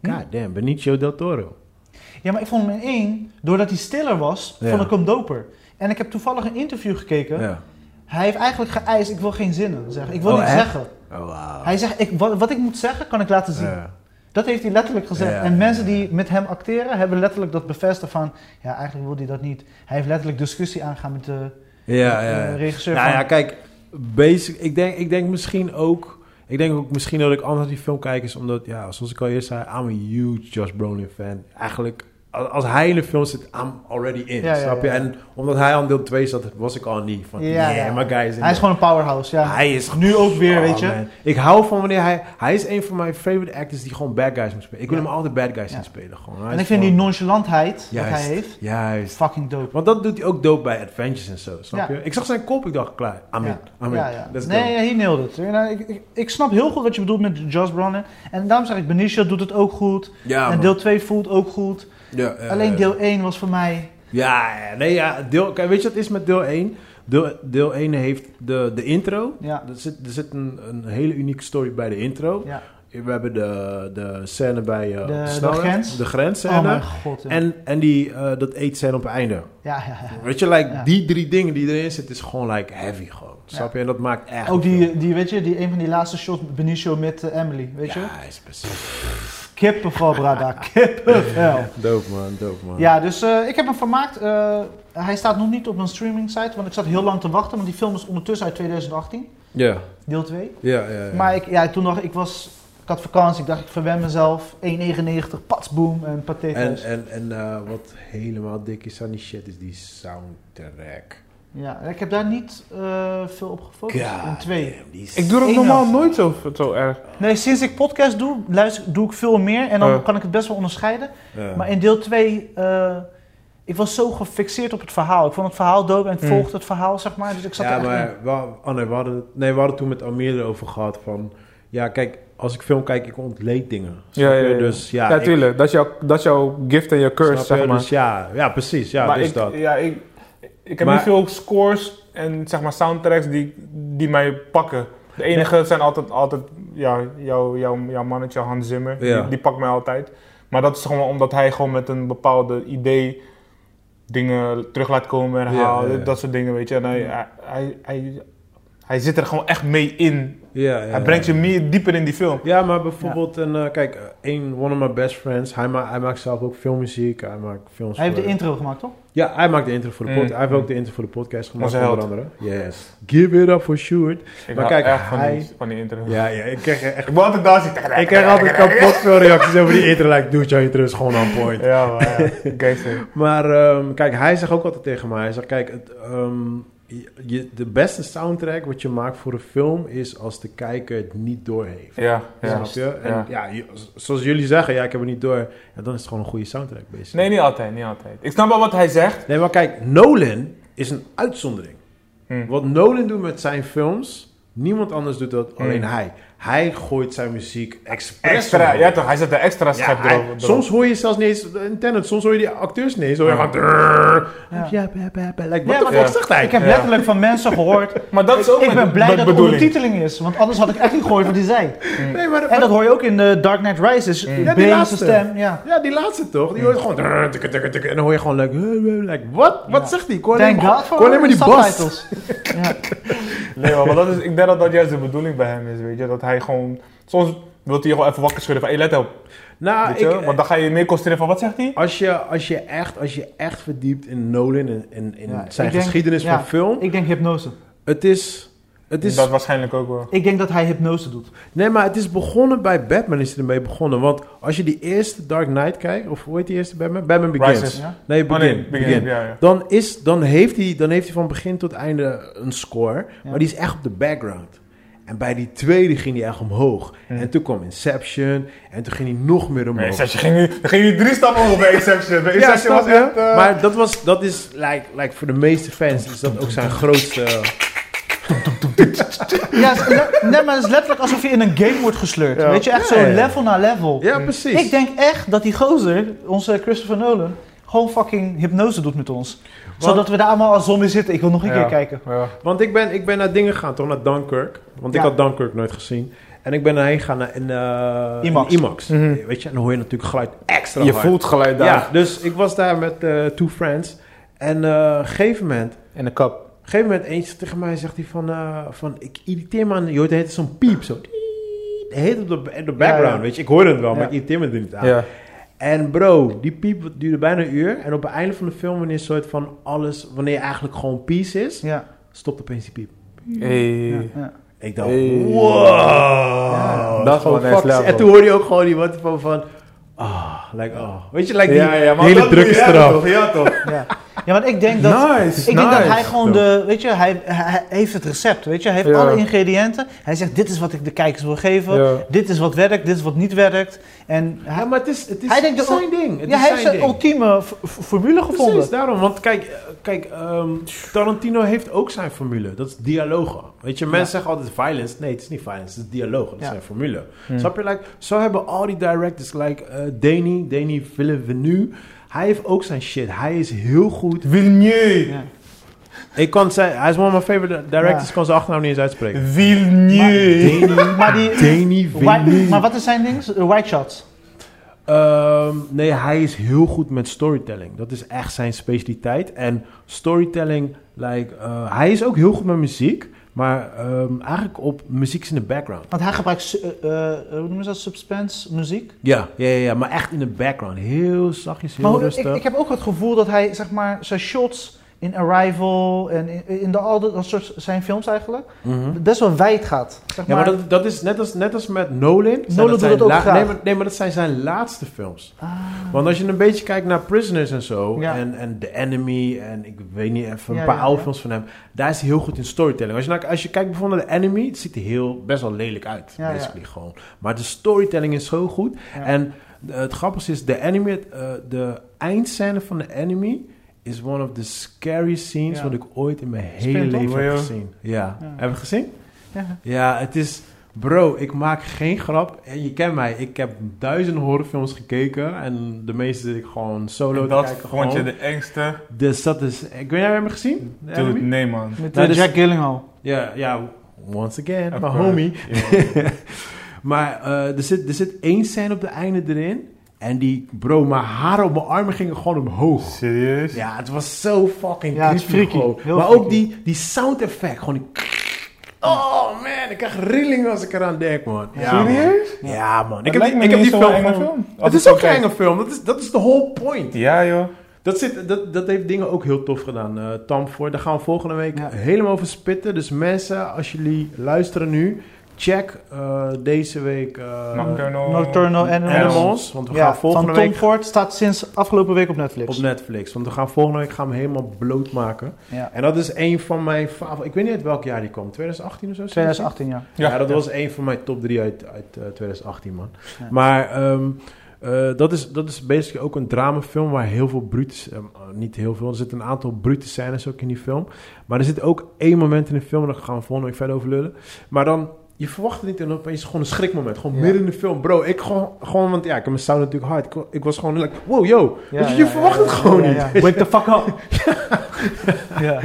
Hm?
God damn, Benicio del Toro.
eh, Ja, maar ik vond hem in één, doordat hij stiller was,
Ja.
vond ik hem doper. En ik heb toevallig een interview gekeken.
Ja.
Hij heeft eigenlijk geëist, ik wil geen zinnen zeggen. Ik wil
Oh,
niet
echt?
zeggen.
Oh, wauw.
Hij zegt, ik, wat, wat ik moet zeggen, kan ik laten zien.
Ja.
Dat heeft hij letterlijk gezegd.
Ja,
en
ja,
mensen
ja.
die met hem acteren, hebben letterlijk dat bevestigd van... Ja, eigenlijk wil hij dat niet. Hij heeft letterlijk discussie aangegaan met de
Ja,
eh,
ja.
regisseur
Nou
van...
ja, kijk, basic, ik, denk, ik denk misschien ook... Ik denk ook misschien dat ik anders die film kijk is omdat... Ja, zoals ik al eerst zei, I'm a huge Josh Brolin fan. Eigenlijk, als als hij in de film zit, I'm already in,
Ja, ja,
snap je?
ja.
En omdat hij aan deel 2 zat, was ik al niet van...
Ja,
Ja,
ja.
maar guys...
hij is gewoon een powerhouse, ja.
Hij is
Nu ook weer, weet je.
Oh, man. Ik hou van wanneer hij... Hij is een van mijn favorite actors die gewoon bad guys moet spelen. Ik wil
Ja.
hem altijd bad guys
Ja.
zien spelen, gewoon. Hij
en
is
ik vind die
gewoon-
nonchalantheid dat hij
Juist.
heeft,
Juist.
fucking dope.
Want dat doet hij ook dope bij Adventures en zo, snap
Ja.
je? Ik zag zijn kop, ik dacht, klaar, I'm
Ja.
in, I'm
Ja,
in.
ja.
Let's go.
Nee, ja, hij nailed het. Ja, nou, Ik, ik, ik snap heel goed wat je bedoelt met Josh Brolin. En daarom zeg ik, Benicio doet het ook goed.
Ja,
en
man.
deel 2 voelt ook goed.
Ja, ja,
Alleen
ja.
deel 1 was voor mij...
Ja, ja, nee, ja. Deel, kijk, weet je wat het is met deel 1? Deel, deel 1 heeft de, de intro.
Ja.
Er zit, er zit een, een hele unieke story bij de intro.
Ja.
We hebben de, de scène bij eh,
De-
op
de
snelweg.
grens.
De grensscène.
Oh mijn god. ja.
en, en die, eh, dat eetscène op het einde.
ja, ja, ja.
Weet je, like,
Ja.
die drie dingen die erin zitten is gewoon like heavy gewoon. Snap je? En dat maakt echt...
Ook
een film.
die, die, weet je, die een van die laatste shots, Benicio met eh, Emily, weet je?
Ja, is precies.
Kippenvel, Brada, kippenvel.
Dope man, dope man.
Ja, dus eh, ik heb hem vermaakt. Eh, hij staat nog niet op een streaming site, want ik zat heel lang te wachten, want die film is ondertussen uit 2018,
Ja,
deel 2.
ja, ja. ja.
Maar ik, ja, toen nog, ik was, ik had vakantie, ik dacht ik verwen mezelf, 1,99, pats, boom en paté
En,
thuis.
en, en eh, wat helemaal dik is aan die shit is die soundtrack.
Ja, en ik heb daar niet eh, veel op gefocust, in twee.
damn, die is-
Ik doe dat
Eén
normaal
helft.
nooit zo, zo erg.
Nee, sinds ik podcast doe, luister, doe ik veel meer en dan
Eh.
kan ik het best wel onderscheiden.
Ja.
Maar in deel 2, ik was zo gefixeerd op het verhaal. Ik vond het verhaal dope en het
Hmm.
volgde het verhaal, zeg maar. Dus ik zat
ja,
er echt in.
maar we, oh nee, we hadden, het- nee, we hadden het toen met Almir erover gehad van... Ja, kijk, als ik film kijk, ik ontleed dingen.
Ja,
Snap
ja,
je?
ja.
Dus ja,
Ja,
ik-
tuurlijk. Dat, is jouw, dat is jouw gift en je
snap
curse,
je?
zeg maar.
Dus ja, ja, precies. Ja,
maar
dus
ik,
dat.
Ja, ik, ik heb
Maar-
niet veel scores en zeg maar soundtracks die, die mij pakken. De enige zijn altijd, altijd ja, jouw jou, jou mannetje Hans Zimmer.
Ja.
Die, die pakt mij altijd. Maar dat is gewoon omdat hij gewoon met een bepaalde idee dingen terug laat komen, herhalen,
Ja, ja, ja.
dat soort dingen, weet je. En hij, hij, hij, hij, hij zit er gewoon echt mee in.
Ja, ja,
hij brengt je meer dieper in die film.
Ja, maar bijvoorbeeld, een, eh, kijk, eh, een, one of my best friends, hij, ma hij maakt zelf ook filmmuziek, hij maakt films
Hij heeft
voor-
de intro gemaakt, toch?
Ja, hij maakt de intro voor de
Mm.
podcast. Hij heeft ook de intro voor de podcast gemaakt,
Onze
onder
held.
andere. Yes. Give it up for Sjoerd.
Ik
Maar
hou
kijk,
echt van,
hij-
die, van die intro.
Ja, ja, ik krijg echt...
Ik wil altijd daar zitten.
Ik krijg altijd kapot veel reacties over die intro. Like, dude, jouw intro is gewoon on point.
Ja, maar ja. Gangster.
Maar ehm, kijk, hij zegt ook altijd tegen mij. Hij zegt, kijk, het, ehm, je- je, de beste soundtrack wat je maakt voor een film is als de kijker het niet doorheeft.
Ja, ja.
Snap je? En
Ja.
ja. je- zoals jullie zeggen, ja, ik heb het niet door. Ja, dan is het gewoon een goede soundtrack bezig.
Nee, niet altijd, niet altijd. Ik snap wel wat hij zegt.
Nee, maar kijk, Nolan is een uitzondering.
Hmm.
Hm.
Wat Nolan doet met zijn films, niemand anders doet dat,
Hmm.
alleen
Hm.
hij. Hij gooit zijn muziek expres.
Extra,
omhoog.
ja toch, hij zet de extra
Ja,
schep
hij-
erop. erop.
soms hoor je zelfs niet eens een Tenet, soms hoor je die acteurs niet eens. Hoor je
Ja.
gewoon... drrrr.
Ja.
Ja, ba, ba, ba, like, Wat
Ja,
de
maar-
fuck zegt hij?
Ik heb
Ja.
letterlijk van mensen gehoord.
Maar dat is ook
ik
met-
ben blij
met
dat er
bedoeling.
ondertiteling is, want anders had ik echt niet gehoord wat hij zei.
Nee, maar,
En
maar-
dat hoor je ook in de Dark Knight Rises.
Ja,
Ja,
die
Bane's
laatste.
stem, ja.
Ja, die laatste toch? Die hoort gewoon... drrrr, tikke, tikke, tikke. en dan hoor je gewoon like... eh, eh, like wat? Wat
Ja.
zegt hij? Ik hoor alleen
Thank
maar-
God
ik hoor alleen
voor
maar
de
die bas.
subtitles. Ja.
Nee, maar dat is, ik denk dat dat juist de bedoeling bij hem is, weet je. Dat hij gewoon... Soms wil hij gewoon even wakker schudden van, hé, let op.
Nou,
weet je?
ik,
Want dan ga je je meer concentreren van, wat zegt hij?
Als je, als, je echt, als je echt verdiept in Nolan en in, in
Ja,
zijn
ik denk-
geschiedenis
ja.
van film,
Ik denk hypnose.
het is. Het is
Dat waarschijnlijk ook wel.
Ik denk dat hij hypnose doet.
Nee, maar het is begonnen bij Batman, is hij ermee begonnen. Want als je die eerste Dark Knight kijkt, of hoe heet die eerste Batman? Batman Begins.
Rises.
Ja.
Nee,
Oh
Begin.
nee, begin,
Begin.
ja, ja.
Dan, is, dan, heeft hij, dan heeft hij van begin tot einde een score. Maar die is echt op de background. En bij die tweede ging hij echt omhoog.
Hmm.
En toen kwam Inception. En toen ging hij nog meer omhoog.
Nee, Inception ging nu, ging nu drie stappen omhoog bij Inception. Bij
Ja,
Inception
snap
was
je?
echt... eh,
Maar dat, was, dat is, like, like, voor de meeste fans is dat ook zijn grootste... eh,
Ja, het is le- nee, maar het is letterlijk alsof je in een game wordt gesleurd.
Ja.
Weet je, echt zo
Ja, ja.
level na level.
Ja, precies.
Ik denk echt dat die gozer, onze Christopher Nolan, gewoon fucking hypnose doet met ons. Zodat we daar allemaal als zombies zitten. Ik wil nog een
ja.
keer kijken.
Ja.
Want ik ben, ik ben naar dingen gegaan, toch? Naar Dunkirk. Want ik
Ja.
had Dunkirk nooit gezien. En ik ben daarheen gegaan naar, in, eh,
IMAX.
in IMAX.
Mhm.
Weet je, en dan hoor je natuurlijk geluid extra
Je
hard.
voelt geluid daar.
Ja, dus ik was daar met eh, two friends. En eh, op een gegeven moment...
In de kap.
Op een gegeven moment eentje tegen mij zegt hij van... eh, van ik irriteer me aan... Je hoort de hele tijd zo'n piep, zo... De hele tijd op de, in de background,
Ja, ja.
weet je. Ik hoorde het wel, maar
Ja.
ik irriteer me er niet aan.
Ja.
En bro, die piep duurde bijna een uur. En op het einde van de film, wanneer soort van alles, wanneer eigenlijk gewoon peace is,
Ja,
stopt opeens die piep.
ja,
Hey.
ja.
Ik dacht,
Hey.
wow.
Ja,
dat
dat
is gewoon
is next
fucks.
level.
En toen hoorde je ook gewoon die wat van, van ah, like, oh. Weet je, like die
maar
hele
dat doe
drukke
jij
straf.
toch? Ja, toch?
ja. ja want ik denk dat...
Nice,
ik denk dat
nice.
hij gewoon de, weet je, hij, hij heeft het recept, weet je, hij heeft
Ja.
alle ingrediënten. Hij zegt, dit is wat ik de kijkers wil geven,
Ja.
dit is wat werkt, dit is wat niet werkt. En
Ja,
hij,
maar het is, het is
Hij denkt dat-
zijn ding. Het
ja,
is
hij heeft
zijn
zijn
ding.
ultieme f- f- formule gevonden.
Precies, daarom. Want kijk, eh, kijk ehm, Tarantino heeft ook zijn formule. Dat is dialogen. Weet je, mensen
Ja.
zeggen altijd violence. Nee, het is niet violence. Het is dialoog. Dat is
Ja. Hmm.
zijn formule. Snap je? Like, zo hebben al die directors, like eh Danny, Danny Villeneuve. Hij heeft ook zijn shit. Hij is heel goed.
Vilnieu.
Ja.
Ik kan zijn, hij is one of my favorite directors. Ik kan zijn achternaam niet eens uitspreken.
Vilnieu.
Danny,
Maar, die,
Danny
Why-
Villeneuve.
maar wat is zijn ding? Eh, White shots.
Ehm, nee, hij is heel goed met storytelling. Dat is echt zijn specialiteit. En storytelling, like, eh, hij is ook heel goed met muziek. Maar ehm, eigenlijk op muziek is in de background.
Want hij gebruikt, su- eh, eh, hoe noemen ze dat, suspense muziek.
Ja, ja, ja, ja, maar echt in de background. Heel zachtjes, heel
Maar hoe- ik,
rustig.
ik heb ook het gevoel dat hij, zeg maar, zijn shots in Arrival en in, in de, al dat dat soort zijn films eigenlijk,
Mhm.
best wel wijd gaat. Zeg
Ja,
maar,
maar dat, dat is net als, net als met Nolan. zijn
Nolan doet
zijn
dat ook
la-
graag.
Nee maar, nee, maar dat zijn zijn laatste films.
Ah.
Want als je een beetje kijkt naar Prisoners en zo,
Ja.
en, en The Enemy, en ik weet niet, even
Ja,
een paar
ja,
oude
ja.
films van hem, daar is hij heel goed in storytelling. Als je, nou- als je kijkt bijvoorbeeld naar The Enemy, het ziet er heel, best wel lelijk uit,
Ja, ja.
basically gewoon. Maar de storytelling is zo goed.
Ja.
En eh, het grappige is, The Enemy, het, eh, de eindscène van The Enemy is one of the scariest scenes
Ja.
wat ik ooit in mijn
Spin,
hele
toch?
leven
Ja,
heb
joh.
gezien. Ja,
Ja.
heb je het gezien?
Ja.
Ja, het is... Bro, ik maak geen grap. En je kent mij. Ik heb duizenden horrorfilms gekeken. En de meeste zit ik gewoon solo te
Dat
kijken.
vond je
gewoon.
de engste.
Dus dat is... Ik weet niet, heb je hem gezien? De
Dude,
Enemy?
nee man.
Met
Nou,
eh,
dus-
Jack Gyllenhaal.
Ja, ja. Once again.
Of
mijn
course.
homie.
Ja.
maar eh, er, zit, er zit één scène op de einde erin. En die... Bro, mijn haren op mijn armen gingen gewoon omhoog.
Serieus?
Ja, het was zo fucking
Ja, het is
creepy.
freaky.
gewoon.
Heel
maar ook
freaky.
die, die sound effect. Gewoon die... Oh man, ik krijg rillingen als ik eraan denk, man. Ja, man.
Serieus?
Ja, man. Ik
Dat
heb,
lijkt
die-
me
ik heb
niet
die
zo'n
film,
enge
gewoon-
film.
Het
Als
is
ik
ook
zo
geen
kijk.
enge film. Dat is, dat is de whole point.
Ja joh.
Dat, zit, dat, dat heeft dingen ook heel tof gedaan, eh Tam. Voor. Daar gaan we volgende week
Ja.
helemaal over spitten. Dus mensen, als jullie luisteren nu... Check eh, deze week eh,
Nocturnal.
Nocturnal Animals.
Animals. Want we
ja,
gaan volgende
van Tom
week
Ford staat sinds afgelopen week op Netflix.
op Netflix. Want we gaan volgende week gaan we hem helemaal blootmaken.
ja.
En dat is een van mijn favorieten. Ik weet niet uit welk jaar die kwam. 2018 of zo?
2018, ja.
Ja,
Ja.
dat was een van mijn top drie uit, uit eh, 2018, man.
Ja.
Maar ehm, eh, dat, is, dat is basically ook een dramafilm waar heel veel brutes... ehm, eh, niet heel veel, er zitten een aantal brute scènes ook in die film. Maar er zit ook één moment in de film, daar gaan we volgende week verder over lullen. Maar dan, je verwacht het niet en opeens gewoon een schrikmoment. Gewoon
Ja.
midden in de film. Bro, ik gewoon, gewoon want ja, ik heb mijn sound natuurlijk hard. Ik, ik was gewoon like, wow, yo.
Ja,
Weet je,
ja,
je
ja,
verwacht
ja,
het
ja,
gewoon
ja,
niet.
ja. Wake the fuck up. ja.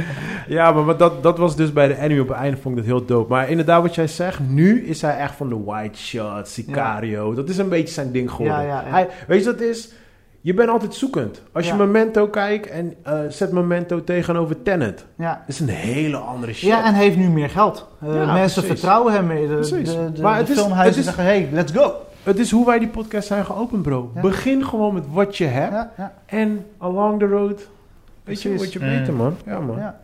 Ja, maar wat dat, dat was dus bij de anime op het einde vond ik dat heel dope. Maar inderdaad, wat jij zegt, nu is hij echt van de white shot, Sicario. Dat is een beetje zijn ding geworden.
Ja, ja, ja.
Hij, weet je wat het is? Je bent altijd zoekend. Als
Ja.
je Memento kijkt en eh, zet Memento tegenover Tenet.
Ja.
Dat is een hele andere shit.
ja, en hij heeft nu meer geld. Eh,
Ja,
mensen
precies.
vertrouwen hem meer. De, de,
Precies.
de,
Maar
de
het is-
filmhuizen
het is-
zeggen, hey, let's go.
Het is hoe wij die podcast zijn geopend, bro.
Ja.
Begin gewoon met wat je hebt.
Ja, ja,
En along the road, weet je,
Precies.
word je
Mm.
beter, man. Ja, man.
ja.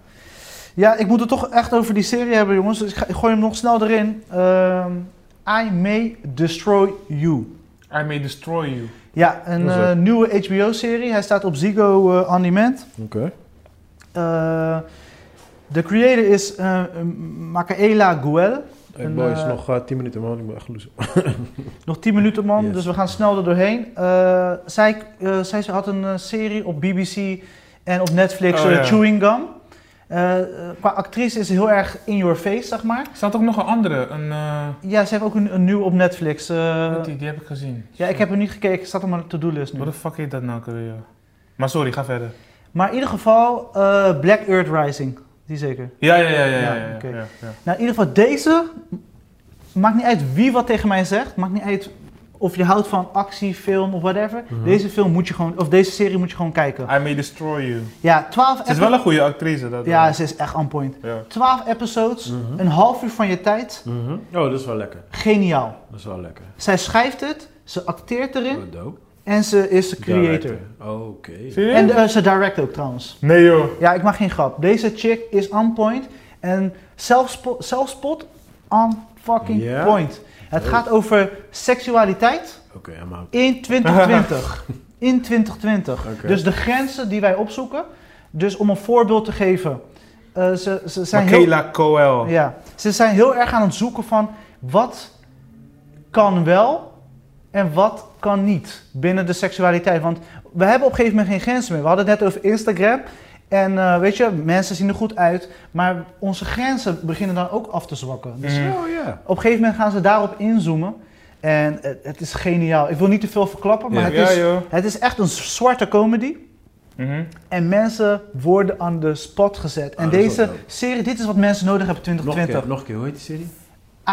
ja, ik moet het toch echt over die serie hebben, jongens. Dus ik, ga- ik gooi hem nog snel erin. Ehm, I May Destroy You.
I may destroy you.
Ja, een
Dat is
eh,
het.
nieuwe HBO-serie. Hij staat op Ziggo eh, On Demand.
Oké.
Eh, de creator is eh, Macaela Guel.
Hey,
En,
boys,
eh,
nog eh, 10 minuten, man. Ik ben echt loes.
Nog 10 minuten, man,
Yes.
dus we gaan snel er doorheen. Eh, zij, eh, zij had een eh, serie op BBC en op Netflix,
Oh,
eh,
ja.
Chewing Gum. Eh, eh, qua actrice is ze heel erg in your face, zeg maar.
Er staat ook nog een andere. Een, eh,
Ja, ze heeft ook een, een nieuw op Netflix. eh,
die, die heb ik gezien.
ja, ik heb hem niet gekeken, het staat op mijn to-do-list nu.
What the fuck heet dat nou ook alweer? joh? Maar sorry, ga verder.
Maar in ieder geval, eh, Black Earth Rising, die zeker.
Ja, ja, ja, ja. ja,
Ja,
ja, ja,
oké.
ja, ja.
Nou, in ieder geval deze. Maakt niet uit wie wat tegen mij zegt. Maakt niet uit of je houdt van actie, film of whatever.
Mhm.
Deze film moet je gewoon, of deze serie moet je gewoon kijken.
I may destroy you.
Ja, 12
Ze Ah, is wel een goede actrice. Dat wel.
Ja, ze is echt on point.
ja.
12 episodes,
Mhm.
een half uur van je tijd.
Mhm. Oh, dat is wel lekker.
Geniaal.
Dat is wel lekker.
Zij schrijft het, ze acteert erin
Oh, dope.
en ze is de creator.
Oh, Oké.
Serieus?
En eh, ze direct ook trouwens.
Nee joh.
Ja, ik maak geen grap. Deze chick is on point. En zelfspot, zelfspot on fucking
Ja? Oh.
point. Het
Leuk.
gaat over seksualiteit
Oké, I'm out.
in 2020. in 2020.
Oké.
Dus de grenzen die wij opzoeken. Dus om een voorbeeld te geven. eh, ze, ze zijn heel-
Michaela
Oh.
Coel.
Ja, ze zijn heel erg aan het zoeken van wat kan wel en wat kan niet binnen de seksualiteit. Want we hebben op een gegeven moment geen grenzen meer. We hadden het net over Instagram. En eh, weet je, mensen zien er goed uit, maar onze grenzen beginnen dan ook af te zwakken. Dus
Mm.
Oh ja.
op een gegeven moment gaan ze daarop inzoomen. En het, het is geniaal. Ik wil niet te veel verklappen, maar
Ja.
het,
Ja
is,
joh.
het is echt een zwarte comedy.
Mhm.
En mensen worden aan de spot gezet. En
Ah, dat is wel
deze
dope.
serie, dit is wat mensen nodig hebben in
Nog een
2020.
keer, nog een keer. Hoe heet die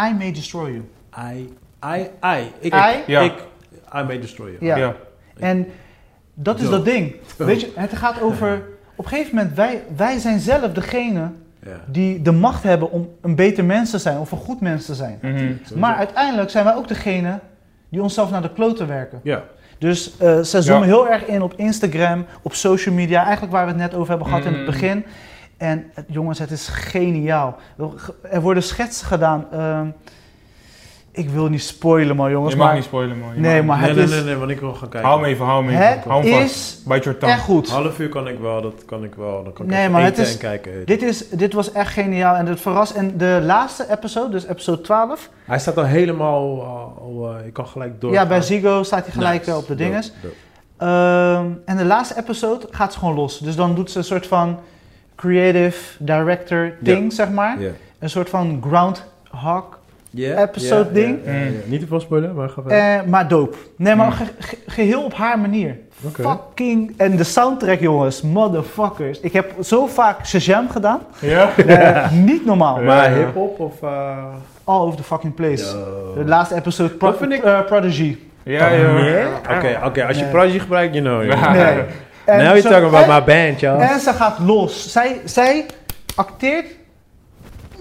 serie?
I May Destroy You.
I, I, I. Ik,
I?
Ja.
ik, I may destroy you.
Ja.
Ja.
En dat is
Zo.
dat ding. Weet je, het gaat over... Op een gegeven moment, wij, wij zijn zelf degene
Ja.
die de macht hebben om een beter mens te zijn. Of een goed mens te zijn.
Mhm.
Maar uiteindelijk zijn wij ook degene die onszelf naar de kloten werken.
Ja.
Dus eh ze zoomen heel erg in op Instagram, op social media. Eigenlijk waar we het net over hebben gehad in het
Mm.
begin. En eh, jongens, het is geniaal. Er worden schetsen gedaan. ehm, ik wil niet spoilen, maar jongens.
Je mag
maar
niet spoilen man. Je
Nee,
mag
maar-
niet.
nee,
het
nee,
is-
nee, nee, want ik wil gaan kijken.
Hou me even, hou me even. Hou
het
hem vast.
is
Bite your tongue.
echt goed.
Half uur kan ik wel, dat kan ik wel. Dan kan ik
Nee,
even
maar
eten
het is-
en kijken.
Dit, is, dit was echt geniaal en het verrast. En de laatste episode, dus episode 12,
Hij staat al helemaal, eh, al, eh, ik kan gelijk door.
ja, bij Ziggo staat hij gelijk eh, op de dinges. Ehm, en de laatste episode gaat ze gewoon los. Dus dan doet ze een soort van creative director ding, zeg maar.
Ja.
Een soort van groundhog,
Ja,
Episode
ja,
ding.
ja, ja, ja. Niet te veel spoilen, maar ga verder.
eh, maar dope. Nee, maar
Mm.
ge- ge- geheel op haar manier.
Oké.
Fucking... En de soundtrack, jongens. Motherfuckers. Ik heb zo vaak Shazam gedaan.
Ja?
Eh, niet normaal.
Maar
Ja.
hip-hop of. eh,
All over the fucking place.
yo.
De laatste episode, Pro-
Dat vind ik-
eh, Prodigy.
Ja joh.
Oké, oké, als je
Nee.
Prodigy gebruikt, you know. you know.
Nee.
Ah, Nee. Nou, En
Now you're
zo-
talking about
en-
my band, y'all.
En ze gaat los. Zij, zij acteert.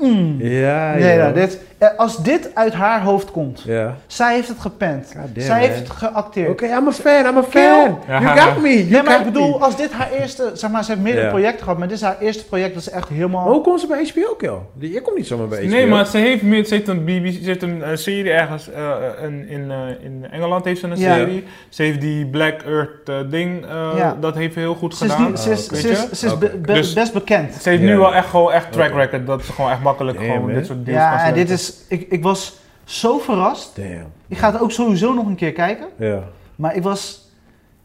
Mm.
Ja,
nee,
joh.
nou, dit, eh, als dit uit haar hoofd komt,
Ah, Ja.
zij heeft het gepend,
God damn,
zij heeft
man.
het geacteerd.
Oké, I'm a fan, I'm a fan. You got me, you
Nee, maar
got
ik bedoel,
me.
als dit haar eerste, zeg maar, ze heeft meerdere
Ja.
projecten gehad, maar dit is haar eerste project dat ze echt helemaal.
Maar hoe komt ze bij HBO, Kel? Die- Je komt niet zomaar bij HBO.
Nee, maar ze heeft, meer, ze heeft een, BBC, ze heeft een eh, serie ergens eh, in, in, eh, in Engeland heeft ze een
Ja.
serie. Ze heeft die Black Earth eh, ding, eh,
Ja.
dat heeft heel goed
ze is,
gedaan.
niet- ze is,
Ah, oké.
ze is, ze is
Weet je?
be- be-
Dus-
best bekend.
Ze heeft
Ja.
nu wel echt gewoon echt track
Oké.
record dat ze gewoon echt makkelijk
Damn,
gewoon
hè?
dit soort dingen
Ja, en dit is, ik, ik was zo verrast.
Damn.
Ik ga het ook sowieso nog een keer kijken.
Ja,
Maar ik was,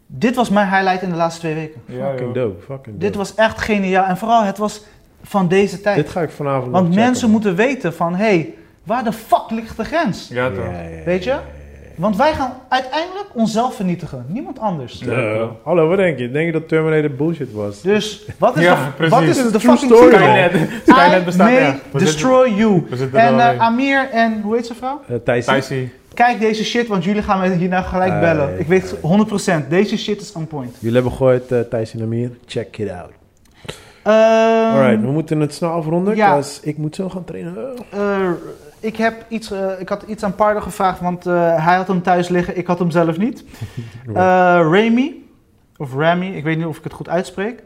dit was mijn highlight in de laatste twee weken.
Ja,
fucking
joh.
dope, fucking
Dit
dope.
was echt geniaal. En vooral, het was van deze tijd.
Dit ga ik vanavond nog
Want
checken, man.
mensen moeten weten van, hé, hey, waar de fuck ligt de grens?
Ja, toch.
Ja, ja, ja,
Weet je?
ja, ja, ja.
Want wij gaan uiteindelijk onszelf vernietigen. Niemand anders.
Duh. Hallo, wat denk je? Denk je dat Terminator bullshit was?
Dus wat is,
Ja,
de,
precies.
wat is
Dit
is
de
een true
fucking
story,
titel?
man.
Skynet, Skynet bestaat,
I
ja.
may destroy you.
we zitten er
En
wel
eh,
in.
Amir en, hoe heet ze vrouw?
Eh, Thijs?
Spicy.
Kijk deze shit, want jullie gaan me hierna gelijk
Ah,
bellen.
ja,
Ik weet 100%, deze shit is on point.
Jullie hebben gegooid eh Thijs en Amir. Check it out.
Ehm,
Alright, we moeten het snel afronden.
ja.
Dus ik moet zo gaan trainen. Oh.
eh, ik, heb iets, eh, ik had iets aan Pardo gevraagd, want eh, hij had hem thuis liggen, ik had hem zelf niet. Eh Remy, of Remy, ik weet niet of ik het goed uitspreek.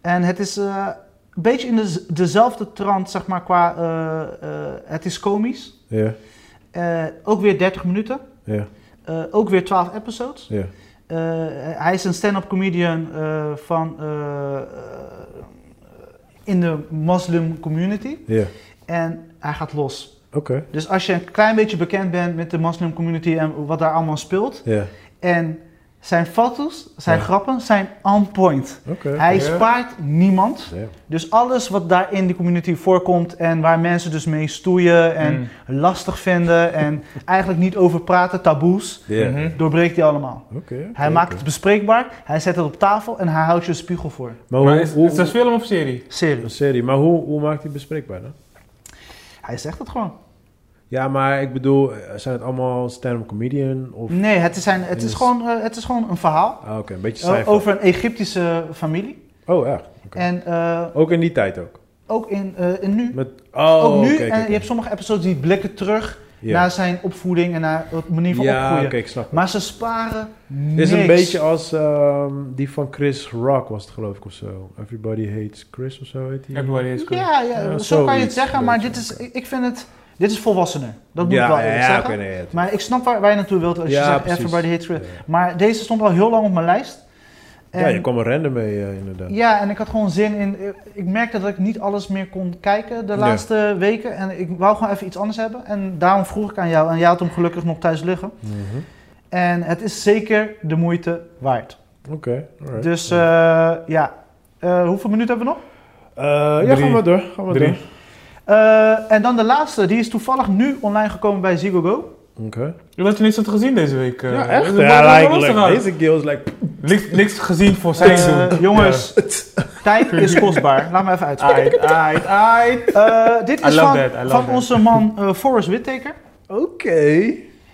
En het is eh, een beetje in de, dezelfde trant, zeg maar, qua eh, eh, het is komisch.
Ja,
Eh, ook weer 30 minuten,
ja,
Eh, ook weer 12 episodes.
ja.
Eh, hij is een stand-up comedian eh, van, eh, eh, in de moslim community.
Ja,
En hij gaat los.
oké.
Dus als je een klein beetje bekend bent met de moslim community en wat daar allemaal speelt.
Ja,
En zijn foto's, zijn
Ja.
grappen zijn on point.
oké.
Hij
Ja.
spaart niemand.
Ja.
Dus alles wat daar in die community voorkomt en waar mensen dus mee stoeien en
Mm.
Hmm.
lastig vinden en eigenlijk niet over praten, taboes,
Ja,
Mhm.
doorbreekt hij allemaal.
oké.
Hij maakt het bespreekbaar, hij zet het op tafel en hij houdt je een spiegel voor.
Maar
Maar
hoe,
is,
hoe,
is dat film of serie?
een
Serieus.
serie, maar hoe, hoe maakt hij bespreekbaar dan?
Hij zegt het gewoon.
Ja, maar ik bedoel, eh, zijn het allemaal stand-up comedian? Of...
Nee, het is, zijn, het is,
Dus-
gewoon, eh, het is gewoon een verhaal
Ah, oké, een beetje
eh,
cijfer.
over een Egyptische familie.
Oh, ja. Oké.
En eh,
Ook in die tijd ook?
ook in, eh, in nu.
Met... Oh,
ook nu,
oké, oké, oké.
en je hebt nou, sommige episodes die blikken terug
Ja.
naar zijn opvoeding en naar de manier van
Ja, oké,
opgroeien.
ik snap het.
Maar ze sparen
Het
niks.
is een beetje als ehm, die van Chris Rock was het geloof ik of zo. Everybody Hates Chris of zo heet die.
Everybody is good.
Ja, ja,
Ja,
zo kan je het
zoiets,
zeggen, maar dit
beetje.
is, ik ik vind het, dit is volwassener. Dat moet
ja,
ik wel
ja,
eerlijk
ja,
zeggen.
oké, nee, het-
Maar ik snap waar, waar je naartoe wilt als je
Ja,
zegt
precies.
Everybody Hates Chris.
Ja.
Maar deze stond al heel lang op mijn lijst.
ja, je kwam er random mee eh, inderdaad.
ja, en ik had gewoon zin in. eh, Ik merkte dat ik niet alles meer kon kijken de
Ja.
laatste weken. En ik wou gewoon even iets anders hebben. En daarom vroeg ik aan jou. En jij had hem gelukkig nog thuis liggen.
Mhm.
En het is zeker de moeite waard.
Oké, alright.
Dus eh, ja, Eh, hoeveel minuten hebben we nog?
Eh, ja,
Drie.
gaan we door. Gaan we
Drie.
door.
Eh, en dan de laatste, die is toevallig nu online gekomen bij Ziggo
Oké.
Je hebt niks had gezien deze week. eh.
Ja, echt?
Het is wel- wel rustig aan.
Deze keel is like...
nou? Niks, niks gezien voor
Go.
seizoen.
Eh, jongens, tijd is kostbaar. Laat me even uit.
Aight, aight, aight.
Eh, dit
I
is
love
van,
that, I love
van
that.
onze man eh Forrest Whitaker.
Oké.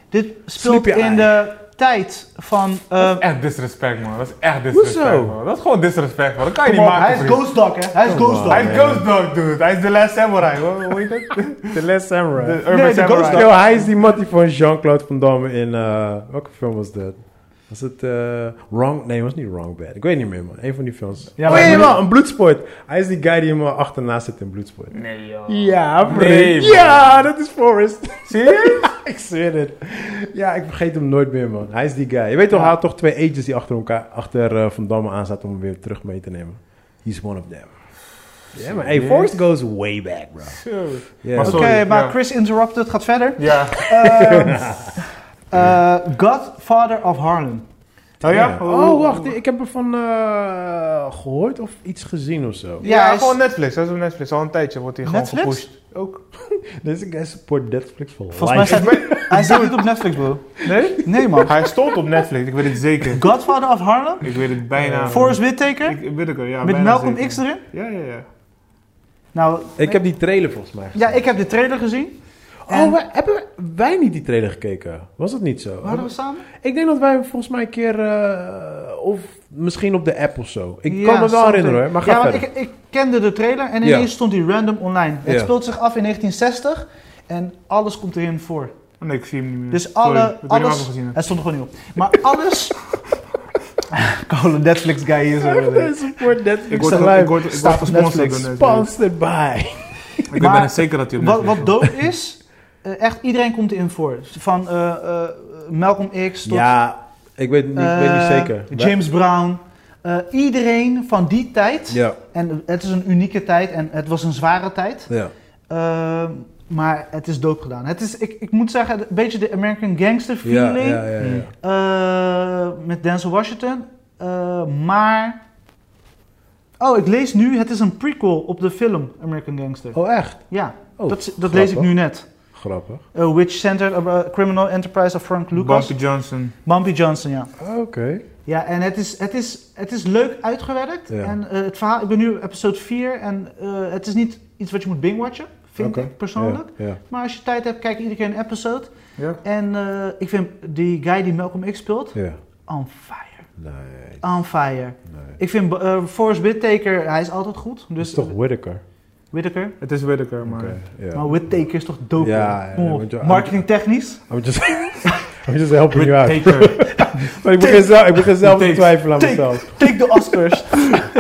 Dit
Sleep
speelt
je
in
eye.
de tijd van... eh,
Echt disrespect, man. Dat is echt disrespect,
Hoezo?
man. Dat is gewoon disrespect, man. Dat kan je niet
kom op,
maken.
hij is
vriend.
Ghost Dog, hè? Hij is
Come
Ghost
on.
Dog.
Hij is Ghost Dog, dude. Hij is The Last Samurai. Hoe hoe heet dat?
The Last Samurai.
De Urban
Nee, de
Samurai.
Ghost
Yo, hij is die mattie van Jean-Claude Van Damme in... eh, welke film was dat? Was het... eh, wrong... Nee, was niet Wrong Bad. Ik weet niet meer, man. Eén van die films.
Ja,
oh,
maar
ja,
moet je-
jawel, een bloedsport. Hij is die guy die hem eh, achterna zit in bloedsport.
Nee, joh.
Ja,
Nee,
vriend.
man.
Ja, dat is Forrest.
Serieus?
ik zweer het. Ja, ik vergeet hem nooit meer, man. Hij is die guy. Je weet toch, hij had toch twee agents die achter, elkaar, achter eh, Van Damme aan zaten om hem weer terug mee te nemen. He's one of them. Ja, maar hey, Forrest goes way back, bro.
Zo.
Ja.
Maar
Oké,
Sorry,
maar
ja.
Chris Interrupted gaat verder.
Ja.
Ehm, eh, Godfather of Harlem.
Oh ja?
Oh, wacht. Ik heb ervan eh, gehoord of iets gezien of zo.
Ja,
Ja,
hij is-
gewoon Netflix. Dat is op Netflix. Al een tijdje wordt hij gewoon
Netflix?
gepusht. Ook.
Deze guy support Netflix voor
Volgens mij staat hij, hij staat niet op Netflix, bro.
Nee?
Nee, man.
Hij stond op Netflix. Ik weet het zeker.
Godfather of Harlem,
Ik weet het bijna.
Forrest Whitaker,
Ik ik weet het wel, ja.
met
bijna
Malcolm
zeker.
X erin.
Ja, ja, ja.
Nou,
Ik heb die trailer volgens mij
ja, ik heb de trailer gezien.
Oh, wij- hebben wij niet die trailer gekeken? Was dat niet zo?
Waren we samen?
Ik denk dat wij hem volgens mij een keer, eh, of misschien op de app of zo. Ik
Ja,
kan me wel
something.
herinneren hoor, maar ga
ja, want
verder.
ik, ik kende de trailer en
Ja.
ineens stond die random online. Het
Ja.
speelt zich af in 1960 En alles komt erin voor.
Oh, Nee, ik zie hem niet meer.
Dus
Mm, Sorry,
alle-
ik weet niet
alles-
waar ik hem gezien heb.
Het stond er gewoon niet op. Maar alles... Koude Netflix guy hier zo.
Support
Ik
Netflix
word, ik word, ik word, ik word
Staat op
gesponsord door
Netflix.
deze.
Sponsored by.
Ik
Maar-
ben er zeker dat hij op
Wat,
Netflix
wat dood is, eh, echt iedereen komt erin voor. Van eh, eh, Malcolm X tot
Ja, ik weet, niet, ik weet niet
eh,
zeker.
James Brown. Eh, iedereen van die tijd.
Ja,
En het is een unieke tijd en het was een zware tijd.
ja.
Eh, maar het is dood gedaan. Het is, ik, ik moet zeggen, een beetje de American Gangster
Ja,
feeling. Hmm.
ja, ja, ja.
Mm.
eh, met Denzel Washington. Eh, maar... Oh, ik lees nu, het is een prequel op de film American Gangster.
Oh, echt?
Ja,
Oh,
dat, is- dat lees ik
grappig.
nu net.
Grappig.
Uh, which Center of uh, Criminal Enterprise of Frank Lucas.
Bumpy Johnson.
Bumpy Johnson, ja.
Oké.
Ja, en het is, het is, het is leuk uitgewerkt.
Ja.
En eh, het verhaal, ik ben nu op episode 4 en eh, het is niet iets wat je moet bingwatchen, vind
Oké,
ik persoonlijk.
Ja, ja.
Maar als je tijd hebt, kijk iedere keer een episode.
Ja.
En eh, ik vind die guy die Malcolm X speelt,
ja.
on fire.
Nee,
On fire.
nee.
Ik vind eh Forrest Whitaker, hij is altijd goed.
Dus
Dus
is toch Whittaker?
Whitaker.
Het is Whittaker, maar...
Oké, ja.
Maar Whitaker is toch dope?
Ja,
hoor.
ja,
Kom op.
want je-
Marketingtechnisch.
I'm just, I'm just helping you out.
Whittaker.
Maar ik begin zelf, ik begin zelf te
Take-
twijfelen aan
take-
mezelf.
Take the Oscars.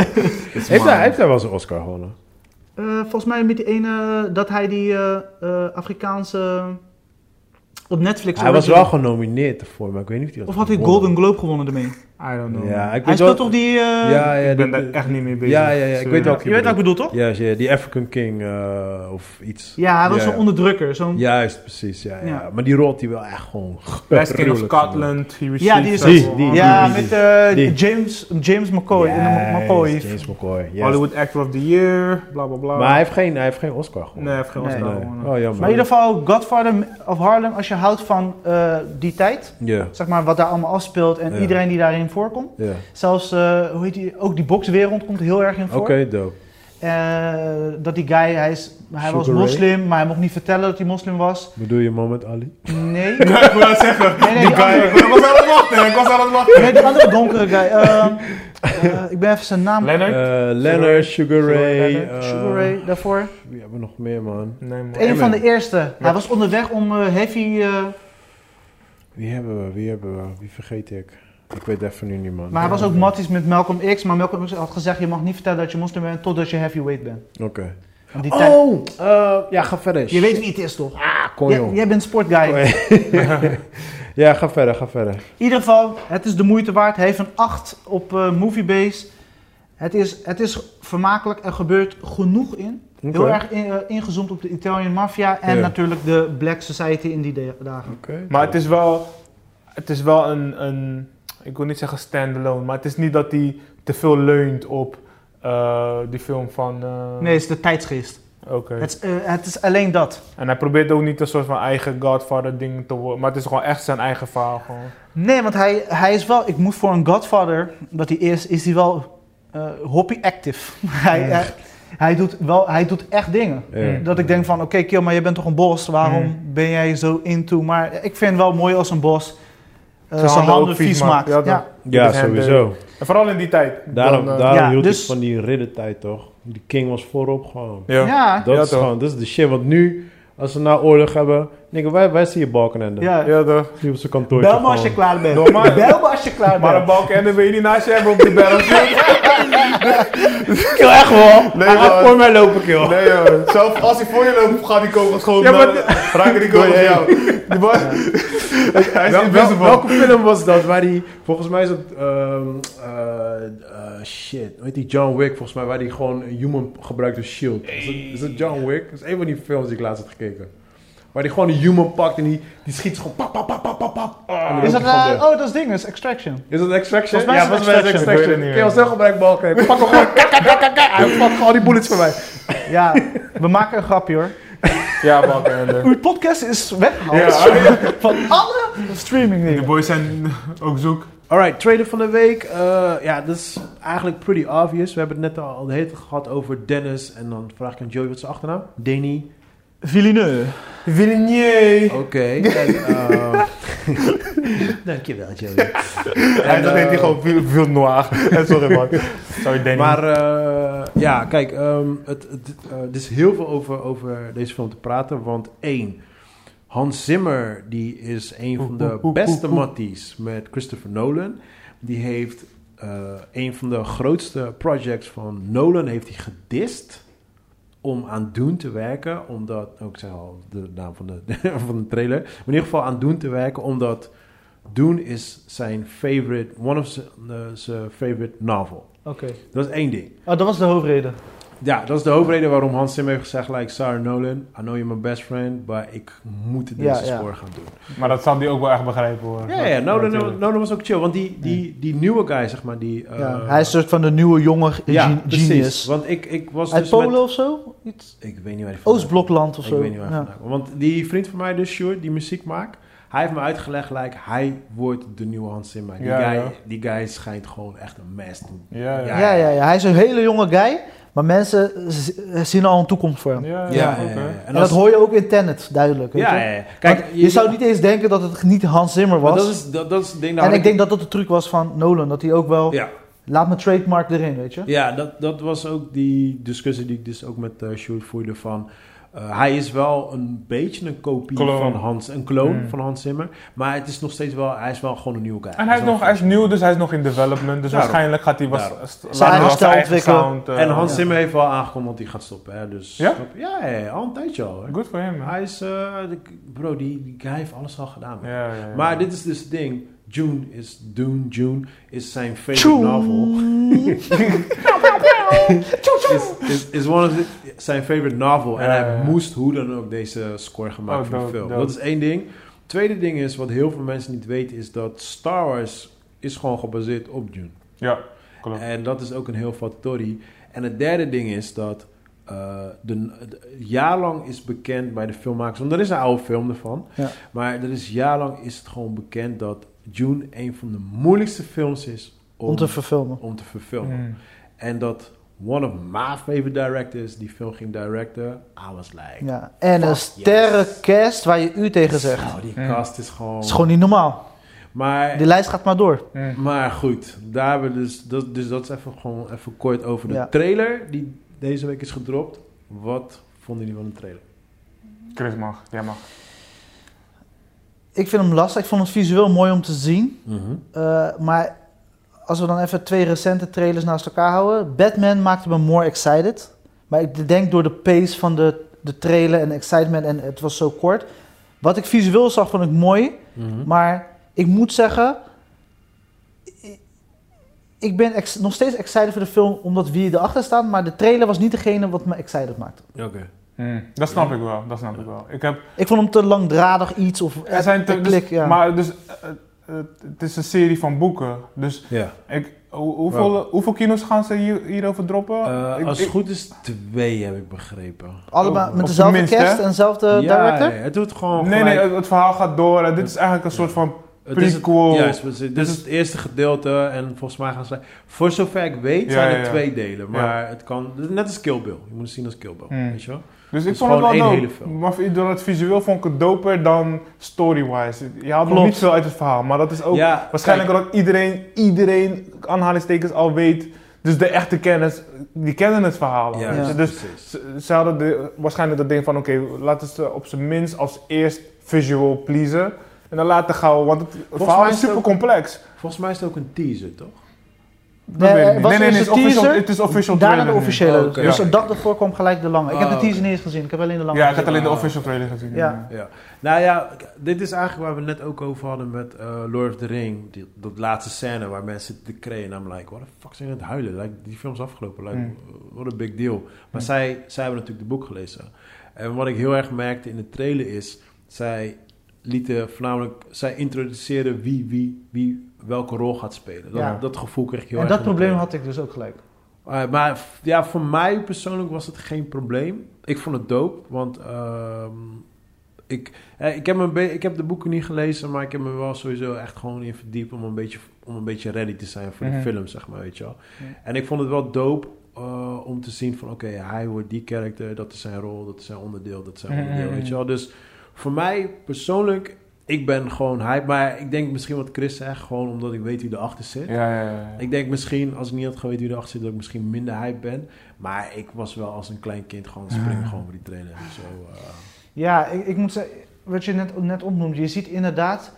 Heeft hij, heeft hij wel eens een Oscar gewonnen?
Eh, volgens mij met die ene dat hij die eh, eh, Afrikaanse op Netflix.
Hij was
original-
wel genomineerd ervoor, maar ik weet niet of hij
Of
dat
had hij
gewonnen.
Golden Globe gewonnen ermee?
I don't know.
Ja, ik
Hij
weet
speelt
wel...
toch die. eh,
ja, ja,
ik
die-
ben daar echt niet mee bezig.
Ja, ja, ja, ik
Sorry.
weet welke
je weet wat ik bedoel toch?
Ja, ja, die African King eh, of iets.
Ja, hij was
Ja,
zo'n
ja.
onderdrukker. Zo'n...
Juist, precies. Ja, ja.
Ja.
Maar die rolt hij wel echt gewoon
Last King of
gruwelijk
Scotland. He received
Ja, die is
Die,
several
die,
Ja,
die,
honors.
met eh,
die.
James, James McCoy.
Juist,
in de McCoy.
James McCoy. juist.
Hollywood Actor of the Year, bla bla bla.
Maar hij heeft, geen, hij heeft geen Oscar gewonnen.
Nee, hij heeft geen
Nee.
Oscar
Nee.
gewonnen.
Oh, jammer.
Maar in ieder geval, Godfather of Harlem, als je houdt van eh, die tijd,
Ja,
zeg maar wat daar allemaal afspeelt en
Ja.
iedereen die daarin voorkomt.
ja.
Zelfs, eh, hoe heet die, ook die bokswereld komt heel erg in
Oké,
voor.
dope.
Eh, dat die guy, hij, is, hij was
Sugar Ray?
moslim, maar hij mocht niet vertellen dat hij moslim was.
Bedoel je Moment Ali?
Nee.
Ja, ik wil het zeggen.
Nee, nee,
Die
die
guy-
andere.
Ik was aan het wachten, ik was aan het wachten.
Nee, de andere donkere guy. Ehm, eh, ik ben even zijn naam.
Leonard?
Eh Leonard, Sugar Ray.
Leonard,
eh,
Sugar Ray daarvoor.
Wie hebben we nog meer, man?
nee, man.
Een van de eerste. Hij
Ja.
was onderweg om eh, Heavy. eh,
Wie hebben we? Wie hebben we? Wie vergeet ik? Ik weet even nu niet, man.
maar hij was ook matties met Malcolm X. Maar Malcolm X had gezegd: je mag niet vertellen dat je moslim bent totdat je heavyweight bent.
Oké.
Want die tijd-
Oh! eh, ja, ga verder.
Je weet wie het is toch?
Ah, kom
Jij-
joh.
jij bent sportguy.
Kom, Ja, ga verder, ga verder.
In ieder geval, het is de moeite waard. Hij heeft een 8 op eh, Moviebase. Het is, het is vermakelijk. Er gebeurt genoeg in.
Oké.
Heel erg in- eh, ingezoomd op de Italian Mafia. En
Ja.
natuurlijk de Black Society in die de- dagen.
Oké.
Maar het is wel, het is wel een, een, ik wil niet zeggen standalone, maar het is niet dat hij te veel leunt op eh, die film van. eh,
Nee, het is de tijdsgeest.
Oké.
Het, is, eh, het is alleen dat.
En hij probeert ook niet een soort van eigen Godfather ding te worden, maar het is gewoon echt zijn eigen verhaal.
Eh,
Gewoon.
Nee, want hij, hij is wel... Ik moet voor een Godfather, wat hij is, is hij wel eh, hobby active. hij,
Ja.
hij, hij doet wel, hij doet echt dingen.
Ja.
Dat ik denk van, oké Kiel, maar je bent toch een bos, waarom ben jij zo into? Maar ik vind het wel mooi als een bos eh, zijn handen,
ook
vies maakt. Ja,
Ja,
ja.
dat-
Ja,
dat is hem, eh,
sowieso.
En vooral in die tijd.
Daarom,
Dan, eh,
daarom
ja,
hield
dus-
ik van die riddertijd, toch? Die king was voorop gewoon.
ja. Ja.
Dat
Ja,
is
toch.
gewoon, dat is de shit. Want nu, als ze nou oorlog hebben, denken wij, wij zien je balkenende.
ja.
toch.
Die op zijn kantoor.
Bel me als je klaar bent.
Doe maar.
Bel me als je klaar
Maar een
bent.
balk en dan wil je niet naast je hebben op die battlefield.
Kill echt wel.
Nee,
hij gaat
man.
voor mij lopen, kill.
Nee, joh. Zelf als hij voor je loopt, gaat die kogels gewoon.
Ja, maar-
naar- raken die kogels
Nee,
jou. Die bal- Hij is
Wel- wel-
invisible.
welke film was dat waar die, volgens mij is dat, ehm, eh, eh, shit, weet die John Wick, volgens mij, waar die gewoon een human gebruikt als shield. Is dat, is dat John Wick? Dat is een van die films die ik laatst had gekeken. Waar die gewoon een human pakt en die, die schiet gewoon pap, pap, pap, pap, pap, pap. En dan
Is dat,
loopt hij gewoon
eh,
weg.
oh, dat is ding, dat is Extraction.
Is dat Extraction?
Volgens mij is het Extraction.
Ik
Ik weet het
weet
niet
niet.
meer.
Kill, snel gebruikbal krijgen. Pak hem gewoon, kak, kak, kak, kak, kak. Hij pakt gewoon al die bullets van mij.
Ja, we maken een grapje hoor.
Ja, balk en. eh,
Uw podcast is weggehaald
Ja,
van alle streaming
die
dingen.
boys zijn ook zoek.
Alright, trader van de week. Eh, ja, dat is eigenlijk pretty obvious. We hebben het net al, al de hele tijd gehad over Dennis. En dan vraag ik aan Joey wat zijn achternaam? Danny.
Villeneuve.
Villeneuve.
Oké. kijk,
Eh,
Dankjewel, Joey.
En dat heet hij gewoon Vill- Villeneuve. Eh, Sorry man. Sorry Danny.
maar eh, ja, kijk, ehm, het, het, eh, er is heel veel over, over deze film te praten. Want één, Hans Zimmer, die is een van de beste matties met Christopher Nolan. Die heeft eh, een van de grootste projects van Nolan heeft hij gedist om aan Doen te werken. Omdat, ook ik zei al de naam van de, van de trailer. Maar in ieder geval aan Doen te werken, omdat Doen is zijn favorite, one of zijn eh, zijn favorite novel.
Oké.
Dat is één ding.
Oh, dat was de hoofdreden.
Ja, dat is de hoofdreden waarom Hans Zimmer heeft gezegd... like, Sarah Nolan, I know you're my best friend... maar ik moet dit
Ja,
deze
ja.
spoor gaan doen.
Maar dat zal die ook wel echt begrijpen hoor.
Ja, ja Nolan,
Natuurlijk.
Nolan was ook chill. Want die, die, die nieuwe guy, zeg maar, die... eh,
ja, hij is een soort van de nieuwe jonge ge-
ja,
gen-
precies.
genius.
Want ik, ik was
Uit
dus
Polen
met...
of zo? Iets.
Ik weet niet waar hij vandaan-
Oostblokland of
Ik
zo.
weet niet waar hij
Ja.
vandaan komt. Want die vriend van mij, dus Sjoerd, die muziek maakt... hij heeft me uitgelegd, like, hij wordt de nieuwe Hans Zimmer. Die,
Ja,
guy,
ja.
die guy schijnt gewoon echt een mes te doen.
Ja, ja.
Ja, ja, ja. Hij is een hele jonge guy, maar mensen z- zien al een toekomst voor hem. En,
Ja, ja, oké.
dat hoor je ook in Tenet, duidelijk. Weet
Ja,
je?
ja, ja. Kijk,
Want je, zou niet eens denken dat het niet Hans Zimmer
Maar
was.
dat is, dat, dat is het ding... daar
en
had
ik denk dat dat de truc was van Nolan, dat hij ook wel...
Ja.
Laat mijn trademark erin, weet je?
Ja, dat, dat was ook die discussie die ik dus ook met eh Sjoerd voerde van... eh, hij is wel een beetje een kopie
Kloon.
van Hans, een kloon
Mm.
van Hans Zimmer. Maar het is nog steeds wel, hij is wel gewoon een nieuwe guy.
En hij is,
wel
nog, hij is nieuw, dus hij is nog in development. Dus
Daarom.
waarschijnlijk gaat hij was,
Daarom.
st- laat
eigen
hij wel
stijl
zijn eigen
ontwikkelen.
sound. eh,
En Hans
ja.
Zimmer heeft wel aangekondigd dat hij gaat stoppen. Hè? Dus,
Ja?
Ja, ja, ja, al een tijdje al. hè.
Good for him. man.
Hij is, eh, de- bro, die, die guy heeft alles al gedaan. man.
Ja, ja, ja.
Maar dit is dus het ding. June is Dune. June is zijn favorite
Tjoe.
novel. is, is, is one of the- zijn favorite novel. en
Ja,
hij
ja, ja.
moest hoe dan ook deze score gemaakt
Oh,
voor de
dope,
film.
dope.
Dat is één ding. Tweede ding is, wat heel veel mensen niet weten, is dat Star Wars is gewoon gebaseerd op Dune.
Ja, klopt.
En dat is ook een heel factorie. En het derde ding is dat eh de, de- jaarlang is bekend bij de filmmakers, want er is een oude film ervan,
Ja.
maar er is jaarlang is het gewoon bekend dat Dune een van de moeilijkste films is om,
Om te verfilmen.
om te verfilmen.
Mm.
En dat one of my favorite directors die film ging directen, I was like,
Ja. En een
Fuck, Nou,
sterrencast waar je u tegen zegt.
"Zo, die
Mm.
cast is gewoon...
Het is gewoon niet normaal. Die
Maar,
lijst gaat maar door.
Mm.
maar goed, daar hebben we dus, dat, dus dat is even, gewoon even kort over de
Ja.
trailer die deze week is gedropt. Wat vonden jullie van de trailer?
Chris mag, jij mag.
Ik vind hem lastig. Ik vond het visueel mooi om te zien.
Mhm,
Eh, maar als we dan even twee recente trailers naast elkaar houden. Batman maakte me more excited. Maar ik denk door de pace van de, de trailer en excitement en het was zo kort. Wat ik visueel zag vond ik mooi.
mhm,
Maar ik moet zeggen... i- Ik ben ex- nog steeds excited voor de film omdat wie erachter staat. Maar de trailer was niet degene wat me excited maakte.
Oké. Hmm.
Mm. Dat snap ik wel, dat snap ik wel. Ik heb,
Ik vond hem te langdradig iets of
er zijn te-
te
dus-
klik. Ja.
Maar dus, eh, eh, het is een serie van boeken. Dus
Ja.
ik, hoe- hoeveel, hoeveel kinos gaan ze hier, hierover droppen? Ik-
Eh, als
ik-
het goed is, twee heb ik begrepen.
Allemaal
Op-
met
op
dezelfde
zijn minst,
cast
hè?
en dezelfde
ja,
Eh, director?
ja, het doet gewoon
nee, nee,
gelijk-
het, het verhaal gaat door. En dit is eigenlijk een soort van
Het is het-
prequel. Dus
Juist, precies. dit is het eerste gedeelte en volgens mij gaan ze... Voor zover ik weet
Ja,
zijn er
ja, ja.
twee delen, maar het kan... Net als Kill Bill. Je moet het zien als Kill Bill,
Hmm.
weet je wel?
Dus
Het
ik
is
vond het wel
gewoon één
dope.
hele film.
Maar door het visueel vond ik het doper dan story-wise. Je haalt nog
Klopt.
niet veel uit het verhaal. Maar dat is ook
Ja,
waarschijnlijk
kijk.
omdat iedereen, iedereen, aanhalingstekens, al weet. Dus de echte kennis, die kennen het verhaal. al.
Ja,
Dus-
ja.
Dus
precies.
ze, ze hadden de, waarschijnlijk dat ding van, oké, laten ze op zijn minst als eerst visual pleasen. En dan later gaan we, want het, het verhaal
mij
is
is het
super
ook-
complex.
Volgens mij is het ook een teaser, toch?
Nee, Eh, was eerst
het is
een
official,
teaser,
het is official
Daarna de
trailer nu.
officiële.
Oh, oké.
Dus
Ja.
een dag ervoor kwam gelijk de lange. Ik heb
Ah,
de teaser
oké.
niet eens gezien. Ik heb alleen de lange
Ja, ik
gezien.
had alleen de
Ah.
official trailer gezien.
Ja.
Ja. Nou ja, k- dit is eigenlijk waar we net ook over hadden met eh, Lord of the Ring. Die, dat laatste scène waar mensen zitten te kreen. En I'm like, what the fuck zijn we aan het huilen? Like, die film is afgelopen. Like,
Hmm.
Mm.
What a big deal. Maar
Mm.
zij, zij hebben natuurlijk de boek gelezen. En wat ik heel erg merkte in de trailer is... Zij lieten voornamelijk... Zij introduceerden wie, wie, wie welke rol gaat spelen. Dat,
Ja.
dat gevoel kreeg ik heel
En
erg
dat
in de
probleem
trailer.
had ik dus ook gelijk.
Uh, maar f- ja, voor mij persoonlijk was het geen probleem. Ik vond het dope, want ehm, ik, eh, ik, heb een be- ik heb de boeken niet gelezen, maar ik heb me wel sowieso echt gewoon in verdiept om een beetje, om een beetje ready te zijn voor
Mhm.
de film, zeg maar, weet je wel.
Ja.
En ik vond het wel dope eh, om te zien van oké, hij wordt die karakter, dat is zijn rol, dat is zijn onderdeel, dat is zijn
Mhm.
onderdeel, weet je wel. Dus voor mij persoonlijk, ik ben gewoon hype, maar ik denk misschien wat Chris zegt, gewoon omdat ik weet wie erachter zit.
Ja, ja, ja.
Ik denk misschien, als ik niet had geweten wie erachter zit, dat ik misschien minder hype ben. Maar ik was wel als een klein kind gewoon springen
Ah.
gewoon voor die trainer. Zo, eh,
Ja, ik, ik moet zeggen, wat je net, net opnoemde, je ziet inderdaad,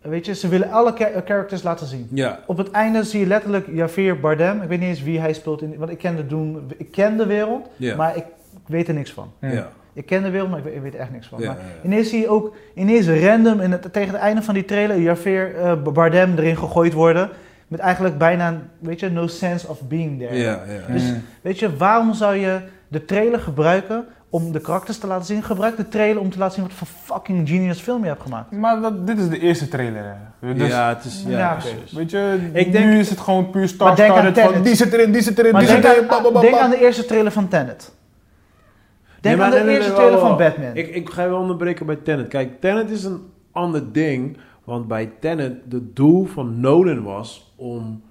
weet je, ze willen alle cha- eh, characters laten zien.
ja.
Op het einde zie je letterlijk Javier Bardem. Ik weet niet eens wie hij speelt in. Want ik ken de, Doom, ik ken de wereld,
Ja.
maar ik weet er niks van.
Ja.
Ja.
Ik ken de wereld, maar ik weet, ik weet er echt niks van.
Ja,
Maar
ja, ja.
ineens zie je ook ineens random in het, tegen het einde van die trailer Javier eh, Bardem erin gegooid worden. Met eigenlijk bijna, weet je, no sense of being there.
Ja, ja.
Dus-
Mm.
Weet je, waarom zou je de trailer gebruiken om de karakters te laten zien? Gebruik de trailer om te laten zien wat voor fucking genius film je hebt gemaakt.
Mm.
Maar dat, dit is de eerste trailer. hè. Dus,
ja, het is, ja,
Ja, oké.
precies.
Weet je,
Ik
ik
denk-
nu is het gewoon puur
Maar denk aan
star-started van
Tenet.
die zit erin, die zit erin,
Maar
Dus
die
denk
zit
aan,
erin, bam, bam, bam,
denk
bam.
aan de eerste trailer van Tenet. Denk
maar
aan de
nee, nee,
eerste
nee,
trailer
wacht,
van
wacht.
Batman.
Ik, ik ga je wel onderbreken bij Tenet. Kijk, Tenet is een ander ding. Want bij Tenet, het doel van Nolan was om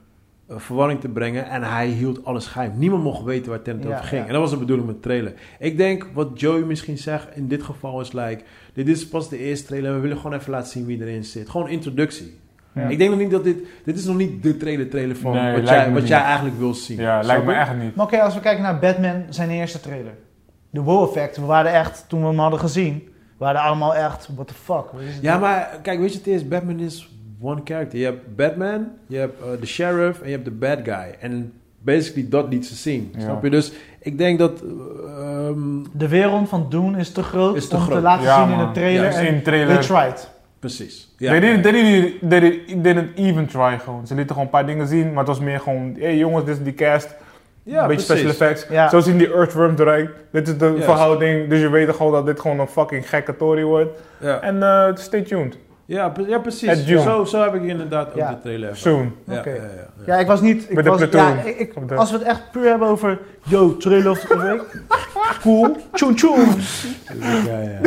eh, verwarring te brengen. En hij hield alles geheim. Niemand mocht weten waar Tenet
Ja,
over ging.
ja.
En dat was de bedoeling met de trailer. Ik denk, wat Joey misschien zegt, in dit geval is like... Dit is pas de eerste trailer. We willen gewoon even laten zien wie erin zit. Gewoon introductie.
Ja.
Ik denk nog niet dat dit... Dit is nog niet de trailer trailer van
Nee,
wat,
lijkt
jij,
me
wat
niet.
jij eigenlijk wil zien.
Ja,
Snap
lijkt me
je?
echt niet.
Maar oké, als we kijken naar Batman, zijn eerste trailer. De wow-effect, we waren echt, toen we hem hadden gezien, we waren allemaal echt, what the fuck. wat is dit?
Ja, maar kijk, weet je, het is Batman is one character. Je hebt Batman, je hebt eh, de sheriff en je hebt de bad guy. En basically dat liet ze zien.
Ja.
Snap je? Dus ik denk dat. eh, ehm,
De wereld van Doen is te groot
Is te
om
groot.
te laten zien in
man.
de trailer.
Ja,
en
in
they
de trailer.
tried.
precies.
They, didn't, they, didn't, they didn't- didn't even try gewoon. Ze lieten gewoon een paar dingen zien, maar het was meer gewoon... Hé hey, jongens, dit is die cast.
Ja,
een beetje
precies.
special effects.
Ja.
Zo zien die Earthworm eruit. Dit is de
Juist.
verhouding. Dus je weet gewoon dat dit gewoon een fucking gekke tory wordt.
Ja,
En eh, stay tuned.
ja, pre- ja, precies.
At June.
Zo, zo heb ik inderdaad ook
Ja.
de trailer. ervaren.
Soon.
Ja,
Oké.
ja, ja, ja.
Ja, ik was niet... Ik
Met de
was,
platoon.
ja, ik- ik-
Op de-
als we het echt puur hebben over, yo, trailer of the week. Cool, tjoen tjoen.
Ja, ja.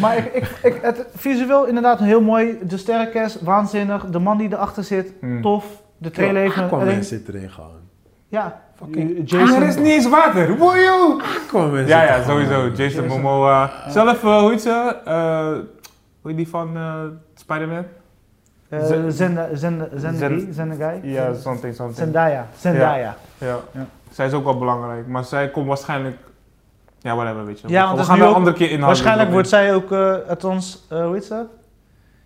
Maar ik, ik, ik, het visueel inderdaad heel mooi. De sterrencast, waanzinnig. De man die erachter zit,
Mm.
tof. De trailer heeft een...
Aquaman
alleen-
zit erin gewoon.
Ja,
Fucking-
Jason...
Ah, er is niet eens water. Wojo!
Aquaman zit
Ja,
er
ja,
gewoon eh,
sowieso.
in.
Jason Momoa. Zelf, eh, hoe heet ze? Eh, hoe heet die van eh, Spider-Man?
eh,
Zen-
Zenda, Zenda, Zenda,
Zen-
Zendaya?
Ja, something, something.
Zendaya. Zendaya.
Ja.
Ja.
Zij is ook wel belangrijk, maar zij komt waarschijnlijk... Ja, whatever, weet je.
Ja, want
we
het
gaan
is nu
er een
ook-
andere keer inhouden.
Waarschijnlijk
Nou, Dat
wordt
weet
zij ook, eh althans, eh, hoe heet ze?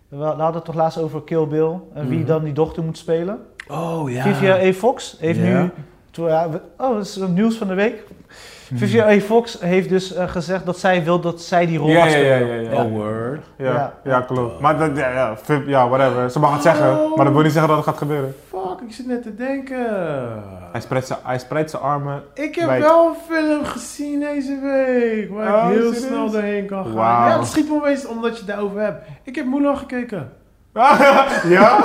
We hadden het toch laatst over Kill Bill en wie
Mhm.
dan die dochter moet spelen.
Oh ja.
Vivian A. Fox heeft
Ja.
nu. toen- ja, we- oh, dat is het nieuws van de week.
Mhm.
Vivian A. Fox heeft dus eh, gezegd dat zij wil dat zij die rol
Ja,
gaat
ja,
spelen.
ja, ja, ja.
Oh, word.
Ja,
Ja.
ja. klopt. Maar dat, ja, ja, fip, ja, whatever. Ze mag het zeggen, maar dat wil niet zeggen dat het gaat gebeuren.
Fuck, ik zit net te denken.
Hij spreidt zijn, hij spreidt zijn armen.
Ik heb
Wijk.
wel een film gezien deze week. Waar
Oh,
ik heel
serieus?
snel doorheen kan gaan.
Wauw.
Ja, het schiet me opeens omdat je het daarover hebt. Ik heb Mulan gekeken.
ja?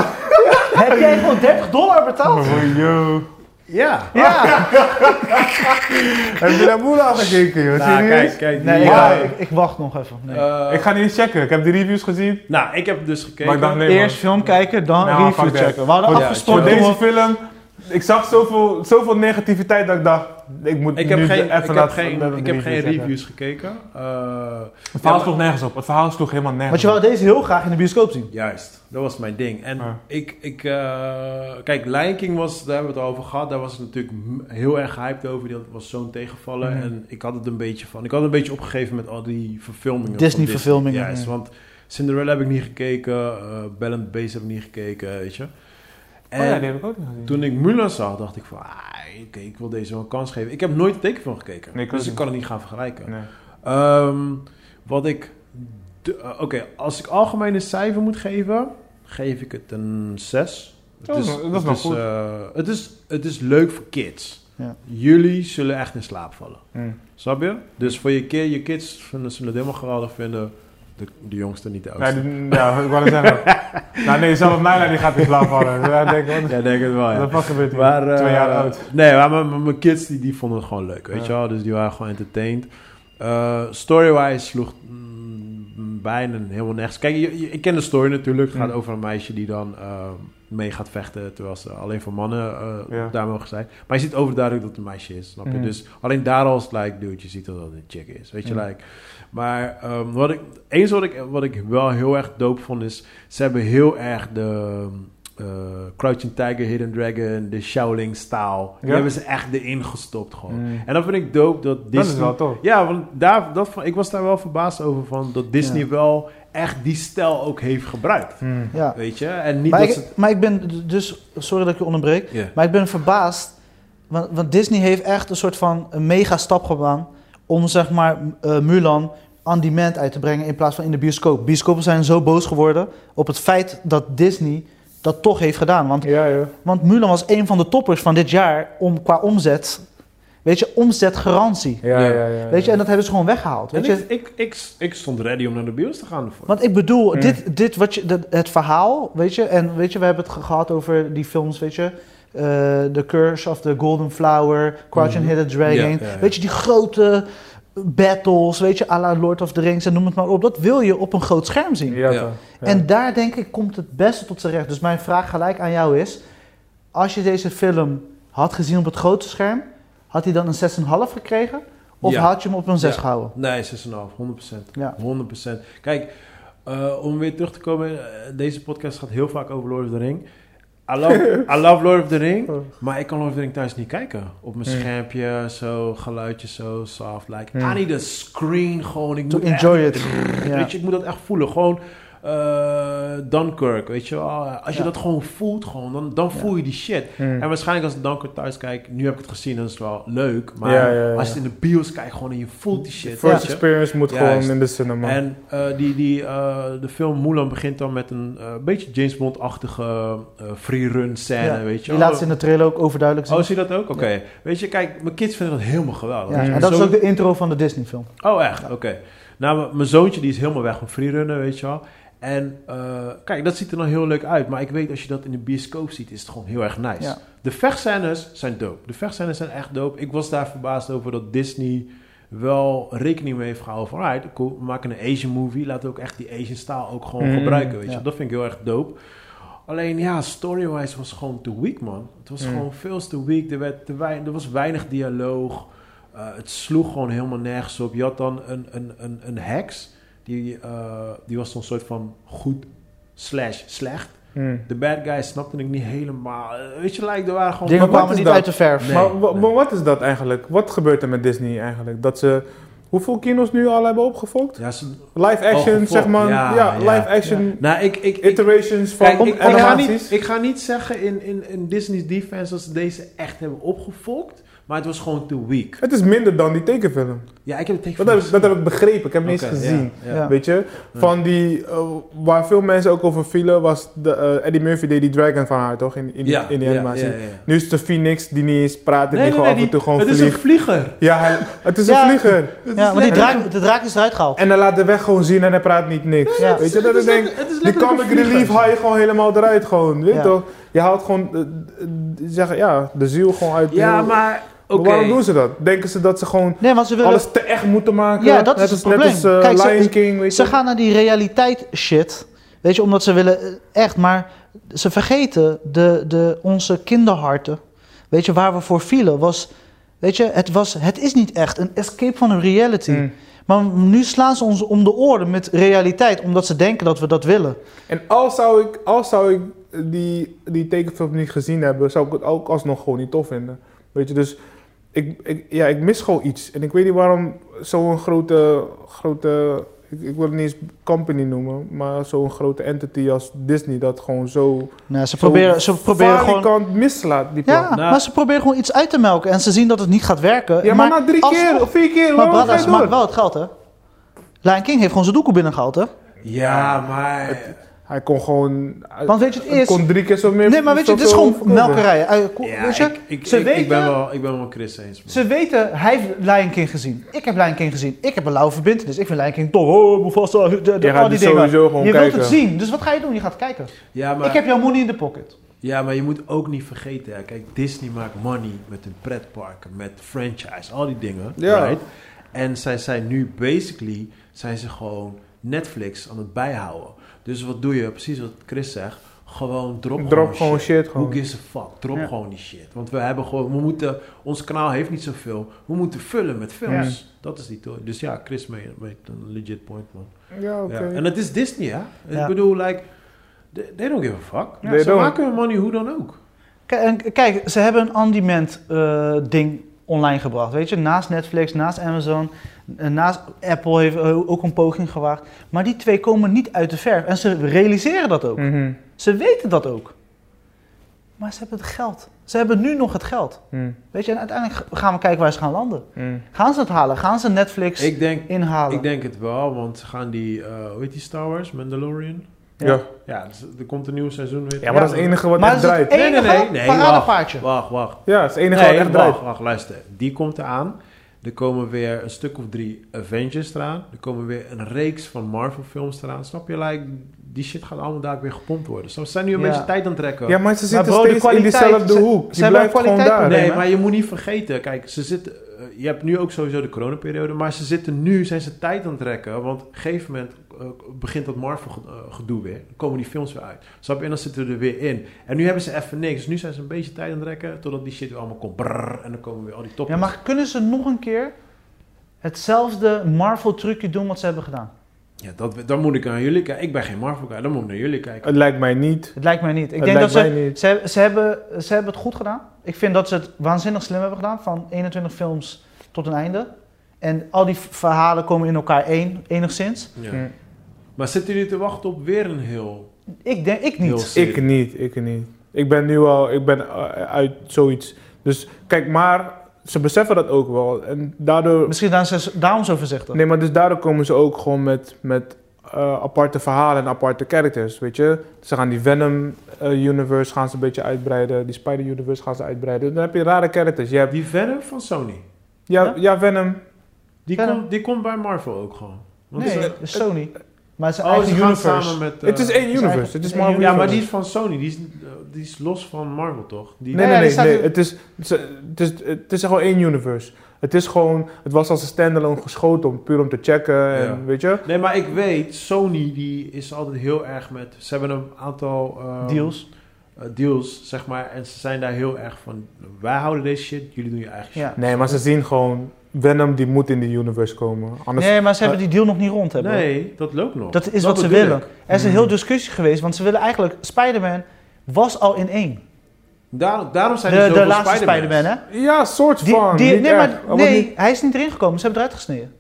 Heb jij gewoon 30 dollar betaald?
Oh, yo.
Ja.
Ja,
Heb je naar moeder gekeken, joh?
Nou,
Serieus?
kijk, kijk.
nee,
die,
ik,
Wauw.
ik, ik wacht nog even. Nee.
eh,
Ik ga niet eens checken. Ik heb die reviews gezien.
Nou, ik heb dus gekeken.
Maar ik dacht, nee, man.
Eerst film kijken, dan
Nou,
review
fuck that.
checken. We hadden
Voor-
afgesproken.
Voor
chill.
deze film, ik zag zoveel, zoveel negativiteit dat ik dacht, ik moet
Ik heb
nu
geen,
even
ik heb
laten-
geen,
laten
ik heb
de
geen
checken.
reviews gekeken. Eh,
Het verhaal sloeg nergens op. Het verhaal sloeg helemaal
Want
nergens
je
op.
wou deze heel graag in de bioscoop zien.
Juist, dat was mijn ding. En
Ja.
ik, ik eh, kijk, Lion King was, daar hebben we het over gehad. Daar was ik natuurlijk m- heel erg gehyped over. Dat was zo'n tegenvaller.
Mhm.
En ik had het een beetje van, ik had een beetje opgegeven met al die verfilmingen. van
Disney-verfilmingen,
Juist,
ja.
want Cinderella heb ik niet gekeken. eh Bell and Beast heb ik niet gekeken, weet je. En
Oh ja, die heb ik ook niet gezien.
toen ik Mulan zag, dacht ik van, ah, oké, ik wil deze wel een kans geven. Ik heb nooit een tekenfilm gekeken.
Nee, ik ook
dus ik
niet.
kan het niet gaan vergelijken.
Nee.
Ehm, wat ik. de- eh, Oké, als ik algemeen een cijfer moet geven, geef ik het een 6.
Oh, dat is nog goed.
eh, het, is, het is leuk voor kids.
Ja.
Jullie zullen echt in slaap vallen.
Hm.
Snap je? Dus voor je, ki- je kids vinden, zullen het helemaal geweldig vinden. De, de jongste, niet de
Ja,
oudste.
die- ja, ik wou het zeggen. nou nee, zelfs Naila die gaat in slaap vallen. Ja, ik denk, wat
Ja, denk het wel.
de
Ja.
wat fuck gebeurt hier?
Maar, eh,
Twee jaar oud.
Nee, maar mijn- mijn- mijn kids die, die vonden het gewoon leuk, weet je
Ja.
wel. Dus die waren gewoon entertained. Eh, Story-wise sloeg mm, bijna helemaal nergens. Kijk, je- je- ik ken de story natuurlijk. Het gaat
Mm.
over een meisje die dan... eh, mee gaat vechten. Terwijl ze alleen voor mannen eh,
Ja.
daar mogen zijn. Maar je ziet overduidelijk dat het een meisje is, snap je?
Mhm.
Dus alleen daar al is het like, dude, je ziet dat het een chick is. Weet je,
Mhm.
like. Maar ehm, wat ik, eens wat ik, wat ik wel heel erg dope vond is... Ze hebben heel erg de eh, Crouching Tiger, Hidden Dragon, de Shaolin-stijl. Die
Ja.
hebben ze echt erin gestopt gewoon.
Mm.
En dat vind ik dope dat
Dat is
Disney...
wel tof.
Ja, want daar, dat, vond- ik was daar wel verbaasd over van dat Disney
Ja.
wel echt die stijl ook heeft gebruikt.
Mm.
Ja.
Weet je? En niet
Maar
dat
ik,
ze...
maar ik ben d- dus, sorry dat ik je onderbreek,
Ja.
maar ik ben verbaasd, want, want Disney heeft echt een soort van een mega stap gedaan om zeg maar m- eh, Mulan on demand uit te brengen in plaats van in de bioscoop. Bioscopen zijn zo boos geworden op het feit dat Disney dat toch heeft gedaan. Want,
Ja, ja.
want Mulan was een van de toppers van dit jaar om, qua omzet. Weet je, omzetgarantie.
Ja, ja, ja.
Weet je, en dat hebben ze gewoon weggehaald.
En
Weet je?
ik, ik, ik, ik stond ready om naar de bios te gaan. Voor.
Want ik bedoel,
Mm.
dit, dit wat je, dat- het verhaal, weet je, en weet je, we hebben het ge- gehad over die films, weet je, eh, The Curse of the Golden Flower, Crouch and
Mhm.
Hidden Dragon,
Ja, ja, ja.
weet je, die grote battles, weet je, à la Lord of the Rings en noem het maar op, dat wil je op een groot scherm zien.
Ja,
Ja.
toch. Ja.
En daar denk ik komt het beste tot zijn recht. Dus mijn vraag gelijk aan jou is, als je deze film had gezien op het grote scherm, had hij dan een 6,5 gekregen? Of
Ja.
had je hem op een 6
Ja.
gehouden?
Nee, 6,5. 100%.
Ja.
100%. Kijk, eh, om weer terug te komen. eh, deze podcast gaat heel vaak over Lord of the Ring. I love, I love Lord of the Ring. Maar ik kan Lord of the Ring thuis niet kijken. Op mijn
Hmm.
schermpje, zo, geluidjes zo, soft. Like,
Hmm.
I need a screen gewoon. Ik
To
moet echt-
enjoy it. Ja.
Weet je, ik moet dat echt voelen. Gewoon eh, Dunkirk, weet je wel. Als je
Ja.
dat gewoon voelt, gewoon, dan, dan voel je die shit.
Mm.
En waarschijnlijk als ik Dunkirk thuis kijk, nu heb ik het gezien, dan is het wel leuk. Maar
Ja, ja, ja.
als je het in de bios kijkt, gewoon en je voelt die shit.
First
weet je.
experience moet
Juist.
gewoon in de
Nou.
cinema.
En eh, die, die, eh, de film Mulan begint dan met een eh, beetje James Bond-achtige eh, free run scène,
Ja.
eh, weet je
Die
wel.
laat ze in de trailer ook overduidelijk zien.
Oh, zie je dat ook? Oké. Weet je, kijk, mijn kids vinden dat helemaal geweldig.
Ja,
Dus
en
mijn
dat is
zoon-
ook de intro van de Disney-film.
Oh, echt? Oké. Nou, m- mijn zoontje die is helemaal weg van freerunnen, weet je wel. En eh, kijk, dat ziet er dan heel leuk uit. Maar ik weet, als je dat in de bioscoop ziet, is het gewoon heel erg nice.
Ja.
De vechtscènes zijn dope. De vechtscènes zijn echt dope. Ik was daar verbaasd over dat Disney wel rekening mee heeft gehouden van... Right, cool, we maken een Asian movie. Laten we ook echt die Asian staal ook gewoon
Mm,
gebruiken, weet je.
ja.
Dat vind ik heel erg dope. Alleen ja, story-wise was gewoon te weak, man. Het was
Mm.
gewoon veel te weak. Er, werd te wein- er was weinig dialoog. Eh, het sloeg gewoon helemaal nergens op. Je had dan een, een, een, een heks. Die, eh, die was zo'n soort van goed slash slecht.
Mm.
De bad guys snapte ik niet helemaal. Eh, weet je, like, er waren gewoon...
Dingen
Maar wat
kwamen
is
niet
dat?
uit de verf.
Nee.
maar, wa- maar wat is dat eigenlijk? Wat gebeurt er met Disney eigenlijk? Dat ze hoeveel kino's nu al hebben opgefokt?
Ja, ze-
Live action,
gefokt,
zeg maar.
ja,
Ja,
ja.
live action
nou, ik... ik, ik
iterations van
Kijk, ik, ik ga niet,
animaties.
ik ga niet zeggen in, in, in Disney's defense dat ze deze echt hebben opgefokt. Maar het was gewoon te weak.
Het is minder dan die tekenfilm.
Ja, ik heb het tegen
Dat heb, ik- dat heb ik begrepen. Ik heb hem niet
Oké,
eens
ja,
gezien.
ja.
Ja.
Weet je? Van die, eh, waar veel mensen ook over vielen, was de, eh, Eddie Murphy deed die dragon van haar, toch? In, in, die- in die
ja,
animatie.
ja, ja.
Nu is het de Phoenix die niet eens praat en
Nee,
die
nee,
gewoon
nee,
af en toe
die-
gewoon
het is een
vliegt.
vlieger.
Ja, hij- het is een
Ja.
vlieger.
Ja, want die draak, de draak is eruit gehaald.
En hij laat de weg gewoon zien en hij praat niet niks.
Ja.
Weet je, dat ik denk,
Het is
die
letterlijk
comic
een vlieger.
relief haal je gewoon helemaal eruit. Gewoon, weet je
Ja.
toch? Je haalt gewoon eh, eh, zeg, ja, de ziel gewoon uit.
Ja,
heel-
maar...
Maar
Oké.
Waarom doen ze dat? Denken ze dat ze gewoon
Nee, want ze willen...
alles te echt moeten maken?
Ja, dat is
net
het
als,
probleem.
Net als eh,
Kijk, ze-
Lion King, weet je.
Ze gaan naar die realiteit shit. Weet je, omdat ze willen... eh, Echt, maar ze vergeten de, de, onze kinderharten. Weet je, waar we voor vielen was... Weet je, het, was, het is niet echt een escape van een reality.
Mm.
Maar nu slaan ze ons om de oren met realiteit, omdat ze denken dat we dat willen.
En al zou ik, al zou ik die, die tekenfilm niet gezien hebben, zou ik het ook alsnog gewoon niet tof vinden. Weet je, dus ik, ik, ja, ik mis gewoon iets. En ik weet niet waarom zo'n grote, grote ik, ik wil het niet eens company noemen, maar zo'n grote entity als Disney dat gewoon zo,
Nou, ze
zo
proberen, ze proberen gewoon...
falikant mislaat. Die
Ja,
plan.
Nou.
maar ze proberen gewoon iets uit te melken en ze zien dat het niet gaat werken.
ja maar, na drie
als-
keer of vier keer,
Maar
waarom ga
Brada,
je
ze
door?
maakt wel het geld, hè? Lion King heeft gewoon zijn doekoe binnengehaald, hè?
Ja, maar...
Hij kon gewoon, hij,
Want weet je, het
hij
is...
kon drie keer zo meer
Nee, maar weet je, het is
zoveel
gewoon
verkopen.
melkerij. Hij- ko-
Ja,
weet je,
ik, ik,
ze
ik,
weten...
ik ben wel, ik ben wel Chris eens. man.
Ze weten, hij heeft Lion King gezien. Ik heb Lion King gezien. Ik heb een lauwe verbindenis. Ik vind Lion King tof. Oh, Mufasa, de, de,
Je
al
gaat
die
het
dingen.
sowieso gewoon
Je wilt
kijken.
het zien, dus wat ga je doen? Je gaat kijken.
Ja, maar,
Ik heb jouw money in de pocket.
ja, maar je moet ook niet vergeten. Hè. Kijk, Disney maakt money met hun pretparken, met franchise, al die dingen.
Ja.
Right? En zij zijn nu basically, zijn ze gewoon Netflix aan het bijhouden. Dus wat doe je? Precies wat Chris zegt. Gewoon drop,
Drop gewoon shit, gewoon.
Who gives a fuck? Drop
Ja.
gewoon die shit. Want we hebben gewoon, we moeten, ons kanaal heeft niet zoveel. We moeten vullen met films. Dat is die tooi. Dus ja, Chris mee- maakt een legit point, man.
Ja, oké.
Ja, En het is Disney, hè? Ik
Ja.
bedoel, like, they, they don't give a fuck.
They
ze
don't.
maken hun money hoe dan ook.
Kijk, en kijk, ze hebben een on-demand eh, ding online gebracht. Weet je, naast Netflix, naast Amazon, en naast Apple heeft eh, ook een poging gewaagd. Maar die twee komen niet uit de verf. En ze realiseren dat
Hmm.
ook.
Mhm,
Ze weten dat ook. Maar ze hebben het geld. Ze hebben nu nog het geld.
mhm,
Weet je, en uiteindelijk g- gaan we kijken waar ze gaan landen.
mhm.
Gaan ze het halen? Gaan ze Netflix
Ik denk,
inhalen?
ik denk het wel, want ze gaan die, eh hoe heet die Star Wars? Mandalorian?
Ja.
Ja.
Ja, dus er komt een nieuw seizoen weer.
Ja, maar dat is het enige wat
maar
echt
het is het
draait.
Nee, nee,
enige
nee, nee,
paradepaardje.
Wacht, wacht.
Ja, dat is het enige
Nee,
wat echt draait.
wacht, wacht, luister. Die komt eraan. Er komen weer een stuk of drie Avengers eraan. Er komen weer een reeks van Marvel films eraan. Snap je? Like, die shit gaat allemaal daar weer gepompt worden. Zo zijn nu een
Ja.
beetje tijd aan het trekken.
Ja, maar ze zitten
bro, de
steeds in
kwaliteit-
diezelfde
ze-
hoek.
ze
Je
hebben
blijft gewoon
kwaliteit
daar.
Nee,
hè?
maar je moet niet vergeten. Kijk, ze zitten. eh, je hebt nu ook sowieso de coronaperiode, maar ze zitten nu, zijn ze tijd aan het trekken. Want op een gegeven moment eh, begint dat Marvel-gedoe weer. Dan komen die films weer uit. Snap je? En dan zitten we er weer in. En nu hebben ze even niks. Dus nu zijn ze een beetje tijd aan het trekken, totdat die shit weer allemaal komt. Brrr, en dan komen weer al die toppen.
Ja, maar kunnen ze nog een keer hetzelfde Marvel-trucje doen wat ze hebben gedaan?
Ja, dat, dan moet ik naar jullie kijken. Ik ben geen Marvel-guy, dan moet ik naar jullie kijken.
Het lijkt mij niet.
Het lijkt mij niet. Ik
Het
denk dat
lijkt
ze,
mij niet.
ze, hebben- ze, hebben, ze hebben het goed gedaan. Ik vind dat ze het waanzinnig slim hebben gedaan. Van 21 films tot een einde. En al die v- verhalen komen in elkaar één, enigszins.
Ja.
Hm.
Maar zitten jullie te wachten op weer een heel...
Ik denk, ik
Heel
niet.
s-
Ik niet, ik niet. Ik ben nu al, ik ben eh, uit zoiets. Dus kijk, maar ze beseffen dat ook wel. En daardoor,
Misschien zijn ze daarom zo voorzichtig.
nee, maar dus daardoor komen ze ook gewoon met, met eh, aparte verhalen en aparte characters, weet je. Ze gaan die Venom-universe gaan ze een beetje uitbreiden, die Spider-universe gaan ze uitbreiden. Dan heb je rare characters. Je hebt,
Die Venom van Sony,
ja,
Ja?
ja? Venom.
die,
Venom.
komt, die komt bij Marvel ook gewoon. Want
Nee,
ze-
dat is Sony. Maar het is een
oh,
eigen
ze gaan
universe.
samen met... eh,
het is één universe,
eigen-
het is
één
Marvel
Ja, maar
universe.
die is van Sony. Die is, eh, die is los van Marvel, toch? Die,
Nee,
Ja, die
nee, nee.
staat
nee.
in-
Het, is, het, is, het is gewoon één universe. Het is gewoon, het was als een standalone geschoten, om, puur om te checken en
Ja.
weet je.
Nee, maar ik weet, Sony die is altijd heel erg met... Ze hebben een aantal... ehm,
Deals.
eh, deals, zeg maar. En ze zijn daar heel erg van... Wij houden deze shit, jullie doen je eigen shit.
Ja.
Nee, maar ze zien gewoon, Venom die moet in die universe komen. Anders,
Nee, maar ze hebben die deal nog niet rond. Hebben.
Nee, dat loopt nog.
Dat is wat ze
bedoel
willen.
ik.
Er is een
Mm.
heel discussie geweest, want ze willen eigenlijk... Spider-Man was al in één.
Daar- daarom
De,
zijn er
de
zoveel
laatste
Spider-Mans.
Spider-Man, hè?
Ja, soort
Die,
van.
die,
niet
nee,
echt. Oh,
maar,
Wat niet-
nee, hij is niet erin gekomen. Ze hebben het eruit gesneden.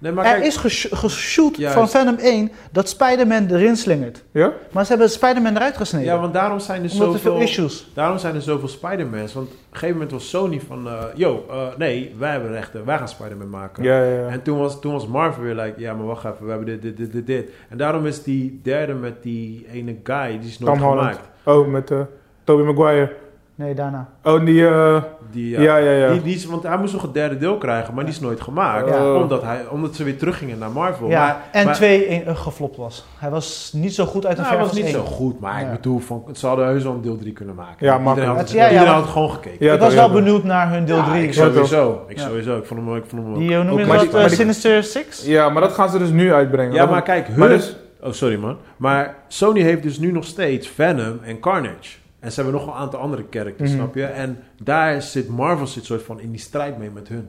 Nee, maar
er
kijk,
is gesho- geshoot
Juist.
van Venom 1 dat Spider-Man erin slingert.
Ja?
Maar ze hebben Spider-Man eruit gesneden.
ja, want daarom zijn er
omdat er veel
zoveel...
issues.
Daarom zijn er zoveel Spider-Mans. Want op een gegeven moment was Sony van... eh, Yo, eh, nee, wij hebben rechten. Wij gaan Spider-Man maken.
Ja, ja, ja.
En toen was, toen was Marvel weer like... Ja, maar wacht even. We hebben dit, dit, dit, dit, dit. En daarom is die derde met die ene guy... Die is nooit
Tom Holland.
gemaakt.
Oh, met eh Tobey Maguire.
Nee, daarna.
Oh, die, eh,
Die,
ja,
eh,
ja, ja.
Die, die is, want hij moest nog een derde deel krijgen, maar die is nooit gemaakt.
Ja. Oh.
Omdat, hij, omdat ze weer teruggingen naar Marvel.
ja.
Maar,
en
maar-
2 een- een geflopt was. Hij was niet zo goed uit de
Nou, hij
verf
was
als
niet
één.
zo goed, maar
Ja.
ik bedoel, van, ze hadden heus wel een deel 3 kunnen maken.
Ja,
iedereen
makkelijk.
had, het-
Ja, ja,
iedereen
want-
had het gewoon gekeken.
Ja,
ik was
toch,
wel
ja, toch.
benieuwd naar hun deel
Ja,
3.
ik
Ja,
sowieso. Ik
Ja.
sowieso. Ik vond hem ook. Ik vond hem ook.
die, hoe noem je
Maar
dat?
die- maar
eh,
die-
Sinister Six?
Ja, maar dat gaan ze dus nu uitbrengen.
Ja,
Dat-
maar kijk, hun...
maar dus-
Oh, sorry man. Maar Sony heeft dus nu nog steeds Venom en Carnage. En ze hebben nog een aantal andere characters,
Mhm.
snap je? En daar zit Marvel zit soort van in die strijd mee met hun.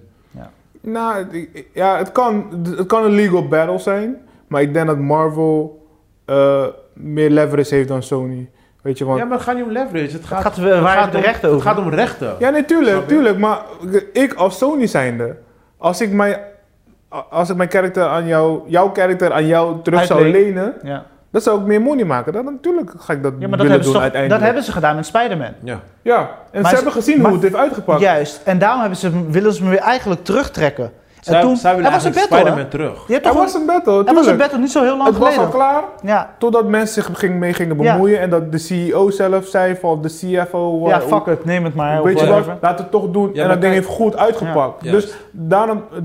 Nou, het- ik- ja, het kan, het kan een legal battle zijn. Maar ik denk dat Marvel eh, meer leverage heeft dan Sony. Weet je, want...
Ja,
Ja,
maar het gaat niet om leverage. Het gaat,
gaat, eh, waar hebben de
om-
rechten
Het
over?
gaat om rechten.
nee,
Snap
tuurlijk,
ik.
tuurlijk. Maar ik als Sony zijnde... Als ik mijn, als ik mijn character aan jou... Jouw character aan jou terug zou
Uitleen.
lenen...
Ja,
Dat zou ik meer money maken. Dan natuurlijk ga ik dat
ja maar dat
willen
hebben,
doen
ze toch, dat
uiteindelijk.
hebben ze gedaan met Spider-Man.
Ja.
Ja, en
Maar
ze
ze-
hebben gezien
maar-
hoe het heeft uitgepakt.
Juist. En daarom hebben ze, hem- willen ze hem weer eigenlijk terugtrekken.
Zij,
en toen,
zij willen
er was een
eigenlijk
battle, hè?
Spider-Man terug.
Je hebt
Er
toch
was
een,
een battle,
er was een
tuurlijk.
battle niet zo heel lang
Het was
geleden.
al klaar.
Ja,
Totdat mensen zich ging, mee gingen
Ja.
bemoeien en dat de CEO zelf zei van of de CFO...
ja,
eh,
fuck it, neem het maar.
hoe-
of
Weet je wat,
whatever.
laten we het toch doen.
Ja, maar
en dat ding
kijk-
heeft goed uitgepakt.
Ja.
Dus daarom, eh,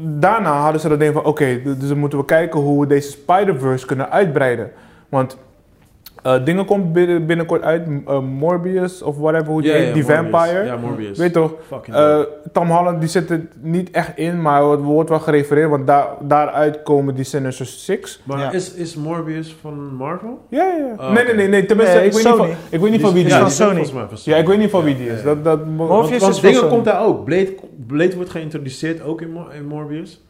daarna hadden ze dat ding van oké, d- dus dan moeten we kijken hoe we deze Spider-Verse kunnen uitbreiden. Want Eh, dingen komt binnen- binnenkort uit. m- eh, Morbius of whatever hoe die
Ja,
heet.
ja,
die
Morbius.
vampire.
Ja, Morbius.
Weet toch?
Fucking
Eh,
dope.
Tom Holland die zit er niet echt in, maar het wordt wel gerefereerd. Want daar, daaruit komen die Sinister Six.
maar
ja.
is, is Morbius van Marvel?
Ja, ja. ja.
Oh,
nee,
oké.
nee, nee, nee. Tenminste,
Nee,
ik, weet niet
Sony.
van, ik weet niet van wie die
ja,
is.
die- Sony.
Ja, ik weet niet van wie die is. Dat, dat,
Morbius
Want,
is
want
van
dingen
Sony.
komt daar ook. Blade, Blade wordt geïntroduceerd ook in, Mor- in Morbius.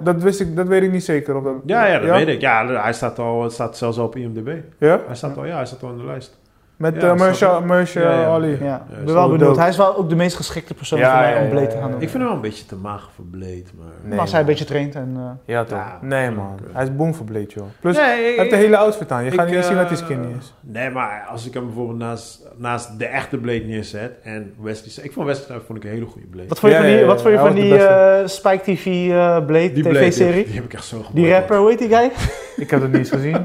dat wist ik, dat weet ik niet zeker. Of dat,
Ja, ja dat weet ik. Ja, hij staat, al, het staat zelfs al op IMDb.
Ja?
Hij staat al, ja, hij staat al in de lijst.
Met
Ja,
eh, Mahershala-
snap Ja,
Mahershala
ja.
Ali.
Ja, ik
Ja,
ben
is
wel
wel
benieuwd.
dope.
Hij is wel ook de meest geschikte persoon
Ja,
voor mij
ja,
om
ja,
Blade
ja,
te
ja.
gaan doen.
Ik vind hem wel een beetje te mager voor Blade, maar...
Nee,
Als hij een
man.
beetje traint en... eh, dus
Ja, toch?
Ja.
Nee, man. Hij is boomverbleed, joh. Plus,
nee,
hij heeft de hele outfit aan. Je gaat
ik,
niet eens zien dat hij
eh,
skinny is.
Nee, maar als ik hem bijvoorbeeld naast, naast de echte Blade neerzet en Wesley... Ik vond Wesley Snipes vond ik een hele goede Blade.
Wat vond je
Ja,
van
ja,
die,
ja,
wat vond je
hij
van
was
die
de
eh, Spike TV eh, Blade
Blade,
TV-serie?
Die, die heb ik echt zo gemaakt.
Die rapper, hoe heet die guy?
Ik heb dat niet eens gezien.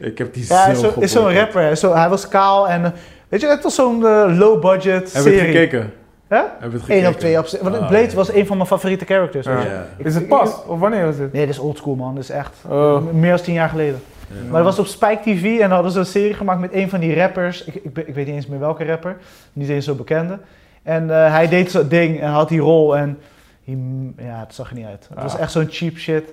Ik heb die
Ja,
zo
is zo- is zo'n
geboycott.
rapper. hè. Zo, hij was kaal en... eh, weet je, het was zo'n eh, low-budget
Hebben we het
serie.
gekeken?
Hè?
Hebben we het gekeken?
Eén op twee op z'n- Want
Ah,
Blade
ja.
was een van mijn favoriete characters.
Ja.
weet je.
Ja.
Is het pas? Of wanneer was dit?
Nee, dit is oldschool man. Dit is echt
Oh.
meer dan tien jaar geleden. Maar dat was op Spike TV en dan hadden ze een serie gemaakt met een van die rappers. Ik, ik, ben- ik weet niet eens meer welke rapper. Niet eens zo bekende. En eh, hij deed zo'n ding en had die rol en... die- ja, het zag er niet uit. Het was
Ah.
echt zo'n cheap shit.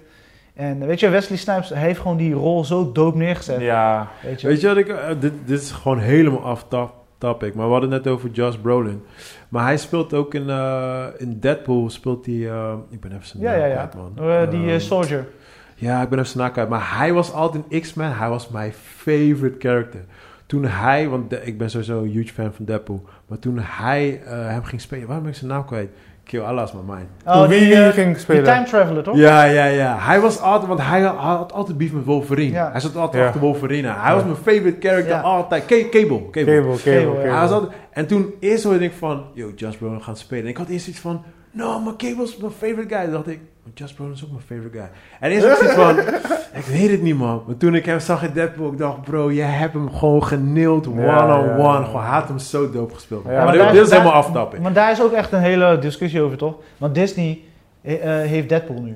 En weet je, Wesley Snipes hij heeft gewoon die rol zo dope neergezet.
Ja.
Weet je?
Weet je wat ik... eh, dit, dit is gewoon helemaal af top- topic. Maar we hadden het net over Josh Brolin. Maar hij speelt ook in, eh, in Deadpool. Speelt hij... eh, ik ben even zijn
ja,
naam
ja, ja.
kwijt, man.
Eh, die eh,
Ehm,
Soldier.
Ja, ik ben even zijn naam kwijt. Maar hij was altijd in X-Men. Hij was mijn favorite character. Toen hij... Want de- ik ben sowieso een huge fan van Deadpool. Maar toen hij eh, hem ging spelen... Waarom ben ik zijn naam kwijt? Kill Allah's my mind.
Oh,
wie
die, eh,
ging
die
spelen?
Time Traveler, toch?
Ja, ja, ja. Hij was altijd, want hij had, hij had altijd beef met Wolverine.
Ja.
Hij zat altijd
Ja.
achter Wolverine. aan. Hij was mijn favorite character
Ja.
altijd. Ca- Cable. Cable.
Cable, Cable,
Cable,
Cable.
Hij was altijd, en toen eerst hoorde ik van, yo, Josh Brolin gaat spelen. En ik had eerst iets van, no, maar Cable is mijn favorite guy. Toen dacht ik, maar Josh Brolin is ook mijn favorite guy. En eerst had ik iets van, ik weet het niet man. Maar toen ik hem zag in Deadpool, ik dacht, bro, jij hebt hem gewoon geneeld
Ja,
one-on-one.
ja, ja.
Gewoon, hij had hem zo dope gespeeld.
Ja,
Maar
maar
dit,
daar-
dit is
daar-
helemaal aftapping.
Maar daar is ook echt een hele discussie over, toch? Want Disney eh, eh, heeft Deadpool nu.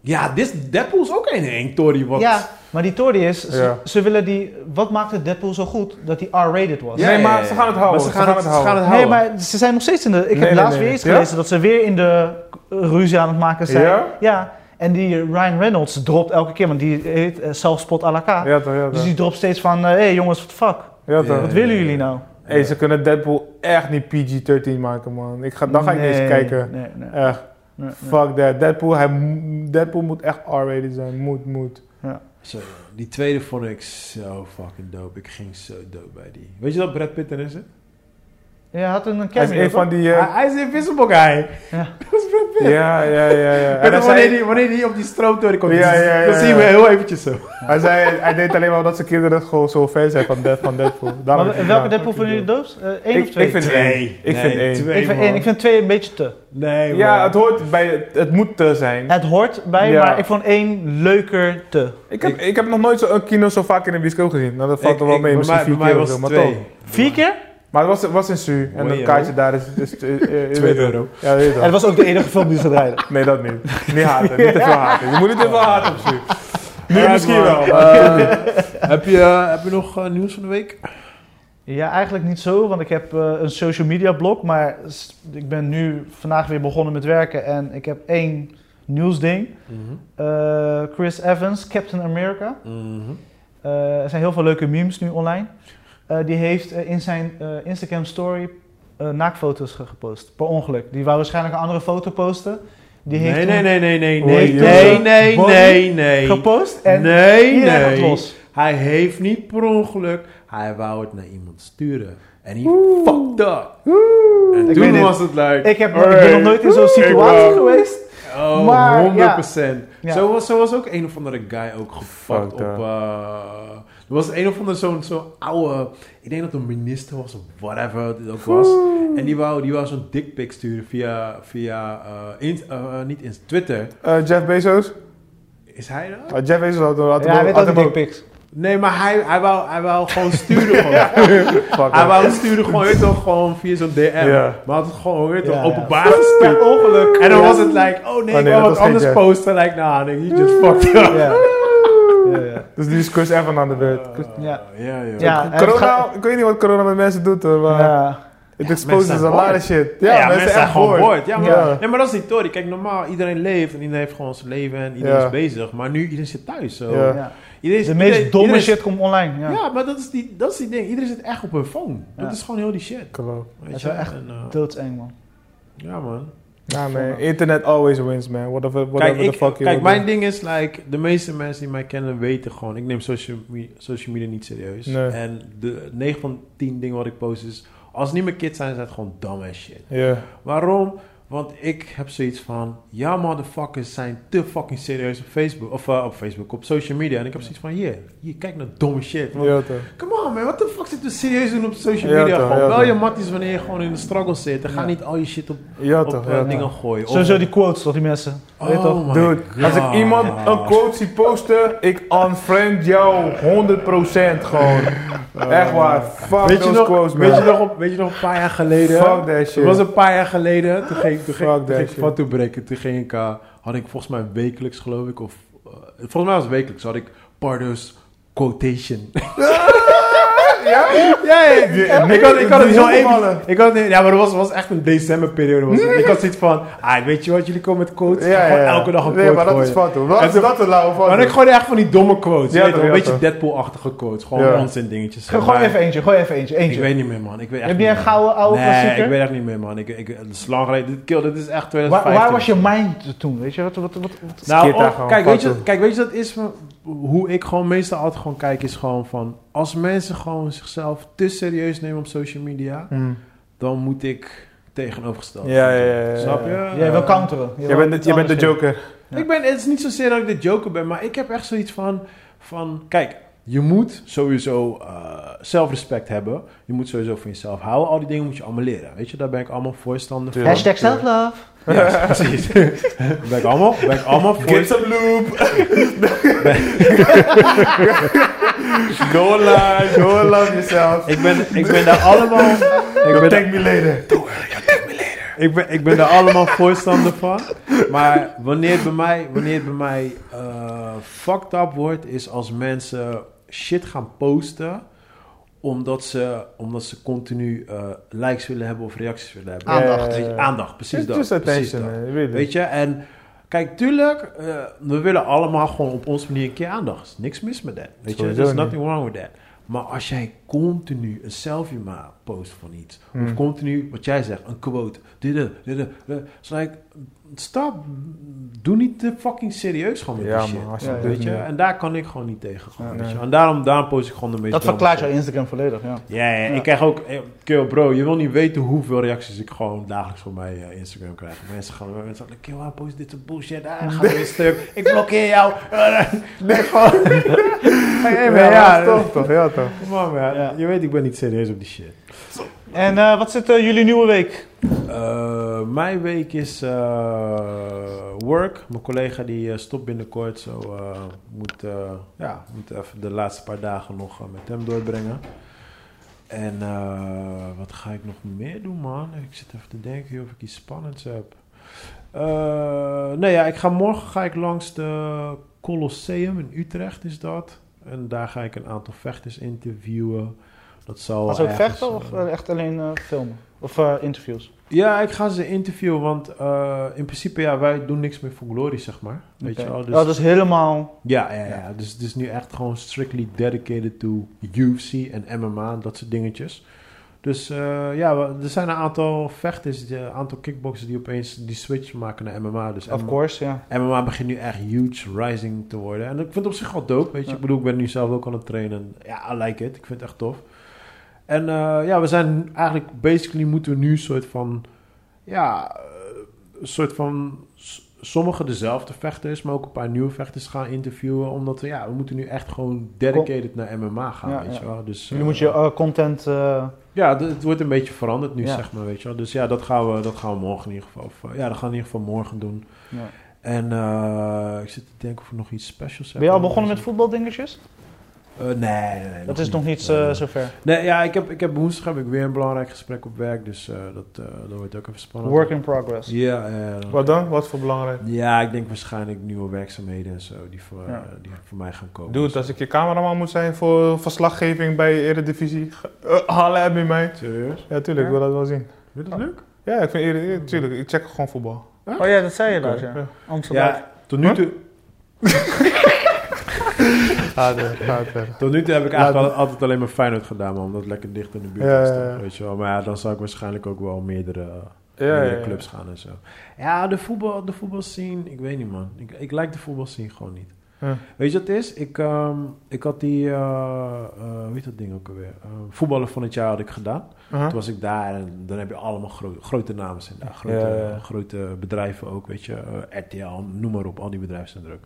Ja, dit, Deadpool is ook een eng Tory. Wat...
Ja, maar die Tory is, ze,
Ja.
ze willen die, wat maakte Deadpool zo goed? Dat die R-rated was.
Ja,
nee,
ja,
maar
ja,
ze gaan het
ja.
houden.
Maar ze gaan het- ze gaan het
Nee,
houden.
maar ze zijn nog steeds in de, ik
Nee,
heb
nee,
laatst
nee.
weer eens
Ja?
gelezen dat ze weer in de eh, ruzie aan het maken zijn.
Ja?
en die Ryan Reynolds dropt elke keer, want die heet eh, zelfspot à la carte.
Ja toch, ja
Dus
toch.
die dropt steeds van, hé hey, jongens, what the fuck?
Ja,
Ja.
toch.
Wat willen jullie nou?
Hey, ze kunnen Deadpool echt niet PG-13 maken, man. Ik ga, dan ga ik
Nee,
eens kijken.
Nee, nee,
Echt,
nee, nee.
Eh, fuck that. Deadpool, hij, m- Deadpool moet echt R-rated zijn. Moet, moet.
Zo, die tweede vond ik zo fucking dope. Ik ging zo dope bij die. Weet je dat Brad Pitt erin zit?
Ja, hij had een
Hij is
cameo,
een
toch?
van die... eh,
hij, hij is de Invisible Guy.
Ja.
Dat is Brad Pitt.
ja, ja, ja. ja.
En
En hij,
wanneer,
zei,
die, wanneer die op die stroomtoren komt,
Ja,
dan-
ja, ja,
dan
ja.
zien we heel eventjes zo.
hij, zei, hij deed alleen maar omdat zijn kinderen gewoon zo fan zijn van, Dead, van Deadpool. Daarom
Maar
heb ik
welke
gedaan.
Deadpool vinden jullie dood? Eén
Ik-
of twee?
ik vind één. Ik vind één.
twee,
Ik vind
man.
één, ik vind twee een beetje te.
Nee,
Ja,
man.
het hoort bij... Het moet te zijn.
Het hoort bij,
Ja.
maar ik vond één leuker te.
Ik heb, ik, heb nog nooit zo'n kino zo vaak in een bioscoop gezien. Nou, dat valt
Ik-
er wel
ik-
mee,
bij
misschien
mij-
vier
bij mij
keer of
was
zo, maar
twee.
toch.
Vier keer?
Maar het was, het was in Su en
Mooi,
dat
hè?
kaartje daar is... is, is, is- is-
Twee euro.
Ja, weet je
En het
wel.
was ook de enige film die ze draaiden.
Nee, dat niet. Niet haten, niet te veel haten. Je moet niet te veel haten op Su. Nu
Ja,
misschien
man.
wel.
Eh, heb, je, eh, heb je nog eh, nieuws van de week?
Ja, eigenlijk niet zo, want ik heb eh, een social media blog, maar s- ik ben nu vandaag weer begonnen met werken en ik heb één nieuwsding.
Mhm.
Eh, Chris Evans, Captain America.
Mhm.
Eh, er zijn heel veel leuke memes nu online. Eh, die heeft eh, in zijn eh, Instagram story eh naakfoto's ge- gepost, per ongeluk. Die wou waarschijnlijk een andere foto posten. Die heeft
nee,
toen
nee, nee, nee, nee,
Oei,
nee,
joh.
nee, nee,
Body
nee, nee.
gepost en
nee,
iedereen
nee.
gaat los.
Hij heeft niet per ongeluk, hij wou het naar iemand sturen. En hij fucked dat. En
Ik weet
toen
het.
was het like,
Ik, heb, ik ben nog nooit in zo'n situatie geweest.
oh,
Maar,
100%.
Ja.
Zo, was, zo was ook een of andere guy ook gefucked op...
Fucked up.
eh, er was een of andere zo'n zo'n oude... Ik denk dat het een minister was of whatever het ook was. En die wou, die wou zo'n dickpic sturen via... via eh, in- eh, niet in Twitter.
Eh, Jeff Bezos.
Is hij dat?
Ah, Jeff Bezos had hem had
Ja, hij
hem
weet
had
ook
hem
niet
ook.
dickpics.
Nee, maar hij, hij, wou, hij wou gewoon sturen gewoon.
Fuck
Hij
it.
wou stuurde gewoon, weet je toch, gewoon via zo'n DM.
Ja.
Maar had het gewoon, weet je toch,
Ja, ja.
openbaar gestuurd.
ongeluk.
En dan was het like, oh nee,
Oh
ik
nee,
wil
dat
wat
was geen
anders
Jeff.
posten. Like, nah, nigga, you just fucked up.
Ja. Ja, ja.
Dus die is Chris Evans aan de beurt. Chris-
Ja.
Ja, joh.
Ja, hij
corona, eh,
gaat-
ik weet niet wat corona met mensen doet hoor, maar
Ja.
het
mensen
exposes a
zijn
lot
bored.
of shit.
Ja, mensen zijn gewoon boord. Ja, maar,
Ja.
Nee, maar dat is die tory. Kijk, normaal, iedereen leeft en iedereen heeft gewoon zijn leven en iedereen
Ja.
is bezig. Maar nu, iedereen zit thuis. Zo.
Ja.
Ja.
Iedereen is-
De
iedereen-
meest domme
iedereen is-
shit komt online. Ja.
Ja, maar dat is, die, dat is die ding. Iedereen zit echt op hun phone. Dat
Ja.
is gewoon heel die shit.
Klopt.
Weet
Dat is
je?
wel echt
En, eh,
Doodseng, man.
ja, man.
Ja, man. Internet always wins, man. Whatever, whatever
Kijk,
the
ik,
fuck you
kijk
will
mijn ding is, like, de meeste mensen die mij kennen weten gewoon... Ik neem social, me- social media niet serieus.
Nee.
En de 9 van 10 dingen wat ik post is... Als het niet mijn kids zijn, zijn het gewoon dumb ass shit.
do. Ja.
Waarom? Want ik heb zoiets van... Ja, motherfuckers zijn te fucking serieus op Facebook. Of eh, op Facebook, op social media. En ik heb zoiets van... Hier, hier kijk naar domme shit. Want
Ja, toch.
Come on man, wat de fuck zit we serieus doen op social
Ja,
media?
toch,
gewoon
ja,
wel
toch.
je matties wanneer je gewoon in de struggle zit. En ga niet al je shit op,
Ja,
op
toch.
eh,
ja, toch.
dingen gooien. Of-
Sowieso die quotes, toch, die mensen.
Oh
Weet je toch?
my
Dude, als ik
God.
iemand een quote zie posten, ik unfriend jou 100% gewoon. Echt waar. Fuck
Weet je,
those
nog,
quotes, man.
weet, je nog, op- weet je nog een paar jaar geleden?
Fuck that
Het
shit.
was een paar jaar geleden. Toen ging, toen ging,
Fuck
toen
that
ging ik
shit.
van breken. Toen ging ik, eh, had ik volgens mij wekelijks geloof ik. Of, eh, volgens mij was het wekelijks. Had ik Pardo's quotation.
Ja?
Ja, ja, ik- ik had, ik had het
Die
heel even.
opgevallen.
Ik had, het- ja, maar dat was, was echt een decemberperiode. Was het. Ik had zoiets van, ah, weet je wat, jullie komen met quotes. Ik ga gewoon elke dag een quote
Nee, maar dat
gooien.
is fout, hoor.
En
Wat
toen-
is dat een lauwe fout?
Maar ik gooi echt van die domme quotes.
Ja,
weet je
toch,
wel, een
ja,
beetje
toch.
Deadpool-achtige quotes. Gewoon
Ja.
onzin dingetjes.
Gooi
Maar
even eentje, gooi even eentje.
Ik
eentje.
weet niet meer, man. Ik weet echt
Heb
niet
jij een
meer.
gouden oude
nee,
klassieker?
ik weet echt niet meer, man. Ik, ik, het is lang geleden. Dit, kill, dit is echt
Waar,
2015.
waar was je mind toen? Weet je wat? wat, wat, wat-
Nou,
Skip daar
ook-
gewoon,
kijk, weet je,
fuck it.
kijk, weet je, dat is van- hoe ik gewoon meestal altijd gewoon kijk, is gewoon van... Als mensen gewoon zichzelf te serieus nemen op social media,
Hmm.
dan moet ik tegenovergesteld.
Ja, ja, ja, ja.
Snap je?
Jij wil counteren.
Je bent, de- je bent de joker.
Ik ben, het is niet zozeer dat ik de joker ben, maar ik heb echt zoiets van, van kijk, je moet sowieso eh, zelfrespect hebben. Je moet sowieso van jezelf houden. Al die dingen moet je allemaal leren. Weet je, daar ben ik allemaal voorstander van.
Hashtag
self-love.
Ja, precies. Daar ben ik allemaal, ben ik allemaal voor.
some loop. Don't lie. Don't love yourself.
Ik ben, ik ben daar allemaal... Ik ben,
Thank me later.
ik, ben, ik ben daar allemaal voorstander van. Maar wanneer het bij mij, wanneer het bij mij eh, fucked up wordt, is als mensen shit gaan posten omdat ze, omdat ze continu eh, likes willen hebben of reacties willen hebben.
Aandacht.
Weet je, aandacht, precies
It's
dat.
just
precies
attention,
dat.
man. Really.
Weet je, en kijk, tuurlijk, eh, we willen allemaal gewoon op onze manier een keer aandacht. Er is Niks mis met dat. Weet je,
Sowieso
there's
niet.
nothing wrong with that. Maar als jij continu een selfie maar post van iets, of
Hmm.
continu, wat jij zegt, een quote, dit, dit, dit, dit, dit. It's like, stop, doe niet te fucking serieus gewoon met
Ja,
die shit.
man. Als
Ja,
je
Weet je,
ja.
en daar kan ik gewoon niet tegen gaan.
Ja.
weet je.
Nee.
En daarom, daarom post ik gewoon de meest
Dat
domme
verklaart jouw
shit.
Instagram volledig, ja.
Ja, ja,
Ja.
ik krijg ook... eh, Kill bro, je wil niet weten hoeveel reacties ik gewoon dagelijks van mijn eh, Instagram krijg. Mensen gaan mensen zeggen, kill, ah, post dit soort bullshit. Ah, dan gaat weer een stuk. Ik blokkeer jou. nee, gewoon... hey, man,
Ja,
ja,
dat is toch, toch? Ja, toch.
Kom maar, man.
Ja.
Je weet, ik ben niet serieus op die shit.
En eh, wat zit eh, jullie nieuwe week?
Eh, mijn week is eh, work. Mijn collega die eh, stopt binnenkort. Zo eh, moet, eh, ja, moet even de laatste paar dagen nog eh, met hem doorbrengen. En eh, wat ga ik nog meer doen, man? Ik zit even te denken of ik iets spannends heb. Eh nee, ja, ik ga morgen ga ik langs de Colosseum in Utrecht, is dat. En daar ga ik een aantal vechters interviewen. Dat zal
Was ook
ergens,
vechten of
eh,
eh, echt alleen eh, filmen? Of eh, interviews?
ja, ik ga ze interviewen, want eh, in principe, ja, wij doen niks meer voor Glory, zeg maar. Weet
Oké.
je wel?
Oh,
Dus,
Ja, dat is helemaal...
ja, ja, ja. Dus het is nu echt gewoon strictly dedicated to UFC en MMA, dat soort dingetjes. Dus eh, ja, we- er zijn een aantal vechters, eh, een aantal kickboxers die opeens die switch maken naar MMA. Dus
Of
MMA
course, ja.
MMA begint nu echt huge rising te worden. En ik vind het op zich wel dope, weet je.
Ja.
Ik bedoel, ik ben nu zelf ook aan het trainen. Ja, I like it. Ik vind het echt tof. En eh, ja, we zijn eigenlijk... Basically moeten we nu een soort van... Ja, eh, een soort van... s- Sommige dezelfde vechters, maar ook een paar nieuwe vechters gaan interviewen. Omdat we, ja, we moeten nu echt gewoon dedicated naar MMA gaan,
Ja,
weet
ja.
je wel. Dus,
Jullie
eh,
moeten je eh, content... eh,
ja, d- het wordt een beetje veranderd nu,
Ja.
zeg maar, weet je wel. Dus ja, dat gaan we, dat gaan we morgen in ieder geval. Of, eh, ja, dat gaan we in ieder geval morgen doen.
Ja.
En eh, ik zit te denken of we nog iets specials
Ben je
hebben.
al begonnen met voetbaldingetjes?
Eh, nee, nee, nee,
Dat is nog niet
Nee,
eh,
nee.
zover.
Nee, ja, ik heb, ik heb woensdag heb ik weer een belangrijk gesprek op werk, dus eh, dat, eh, dat wordt ook even spannend.
Work in progress.
Ja, ja, ja.
Wat dan? Wat voor belangrijk?
ja, ik denk waarschijnlijk nieuwe werkzaamheden en zo die voor, eh,
Ja.
die voor mij gaan komen.
Dude, als ik je cameraman moet zijn voor verslaggeving bij Eredivisie, ga- eh, halen heb je mij.
Serieus?
Ja, tuurlijk, ik wil dat wel zien.
Vind je dat leuk?
Ja, ik vind Eredivisie, tuurlijk, ik check gewoon voetbal.
Oh ja, dat zei je laatst, ja.
Ja.
Amsterdam.
Ja, tot nu toe,
Gaat weer, gaat weer.
tot nu toe heb ik eigenlijk al- altijd alleen maar Feyenoord gedaan, man. Omdat het lekker dicht in de buurt
Ja,
is.
ja, ja.
Weet je wel. Maar ja, dan zou ik waarschijnlijk ook wel meerdere, eh,
Ja,
meerdere
ja, ja.
clubs gaan en zo. Ja, de voetbal, de voetbalscene, ik weet niet, man. Ik, ik like de voetbalscene gewoon niet.
Ja.
Weet je wat het is? Ik, ehm, ik had die, eh, eh, hoe heet dat ding ook alweer? Eh voetballer van het jaar had ik gedaan.
Uh-huh.
Toen was ik daar en dan heb je allemaal gro- grote namen zijn daar. Grote,
Ja, ja, ja.
grote bedrijven ook, weet je. eh, RTL, noem maar op. Al die bedrijven zijn druk.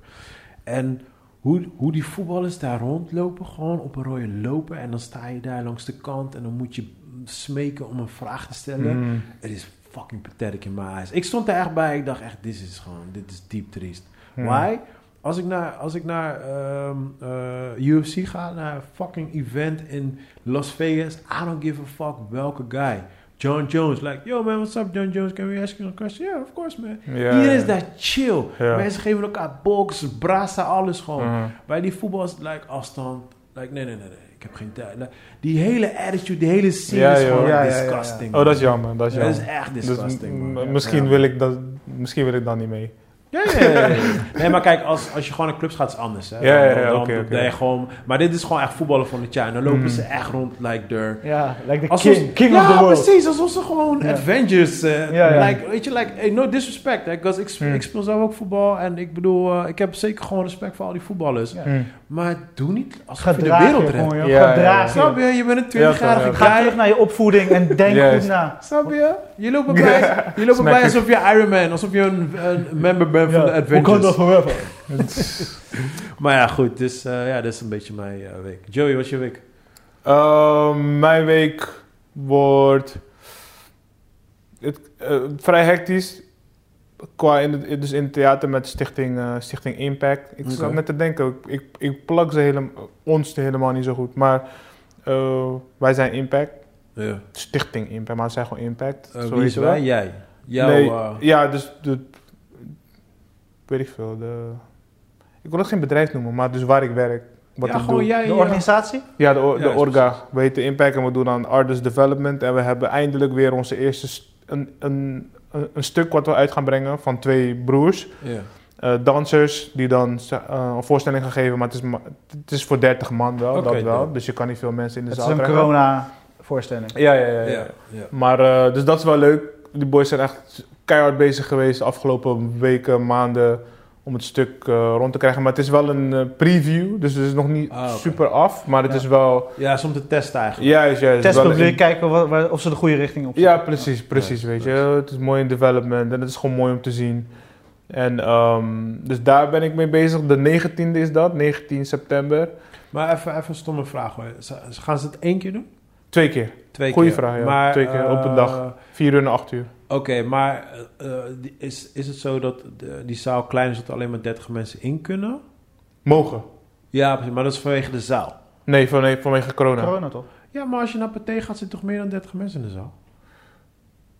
En hoe, hoe die voetballers daar rondlopen, gewoon op een rode lopen. En dan sta je daar langs de kant en dan moet je smeken om een vraag te stellen.
Mm.
Het is fucking pathetic in mijn eyes. Ik stond er echt bij. Ik dacht echt, dit is gewoon, dit is diep triest.
Hmm.
Why? Als ik naar, als ik naar ehm, eh, UFC ga, naar een fucking event in Las Vegas, I don't give a fuck welke guy. John Jones, like, yo man, what's up John Jones? Can we ask you a question? Yeah, of course man.
Ja,
Iedereen is
ja.
daar chill.
Ja.
Mensen geven elkaar box, brasa, alles gewoon.
Mhm.
Bij die voetbal is het like afstand. Like, nee, nee, nee, nee, ik heb geen tijd. Like, die hele attitude, die hele scene
Ja,
is
joh.
gewoon
Ja, ja, ja, ja.
disgusting.
Oh, dat
man.
is jammer, dat is
Dat is
jammer.
echt
Dus
disgusting,
m-
man.
misschien,
Ja.
wil ik dat, misschien wil ik dan niet mee.
Ja, ja, ja, ja. Nee, maar kijk, als, als je gewoon naar clubs gaat, is het anders. Hè?
Ja, ja, ja,
Dan- dan-
oké,
dan
oké.
ben je gewoon, maar dit is gewoon echt voetballen van het jaar. En dan lopen
Mm.
ze echt rond, like, de...
Ja, like the
Alsof-
king, king
ja,
of the world.
precies. Alsof ze gewoon Avengers... eh,
Ja, ja.
Like, weet je, like, hey, no disrespect. Hè, 'cause ik, sp-
Mm.
ik speel zelf ook voetbal. En ik bedoel, eh, ik heb zeker gewoon respect voor al die voetballers.
Ja.
Hm.
Maar doe niet alsof
Ga
je de wereld
dragen,
redt.
gewoon, joh.
Ja,
Ga
ja, ja.
dragen.
Snap je? Je bent een
Ja, toch,
20-jarige
ja.
Ga
guy.
terug naar je opvoeding en denk
Juist.
goed na.
Snap je? Je loopt erbij, je loopt
Smack
erbij
ik.
alsof je Iron Man, alsof je een, een member bent van de
Hoe kan dat
Avengers.
forever?
Dus,
Maar ja, goed, dus, eh, ja, dat is een beetje mijn eh, week. Joey, wat is je week?
Ehm, mijn week wordt het, eh, vrij hectisch. Qua in het, dus in het theater met Stichting, eh, Stichting Impact. Ik zat
Oké.
net te denken, ik, ik, ik plak ze helemaal, ons helemaal niet zo goed. Maar eh, wij zijn Impact.
Ja.
Stichting Impact, maar ze zijn gewoon Impact. zo
Eh, wie
heet
is
het wel.
wij? Jij. Jouw,
nee,
eh,
Ja, dus de, weet ik veel. De, ik wil het geen bedrijf noemen, maar dus waar ik werk. Wat
ja,
ik
gewoon
doe.
jij.
De
eh,
organisatie?
Ja, de, or-
Ja,
de
is
Orga. We heten Impact en we doen aan Artist Development. En we hebben eindelijk weer onze eerste st- een, een, een, een stuk wat we uit gaan brengen van twee broers.
ja.
Eh, dansers die dan z- eh, een voorstelling gaan geven, maar het is, ma- het is voor 30 man wel,
Oké,
dat wel.
dope.
Dus je kan niet veel mensen in de
Het is
zaal
een
krijgen.
corona-voorstelling.
Ja, ja, ja. ja.
Ja, ja.
Maar eh, dus dat is wel leuk. Die boys zijn echt keihard bezig geweest de afgelopen weken, maanden om het stuk eh, rond te krijgen. Maar het is wel een eh, preview, dus het is nog niet
Ah, oké.
super af, maar het
Ja.
is wel...
Ja, is om te testen eigenlijk.
Juist, juist. wel een-
Testpubliek, kijken wa- waar- of ze de goede richting op
Ja, precies, precies,
Nice,
weet je.
nice.
Het is mooi in development en het is gewoon mooi om te zien. En ehm, dus daar ben ik mee bezig. De 19e is dat, 19 september.
Maar even, even een stomme vraag hoor. Z- Gaan ze het één keer doen?
Twee keer,
Twee
Goeie
keer.
vraag, ja.
Maar,
Twee keer, op een
eh,
dag. vier uur en acht uur.
Oké, maar eh, eh, die- is, is het zo dat de- die zaal klein is dat er alleen maar 30 mensen in kunnen?
Mogen?
Ja, precies, maar dat is vanwege de zaal.
Nee, vanwege, vanwege corona.
Corona toch?
Ja, maar als je naar Pathé gaat, zitten toch meer dan 30 mensen in de zaal?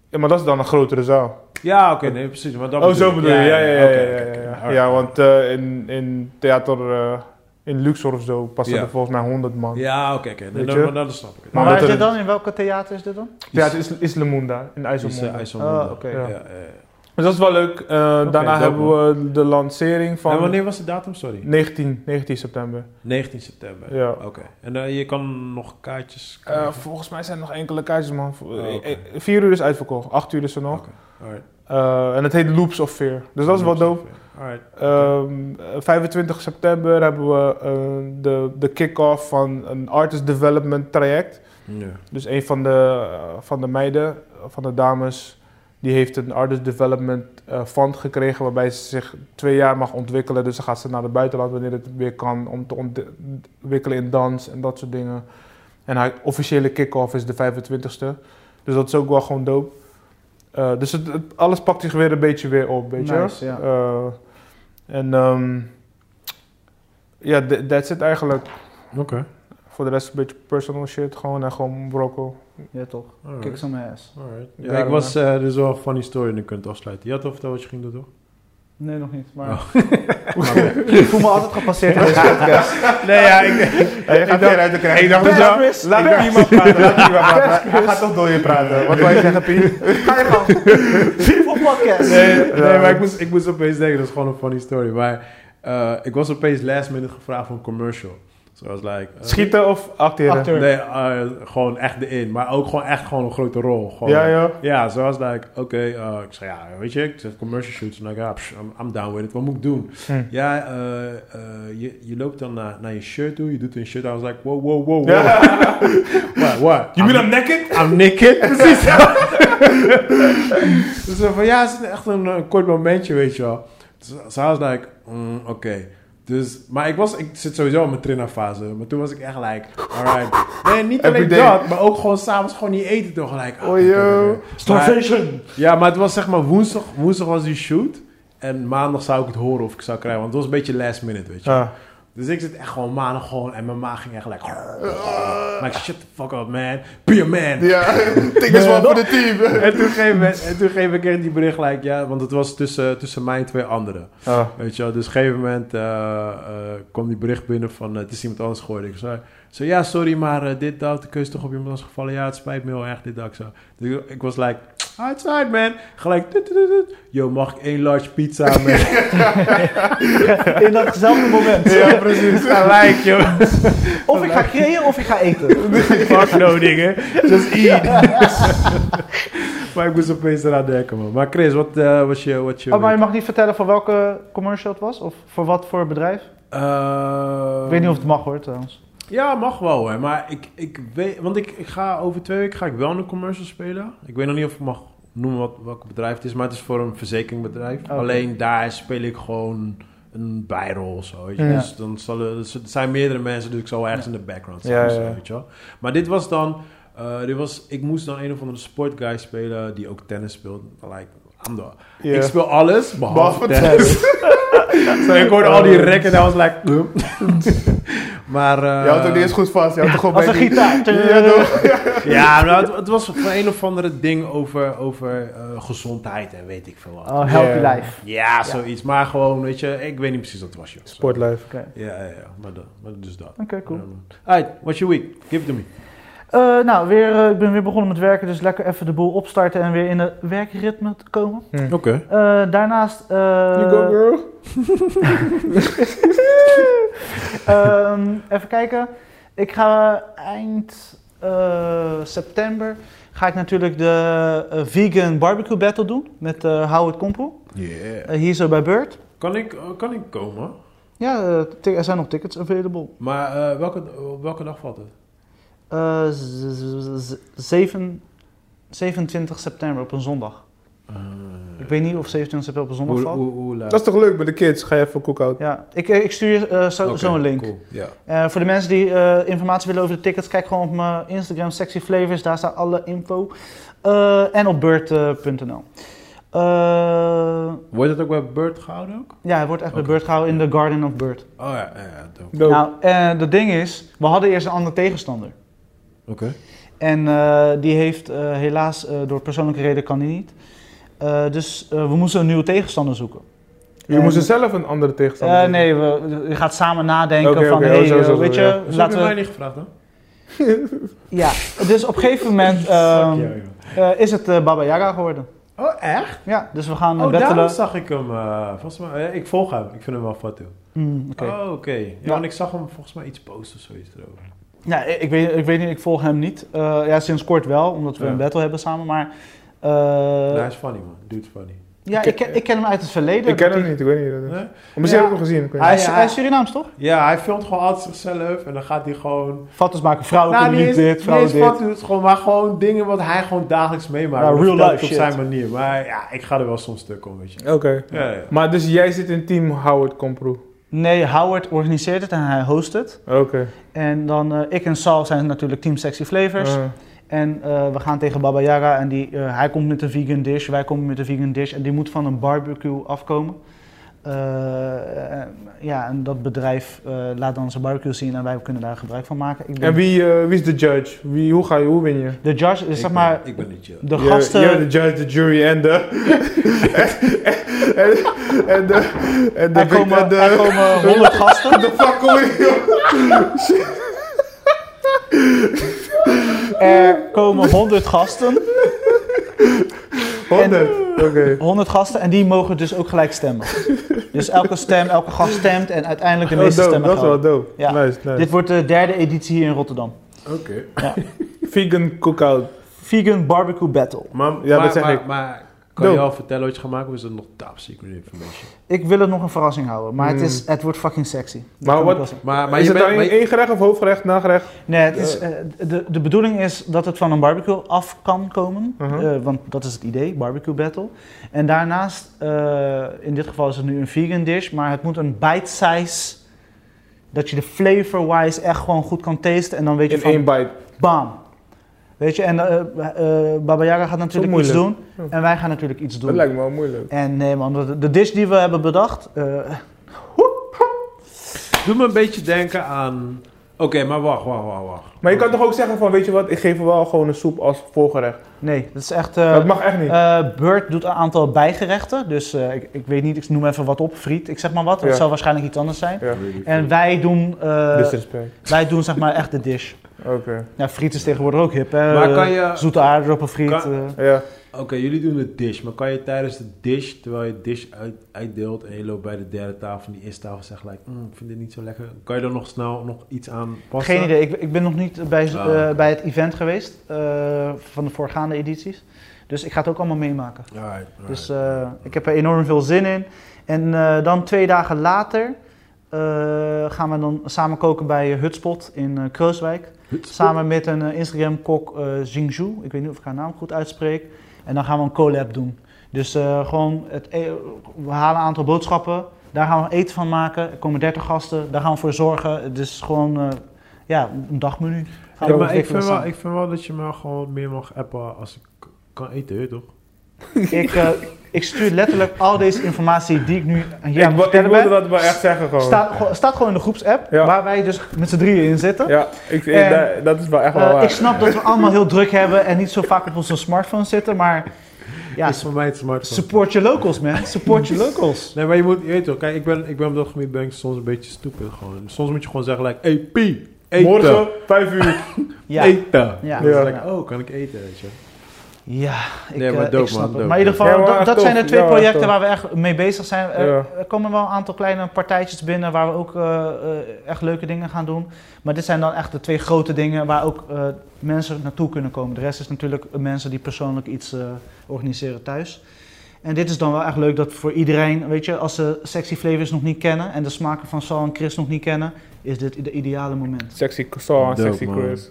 Ja, maar dat is dan een grotere zaal.
Ja, oké, nee, precies. Maar dat
Oh, zo bedoel je. Ja, ja, ja.
oké,
ja,
oké,
ja,
oké,
ja.
alright.
Ja, want eh, in, in theater eh, in Luxor of zo passen
Ja.
er volgens mij 100 man.
Ja, oké, oké. Nee,
Weet
dan-
je?
maar dan snap ik het.
Maar
Maar
waar is
dat
dit
er-
dan? In welke theater is dit dan?
Theater is, is Lemunda in
is
IJsselmonde.
eh, IJsselmonde.
Ah, oké.
Ja,
Ja.
ja, ja.
dus dat is wel leuk. Eh, daarna
dope,
hebben we de lancering van
En wanneer was de datum? Sorry.
19, 19 september.
19 september.
Ja.
Oké. En eh, je kan nog kaartjes
Eh,
krijgen?
volgens mij zijn er nog enkele kaartjes, man.
Oh, oké.
Eh, eh, Vier uur is uitverkocht, acht uur is er nog.
Oké, alright.
Eh, en het heet Loops of Fear. Dus dat is wel dope.
Alright.
Ehm, eh, 25 september hebben we eh, de, de kick-off van een artist development traject.
Ja.
Dus een van de, eh, van de meiden, eh, van de dames, die heeft een artist development eh, fund gekregen waarbij ze zich twee jaar mag ontwikkelen. Dus dan gaat ze naar het buitenland wanneer het weer kan om te ont- ontwikkelen in dans en dat soort dingen. En haar officiële kick-off is de 25ste. Dus dat is ook wel gewoon dope. Eh, dus het, het- alles pakt zich weer een beetje weer op, weet je.
Nice, ja.
Eh, en ehm, ja, th- that's it eigenlijk.
Oké.
Voor de rest een beetje personal shit, gewoon en gewoon brokkel.
Ja, toch.
Alright.
Kick some ass.
Alright. Ja,
Daarom,
ik was, eh dit is wel een funny story en dan kunt afsluiten. Je had al verteld wat je ging doen, toch?
Nee, nog niet. Maar
Oh.
ik voel me altijd gepasseerd in deze podcast.
Nee, ja, ik... je gaat weer uit de krijg. Ik dacht
Pers,
dus wel,
Chris.
laat
Pers.
iemand praten, laat iemand praten. Hij gaat toch door je praten. Wat wil je zeggen, Piet?
Ga je gang. Voor podcast.
Nee, nee, maar ik moest, ik moest opeens denken, dat is gewoon een funny story. Maar eh, ik was opeens last minute gevraagd voor een commercial. So I was like... eh,
Schieten of acteren?
Acteur.
Nee, eh, gewoon echt erin. Maar ook gewoon echt gewoon een grote rol. Gewoon,
Ja, ja.
Ja, zo was like, oké, eh, ik zei ja, weet je, ik zeg commercial shoots. En ik, ja, psh, I'm, I'm down with it. Wat moet ik doen?
Hm.
Ja, eh, eh, je, je loopt dan naar, naar je shirt toe. Je doet een shirt. I was like, wow, wow, wow, wow. What, what?
You
I'm-
beat him naked?
I'm naked. Precies. dus zo van, ja, het is echt een, eh, kort momentje, weet je wel. Dus so I was like, mm, oké. Dus, maar ik, was, ik zit sowieso in mijn trainerfase. Maar toen was ik echt like, alright. Nee, niet alleen
Every day.
dat, maar ook gewoon s'avonds gewoon niet eten. Toen gelijk. ah,
Oh, yo.
oké, oké. Maar- Ja, maar het was zeg maar woensdag, woensdag was die shoot. En maandag zou ik het horen of ik zou krijgen. Want het was een beetje last minute, weet je wel.
Ah,
Dus ik zit echt gewoon maandag gewoon en mijn maag ging echt gelijk. Maar ik shut the fuck up, man. Be a man.
Ja, tik is wel voor de team.
En toen geef ik- en toen geef ik echt die bericht gelijk, ja, want het was tussen, tussen mij en twee anderen.
ah.
Weet je wel, dus op een gegeven moment eh, eh, kwam die bericht binnen van, eh, het is iemand anders geworden. Ik zei, zo, ja, sorry, maar eh, dit, dat, de keuze toch op iemand anders gevallen. Ja, het spijt me heel erg, dit, dat, ik zo. Dus ik, ik was like, ah, it's fine, man. Gelijk, tut, tut, tut, tut. yo, mag ik één large pizza, man?
In datzelfde moment.
ja, precies, gelijk, joh.
Of ik ga creëren of ik ga eten.
Fuck no, dingen. Just eat. maar ik moest opeens eraan denken, man. Maar Chris, wat eh, was je... Wat je
Oh, maar je mag niet vertellen voor welke commercial het was? Of voor wat voor bedrijf?
Eh,
Ik weet niet of het mag hoor trouwens.
Ja, mag wel, hè. Maar ik, ik weet... Want ik, ik ga over twee weken ga ik wel een commercial spelen. Ik weet nog niet of ik mag noemen wat, welk bedrijf het is. Maar het is voor een verzekeringbedrijf.
Oh,
Oké.
Alleen daar speel ik gewoon een bijrol of zo. Weet je.
Ja.
Dus dan zullen... dus het zijn meerdere mensen, dus ik zal wel ergens in de background zijn.
Ja,
of zo,
ja.
Weet je wel. Maar dit was dan... eh, dit was, ik moest dan een of andere sportguy spelen die ook tennis speelt. Like, I'm the- Ik speel alles, behalve,
Behalve
tennis. Zo, ik hoorde al die rekken en I was like... "Huh?" maar... eh,
Je houdt ook niet eens goed vast. Je houdt toch
Als
gewoon
een
bij die-
gitaar.
Ja, toch?
Ja, nou, het, het was van een of andere ding over, over eh, gezondheid en weet ik veel wat.
Oh, help
Ja.
your life.
Ja, zoiets. Maar gewoon, weet je, ik weet niet precies wat het was, joh.
Sportlife.
Oké,
Ja, ja, ja. Maar, dat- maar dus dat.
Oké, cool.
Ja, man. Alright, what's your week? Give it to me.
Eh, nou, weer, eh, ik ben weer begonnen met werken, dus lekker even de boel opstarten en weer in het werkritme te komen.
Oké.
Eh, daarnaast. eh,
You go, girl.
ehm, even kijken. Ik ga eind eh, september ga ik natuurlijk de eh, vegan barbecue battle doen met eh Howard Kompo.
Yeah.
Eh, hier zo bij Beurt.
Kan ik, eh, kan ik komen?
Ja, eh, ti- er zijn nog tickets available.
Maar eh, welke, op welke dag valt het?
Eh, z- z- z- zeven- 27 september op een zondag. Ik weet niet of 27 september op een zondag
Eh. Hoe,
valt.
hoe, hoe laat?
Dat is toch leuk met de kids? Ga je even cookout.
Ja, ik, ik stuur je eh, zo,
Oké,
zo'n link.
Cool. Ja.
Eh, voor de mensen die eh, informatie willen over de tickets, kijk gewoon op mijn Instagram, Sexy Flavors, daar staat alle info. Eh, en op beurt.nl. Eh,
Wordt het ook bij Bird gehouden ook?
ja, het wordt echt
Oké.
bij Beurt gehouden in de Garden of Beurt.
Oh ja, ja, ja. dope.
Dope.
Nou, eh dat ding is, we hadden eerst een andere tegenstander.
Oké.
En eh, die heeft eh, helaas, eh, door persoonlijke reden kan die niet. Eh, dus eh, we moesten een nieuwe tegenstander zoeken.
Je moest er zelf een andere tegenstander
Eh,
doen.
nee, we, je gaat samen nadenken
Oké,
van,
oké,
hey,
oh, zo,
eh,
zo, zo,
weet je,
ja.
Dus
laten
heb je
we...
mij niet gevraagd, hè?
Ja, dus op een gegeven moment ehm, eh, is het eh, Baba Yaga geworden.
Oh, echt?
Ja, dus we gaan eh,
Oh, daar
battelen.
zag ik hem. eh, volgens mij, eh, ik volg hem. Ik vind hem wel fat, joh.
Hmm, oké.
Oh, oké. Ja,
Ja.
want ik zag hem volgens mij iets posten of zoiets erover.
Ja, ik, ik weet, ik weet niet, ik volg hem niet. Eh, ja, sinds kort wel, omdat we
Ja.
een battle hebben samen, maar... eh,
Nou, hij is funny, man. Dude is funny.
ja, ik, ken- ik ken hem uit het verleden.
Ik ken
Dat
hem niet, ik weet niet.
Nee?
Maar Misschien
Ja.
heb ik hem gezien. ik weet
Hij
niet.
is,
Ja.
hij is Surinaams, toch?
Ja, hij filmt gewoon altijd zichzelf en dan gaat hij gewoon...
Foto's maken, vrouwen
Nou,
kunnen
niet eens-
niet dit,
niet
vrouwen
eens
dit.
fat, dude, gewoon, maar gewoon dingen wat hij gewoon dagelijks meemaakt.
Ja,
Maar
real
vertelt
life
het op
shit.
zijn manier. Maar ja, ik ga er wel soms stuk om, weet je.
Oké.
Ja, ja.
Maar dus jij zit in team Howard Compro.
Nee, Howard organiseert het en hij host het.
Oké.
En dan, eh, ik en Sal zijn natuurlijk Team Sexy Flavors.
Eh,
En eh, we gaan tegen Baba Yaga en die, eh, hij komt met een vegan dish, wij komen met een vegan dish. En die moet van een barbecue afkomen. Eh, Eh, eh, ja, en dat bedrijf eh, laat dan zijn barbecue zien en wij kunnen daar gebruik van maken. Ik
En
denk-
wie, eh, wie is de judge? Wie, hoe, ga je, hoe win je?
De judge is
Ik
Dus zeg
ben-
maar
Ik ben het je.
de
Je-
gasten.
Je de judge, de jury en de... en, en, en de... En de...
er, komen,
en de-
er komen 100 gasten.
de fuck kom ik, joh?
Er komen 100 gasten.
100. Oké.
100 gasten en die mogen dus ook gelijk stemmen. Dus elke stem, elke gast stemt en uiteindelijk de
Oh,
meeste
dope,
stemmen
dat is wel
gelden.
dope.
Ja.
Nice, nice.
Dit wordt de derde editie hier in Rotterdam.
Oké.
Vegan cookout.
Vegan Barbecue Battle.
Maar,
Ja,
maar,
dat zeg
maar,
ik.
maar kan
Doe.
je al vertellen wat je gaat maken of is dat nog top secret information?
Ik wil het nog een verrassing houden, maar het, is, het wordt fucking sexy. Dat
Hmm. Maar
kan ik
wat-
wel zeggen.
Maar, maar
is
je
het
bent...
dan
maar je-
één gerecht of hoofdgerecht, nagerecht?
Nee, het is, eh, de, de bedoeling is dat het van een barbecue af kan komen,
Uh-huh.
eh, want dat is het idee, Barbecue Battle. En daarnaast, eh, in dit geval is het nu een vegan dish, maar het moet een bite-size, dat je de flavor-wise echt gewoon goed kan tasten en dan weet je
In
van,
één bite.
Bam. Weet je, en eh, eh, Baba Yaga gaat natuurlijk
Zo
iets doen.
moeilijk. Hm.
En wij gaan natuurlijk iets
Dat
doen.
lijkt me wel moeilijk.
En nee man, de, de dish die we hebben bedacht... eh,
Doe me een beetje denken aan... Oké, maar wacht, wacht, wacht, wacht.
Maar je kan toch ook zeggen van, weet je wat, ik geef er wel gewoon een soep als voorgerecht.
nee, dat is echt... eh,
dat mag echt niet.
eh, Bert doet een aantal bijgerechten. Dus eh, ik, ik weet niet, ik noem even wat op. Friet, ik zeg maar wat.
Ja.
Het zal waarschijnlijk iets anders zijn.
ja,
En wij doen, eh,
disrespect.
wij doen zeg maar echt de dish.
Oké.
Ja, friet is tegenwoordig ook hip hè.
Maar kan
Eh,
je-
Zoete aardappelfriet.
kan-
eh.
Ja.
Oké, jullie doen de dish, maar kan je tijdens de dish, terwijl je dish uit, uitdeelt en je loopt bij de derde tafel en die eerste tafel zegt gelijk, "Mm, ik vind dit niet zo lekker. Kan je daar nog snel nog iets aan passen?
Geen idee, ik, ik ben nog niet bij, eh,
oké.
bij het event geweest eh, van de voorgaande edities. Dus ik ga het ook allemaal meemaken.
Alright, alright.
Dus eh, ik heb er enorm veel zin in. En eh, dan twee dagen later eh, gaan we dan samen koken bij Hutspot in eh, Kreuzwijk.
Hutspot?
Samen met een eh, Instagram-kok eh Jingzhu. Ik weet niet of ik haar naam goed uitspreek. En dan gaan we een collab doen. Dus eh, gewoon, het, e- we halen een aantal boodschappen. Daar gaan we eten van maken. Er komen 30 gasten. Daar gaan we voor zorgen. Het is gewoon eh, ja, een dagmenu. Gaan we
Ja, maar ik
ontwikkelen
vind, wel,
samen.
ik vind wel dat je me gewoon meer mag appen als ik kan eten, weet je toch?
Ik, eh, ik stuur letterlijk al deze informatie die ik nu aan je
ik, wil- ik
vertellen
wilde
ben.
dat wel echt zeggen gewoon.
Staat, gewoon- staat gewoon in de groepsapp,
Ja.
waar wij dus met z'n drieën in zitten.
Ja, ik, ik-
En-
da- dat is wel echt wel
Eh,
waar.
ik snap dat we allemaal heel druk hebben en niet zo vaak op onze smartphone zitten, maar ja,
is voor mij het smartphone.
support je locals man, support je locals.
Nee, maar je moet, je weet toch, kijk, ik ben, ik ben op dat gebied ben ik soms een beetje stupid gewoon. Soms moet je gewoon zeggen, like, hey P, eten,
Morgen, 5 uur.
Ja,
eten.
Ja.
Dan is het
Ja.
like, oh, kan ik eten, weet je.
ja ik,
Nee, maar
eh, ik
dope,
snap
man,
het.
dope.
Maar in ieder geval,
Ja, maar
dat-
echt
dat zijn de
tof.
twee
Ja,
projecten
echt
waar we echt mee bezig zijn. Er,
Ja.
er komen wel een aantal kleine partijtjes binnen waar we ook eh, eh, echt leuke dingen gaan doen. Maar dit zijn dan echt de twee grote dingen waar ook eh, mensen naartoe kunnen komen. De rest is natuurlijk mensen die persoonlijk iets eh, organiseren thuis. En dit is dan wel echt leuk dat voor iedereen, weet je, als ze sexy flavors nog niet kennen en de smaken van Sal en Chris nog niet kennen, is dit de ideale moment.
Sexy croissant,
Dope,
sexy
man.
quiz.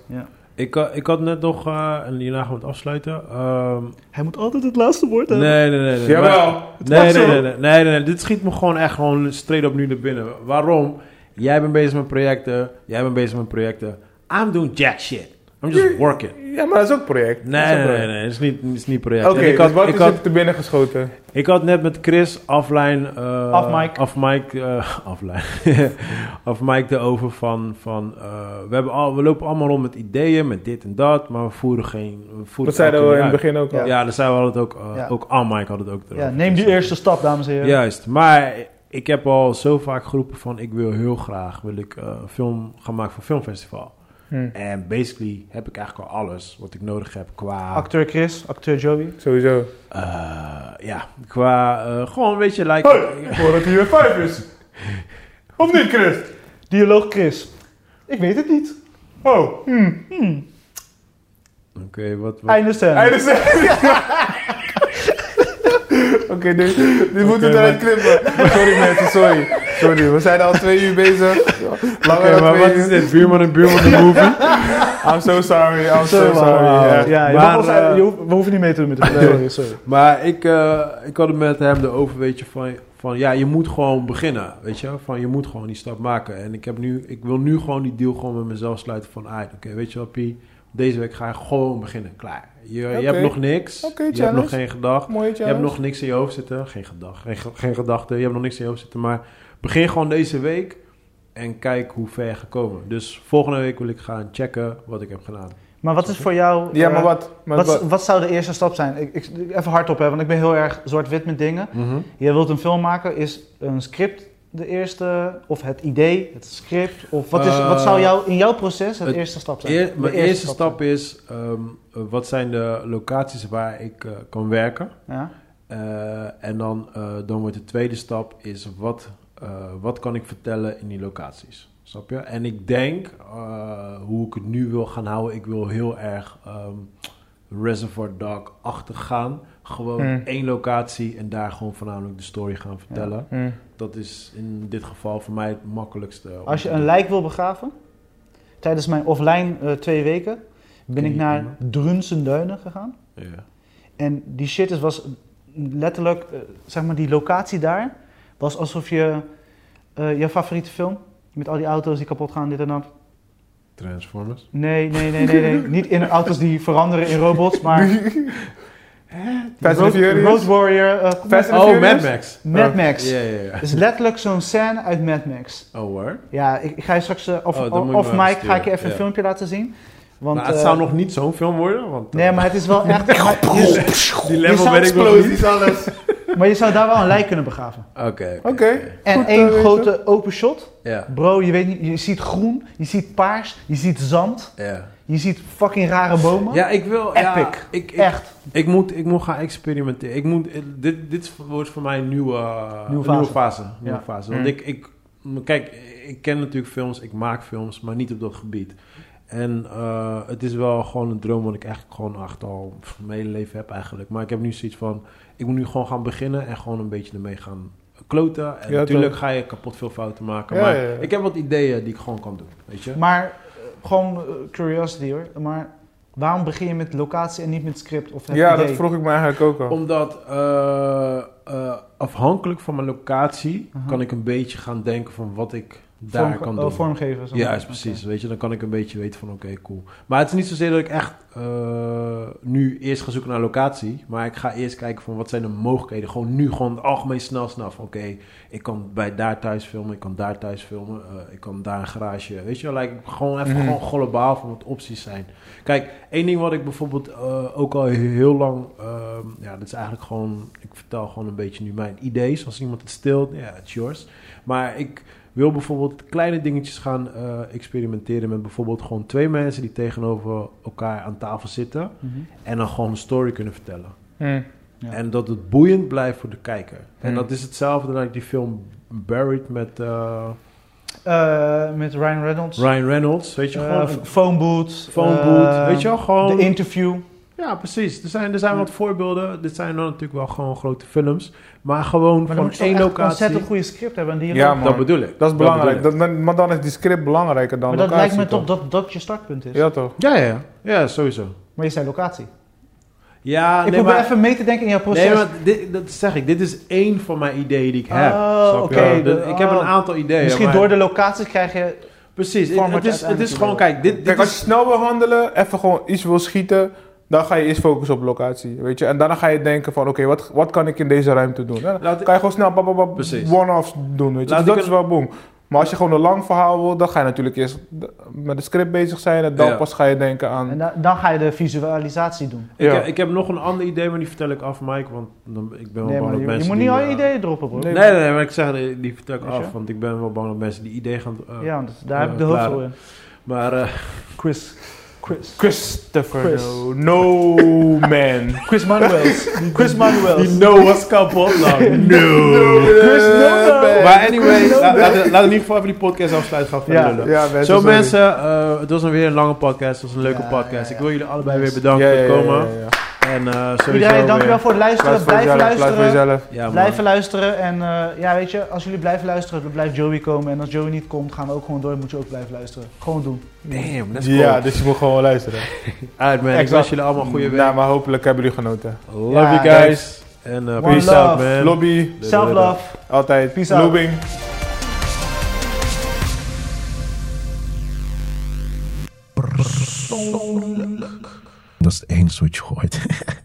Ik, eh, ik had net nog, eh, en hierna gaan we het afsluiten. Ehm,
Hij moet altijd het laatste woord hebben.
nee, nee, nee. nee
Jawel.
Maar- Nee, nee,
mag zo.
nee, nee, nee, nee, nee. Dit schiet me gewoon echt gewoon straight op nu naar binnen. Waarom? Jij bent bezig met projecten, jij bent bezig met projecten. I'm doing jack shit. I'm just working.
Ja, maar dat is ook project. Dat is
Nee,
ook
nee, nee,
project.
nee, het is niet, het is niet project.
Oké,
En ik,
dus
had,
wat
ik,
is
had,
er te binnen geschoten?
ik had net met Chris offline... eh,
Off mic.
Off mic, eh, offline. off mic erover van... van eh, we, hebben al, we lopen allemaal rond met ideeën, met dit en dat, maar we voeren geen... We voeren
Dat zeiden we
elkaar
in het
niet uit.
begin ook al.
Ja.
Ja, daar zijn we altijd ook... eh,
Ja.
Ook on mic had het ook erover.
Ja, neem die
Dus-
eerste stap, dames en heren.
Juist, maar ik heb al zo vaak geroepen van... ik wil heel graag wil ik, eh, een film gaan maken voor filmfestival.
Hm,
En basically heb ik eigenlijk al alles wat ik nodig heb qua...
Acteur Chris, acteur Joey.
Sowieso.
Eh, ja, qua eh, gewoon een beetje like.
Hoi, ik hoor dat hier een 5 is. Of niet, Chris?
Dialoog Chris. Ik weet het niet.
Oh,
Oké, wat. wat
Einde scène.
hij is Oké, dit, dit moeten we
Oké,
eruit knippen. Sorry mensen, sorry. Sorry, we zijn al twee uur bezig.
Oké,
Langer dan
maar
twee
wat
uur.
is dit? Buurman en Buurman de movie?
I'm so sorry, I'm so
Sorry, man.
sorry. ja.
Ja, je
Maar,
mag ons-
eh,
je hoeft- we hoeven niet mee te doen met de sorry, sorry.
maar ik, eh, ik had het met hem erover, weet je, van, van ja, je moet gewoon beginnen, weet je. Van je moet gewoon die stap maken. En ik, heb nu, ik wil nu gewoon die deal gewoon met mezelf sluiten van, ah, oké, weet je wat, Pie? Deze week ga je gewoon beginnen. Klaar. Je, je
Oké.
hebt nog niks.
Oké,
je hebt
challenge.
nog geen gedacht.
Mooie
Je hebt nog niks in je hoofd zitten. Geen gedacht. Geen, ge- geen gedachten. Je hebt nog niks in je hoofd zitten. Maar begin gewoon deze week. En kijk hoe ver je gekomen. Dus volgende week wil ik gaan checken wat ik heb gedaan.
Maar wat is voor jou...
Ja,
eh,
maar wat? Maar
Wat,
wat-
wat zou de eerste stap zijn? Ik, ik, even hardop, hè, want ik ben heel erg zwart-wit met dingen. Je wilt een film maken, is een script de eerste, of het idee, het script, of wat, is, wat zou jou, in jouw proces het,
Eh, het
eerste stap zijn?
Eer-
De
mijn eerste stap
zijn.
is, ehm, eh, wat zijn de locaties waar ik eh, kan werken?
Ja?
Eh, en dan, eh, dan wordt de tweede stap, is wat, eh, wat kan ik vertellen in die locaties? Snap je? En ik denk, eh, hoe ik het nu wil gaan houden, ik wil heel erg ehm, Reservoir Dog achtergaan. Gewoon
Hmm.
Mm.
één locatie en daar gewoon voornamelijk de story gaan vertellen.
Hm.
Dat is in dit geval voor mij het makkelijkste. om
Als je
te
een
doen.
lijk wil begraven, tijdens mijn offline eh, twee weken, ben
Ken
ik
je
naar
iemand?
Drunsenduinen gegaan.
Ja.
En die shit is, was letterlijk, eh, zeg maar, die locatie daar was alsof je eh, jouw favoriete film, met al die auto's die kapot gaan, dit en dat.
Transformers.
Nee, nee, nee, nee, nee. Niet in auto's die veranderen in robots, maar.
Fast and
Road,
Furious?
Road Warrior. eh, kom
Fast
op.
and
Oh,
Furious?
Mad Max.
Mad Max.
Ja, ja, ja.
Het is letterlijk zo'n scène uit Mad Max.
Oh, waar?
Ja, ik, ik ga je straks. eh, of
Oh, dan
of,
moet je me
Mike, ga ik je
sturen,
even een
ja.
filmpje laten zien. Want,
maar het
eh,
zou nog niet zo'n film worden, want eh,
Nee, maar het is wel echt. maar, je,
die
je
level
zou
ben ik nog niet.
Explosies, alles.
maar je zou daar wel een lijk kunnen begraven.
Oké. oké,
Oké.
oké.
En
Goed,
één
eh,
grote open shot.
Ja,
Bro, je weet niet, je ziet groen, je ziet paars, je ziet zand,
ja.
je ziet fucking rare bomen.
Ja, ik wil... ja,
Epic.
ik, ik,
Echt.
Ik moet, ik moet gaan experimenteren. Ik moet, dit, dit wordt voor mij een nieuwe, eh,
Nieuwe
een
fase.
nieuwe fase. Nieuwe
Ja.
fase. Want
Mm.
ik, ik, kijk, ik ken natuurlijk films, ik maak films, maar niet op dat gebied. En eh, het is wel gewoon een droom wat ik eigenlijk gewoon echt al pff, mijn hele leven heb eigenlijk. Maar ik heb nu zoiets van, ik moet nu gewoon gaan beginnen en gewoon een beetje ermee gaan kloten. En
Ja,
natuurlijk
toch.
ga je kapot veel fouten maken,
Ja,
maar
ja, ja.
ik heb wat ideeën die ik gewoon kan doen, weet je.
Maar eh, gewoon eh, curiosity hoor. Maar waarom begin je met locatie en niet met script of het
Ja,
idee?
dat vroeg ik me eigenlijk ook al.
Omdat eh, eh, afhankelijk van mijn locatie
Aha.
kan ik een beetje gaan denken van wat ik daar
Vorm-
kan
eh,
doen.
vormgeven. zo.
ja, is precies. Weet je, dan kan ik een beetje weten van oké, cool. Maar het is niet zozeer dat ik echt eh, nu eerst ga zoeken naar locatie. Maar ik ga eerst kijken van wat zijn de mogelijkheden. Gewoon nu, gewoon algemeen snel snel. van, Oké, ik kan bij daar thuis filmen, ik kan daar thuis filmen, eh, ik kan daar een garage. Weet je, wel, like, gewoon even
Mhm.
gewoon globaal van wat opties zijn. Kijk, één ding wat ik bijvoorbeeld eh, ook al heel lang, ehm, ja, dat is eigenlijk gewoon, ik vertel gewoon een beetje nu mijn idee's. Als iemand het stilt, ja, it's yours. Maar ik wil bijvoorbeeld kleine dingetjes gaan eh, experimenteren met bijvoorbeeld gewoon twee mensen die tegenover elkaar aan tafel zitten
Mhm.
en dan gewoon een story kunnen vertellen.
Hm.
Hmm.
Ja.
En dat het boeiend blijft voor de kijker. En
Hmm.
dat is hetzelfde dan ik die film Buried met eh,
Eh, met Ryan Reynolds.
Ryan Reynolds. Weet je,
Eh,
gewoon
f-
een
phone booth.
phone
eh,
booth. weet je wel, gewoon...
De interview.
Ja, precies. Er zijn, er zijn wat voorbeelden. Dit zijn dan natuurlijk wel gewoon grote films. Maar gewoon
Maar dan
van
moet je
één
toch echt een
locatie.
ontzettend goede script hebben. En die
Ja, man.
Dat bedoel ik.
Dat is belangrijk.
bedoel ik.
Dat dan- maar dan is die script belangrijker dan
maar dat
locatie,
lijkt me toch dat dat je startpunt is.
Ja, toch?
Ja, ja, ja. Ja, sowieso.
Maar je zei locatie.
Ja,
ik
Ah, nee,
probeer
maar...
even mee te denken in jouw proces.
Nee, maar dit, dat zeg ik. Dit is één van mijn ideeën die ik heb.
Oh,
Snap je?
oké,
Ja, dat-
de-
ik heb een
oh.
aantal ideeën.
Misschien
maar-
door de locatie krijg je...
Precies. Het,
vorm
het
wordt
is, het is
uiteindelijk
gewoon, kijk, dit, dit
Kijk,
is...
als je snel wil handelen, even gewoon iets wil schieten, dan ga je eerst focussen op locatie, weet je. En daarna ga je denken van, oké, wat, wat kan ik in deze ruimte doen? Ja, Dan
Laat-
kan je gewoon snel bap, bap, bap,
Precies.
one-offs doen, weet je.
Laat
Dus
ik
dat
een-
is wel boom. Maar als je gewoon een lang verhaal wil, dan ga je natuurlijk eerst de- met de script bezig zijn en dan
Ja.
pas ga je denken
En
aan...
da- dan ga je de visualisatie doen.
Ik,
Ja.
heb, ik heb nog een ander idee, maar die vertel ik af, Mike. Want dan, ik ben wel
Nee,
bang
maar
dat
je, je
mensen
moet
die,
niet al je
eh,
ideeën droppen, bro.
Nee.
Nee, nee, nee, maar ik zeg, die, die vertel ik
Weet je?
af. Want ik ben wel bang dat mensen die idee gaan... eh,
Ja, want daar
eh,
heb ik de hoofdrol
klaren.
in.
Maar eh,
Chris. Chris.
Christopher
Chris.
No, no man.
Chris Manuels. Chris
die
Manuels.
no was kapot. Nou, no.
Chris
Maar anyway, la- laten we laten we in ieder geval even die podcast afsluiten. Gaan verder
Ja,
lullen.
Ja, mensen,
Zo
sorry.
mensen, eh, het was een weer een lange podcast. Het was een leuke
Ja,
podcast.
ja,
Ik wil jullie allebei
Yes.
weer bedanken
Ja,
voor
ja,
het
ja,
komen.
ja, ja.
En eh sowieso
Iedereen, dankjewel
weer-
voor het luisteren.
Plaats voor
Blijf
jezelf, plaats voor
luisteren.
jezelf.
Ja, man.
Blijven luisteren en eh, ja, weet je, als jullie blijven luisteren, dan blijft Joey komen. En als Joey niet komt, gaan we ook gewoon door. Moet je ook blijven luisteren. Gewoon doen.
Damn, let's go.
Ja, dus je moet gewoon luisteren.
Alright, man. Ik
Exact.
wens jullie allemaal een goede week.
Nou, maar hopelijk hebben jullie genoten.
Love
Ja,
you guys. En eh,
One
peace
love.
out, man.
Lobby,
Self-love.
altijd.
Peace out.
Lobbying.
Som Dat is het enige wat je hoort.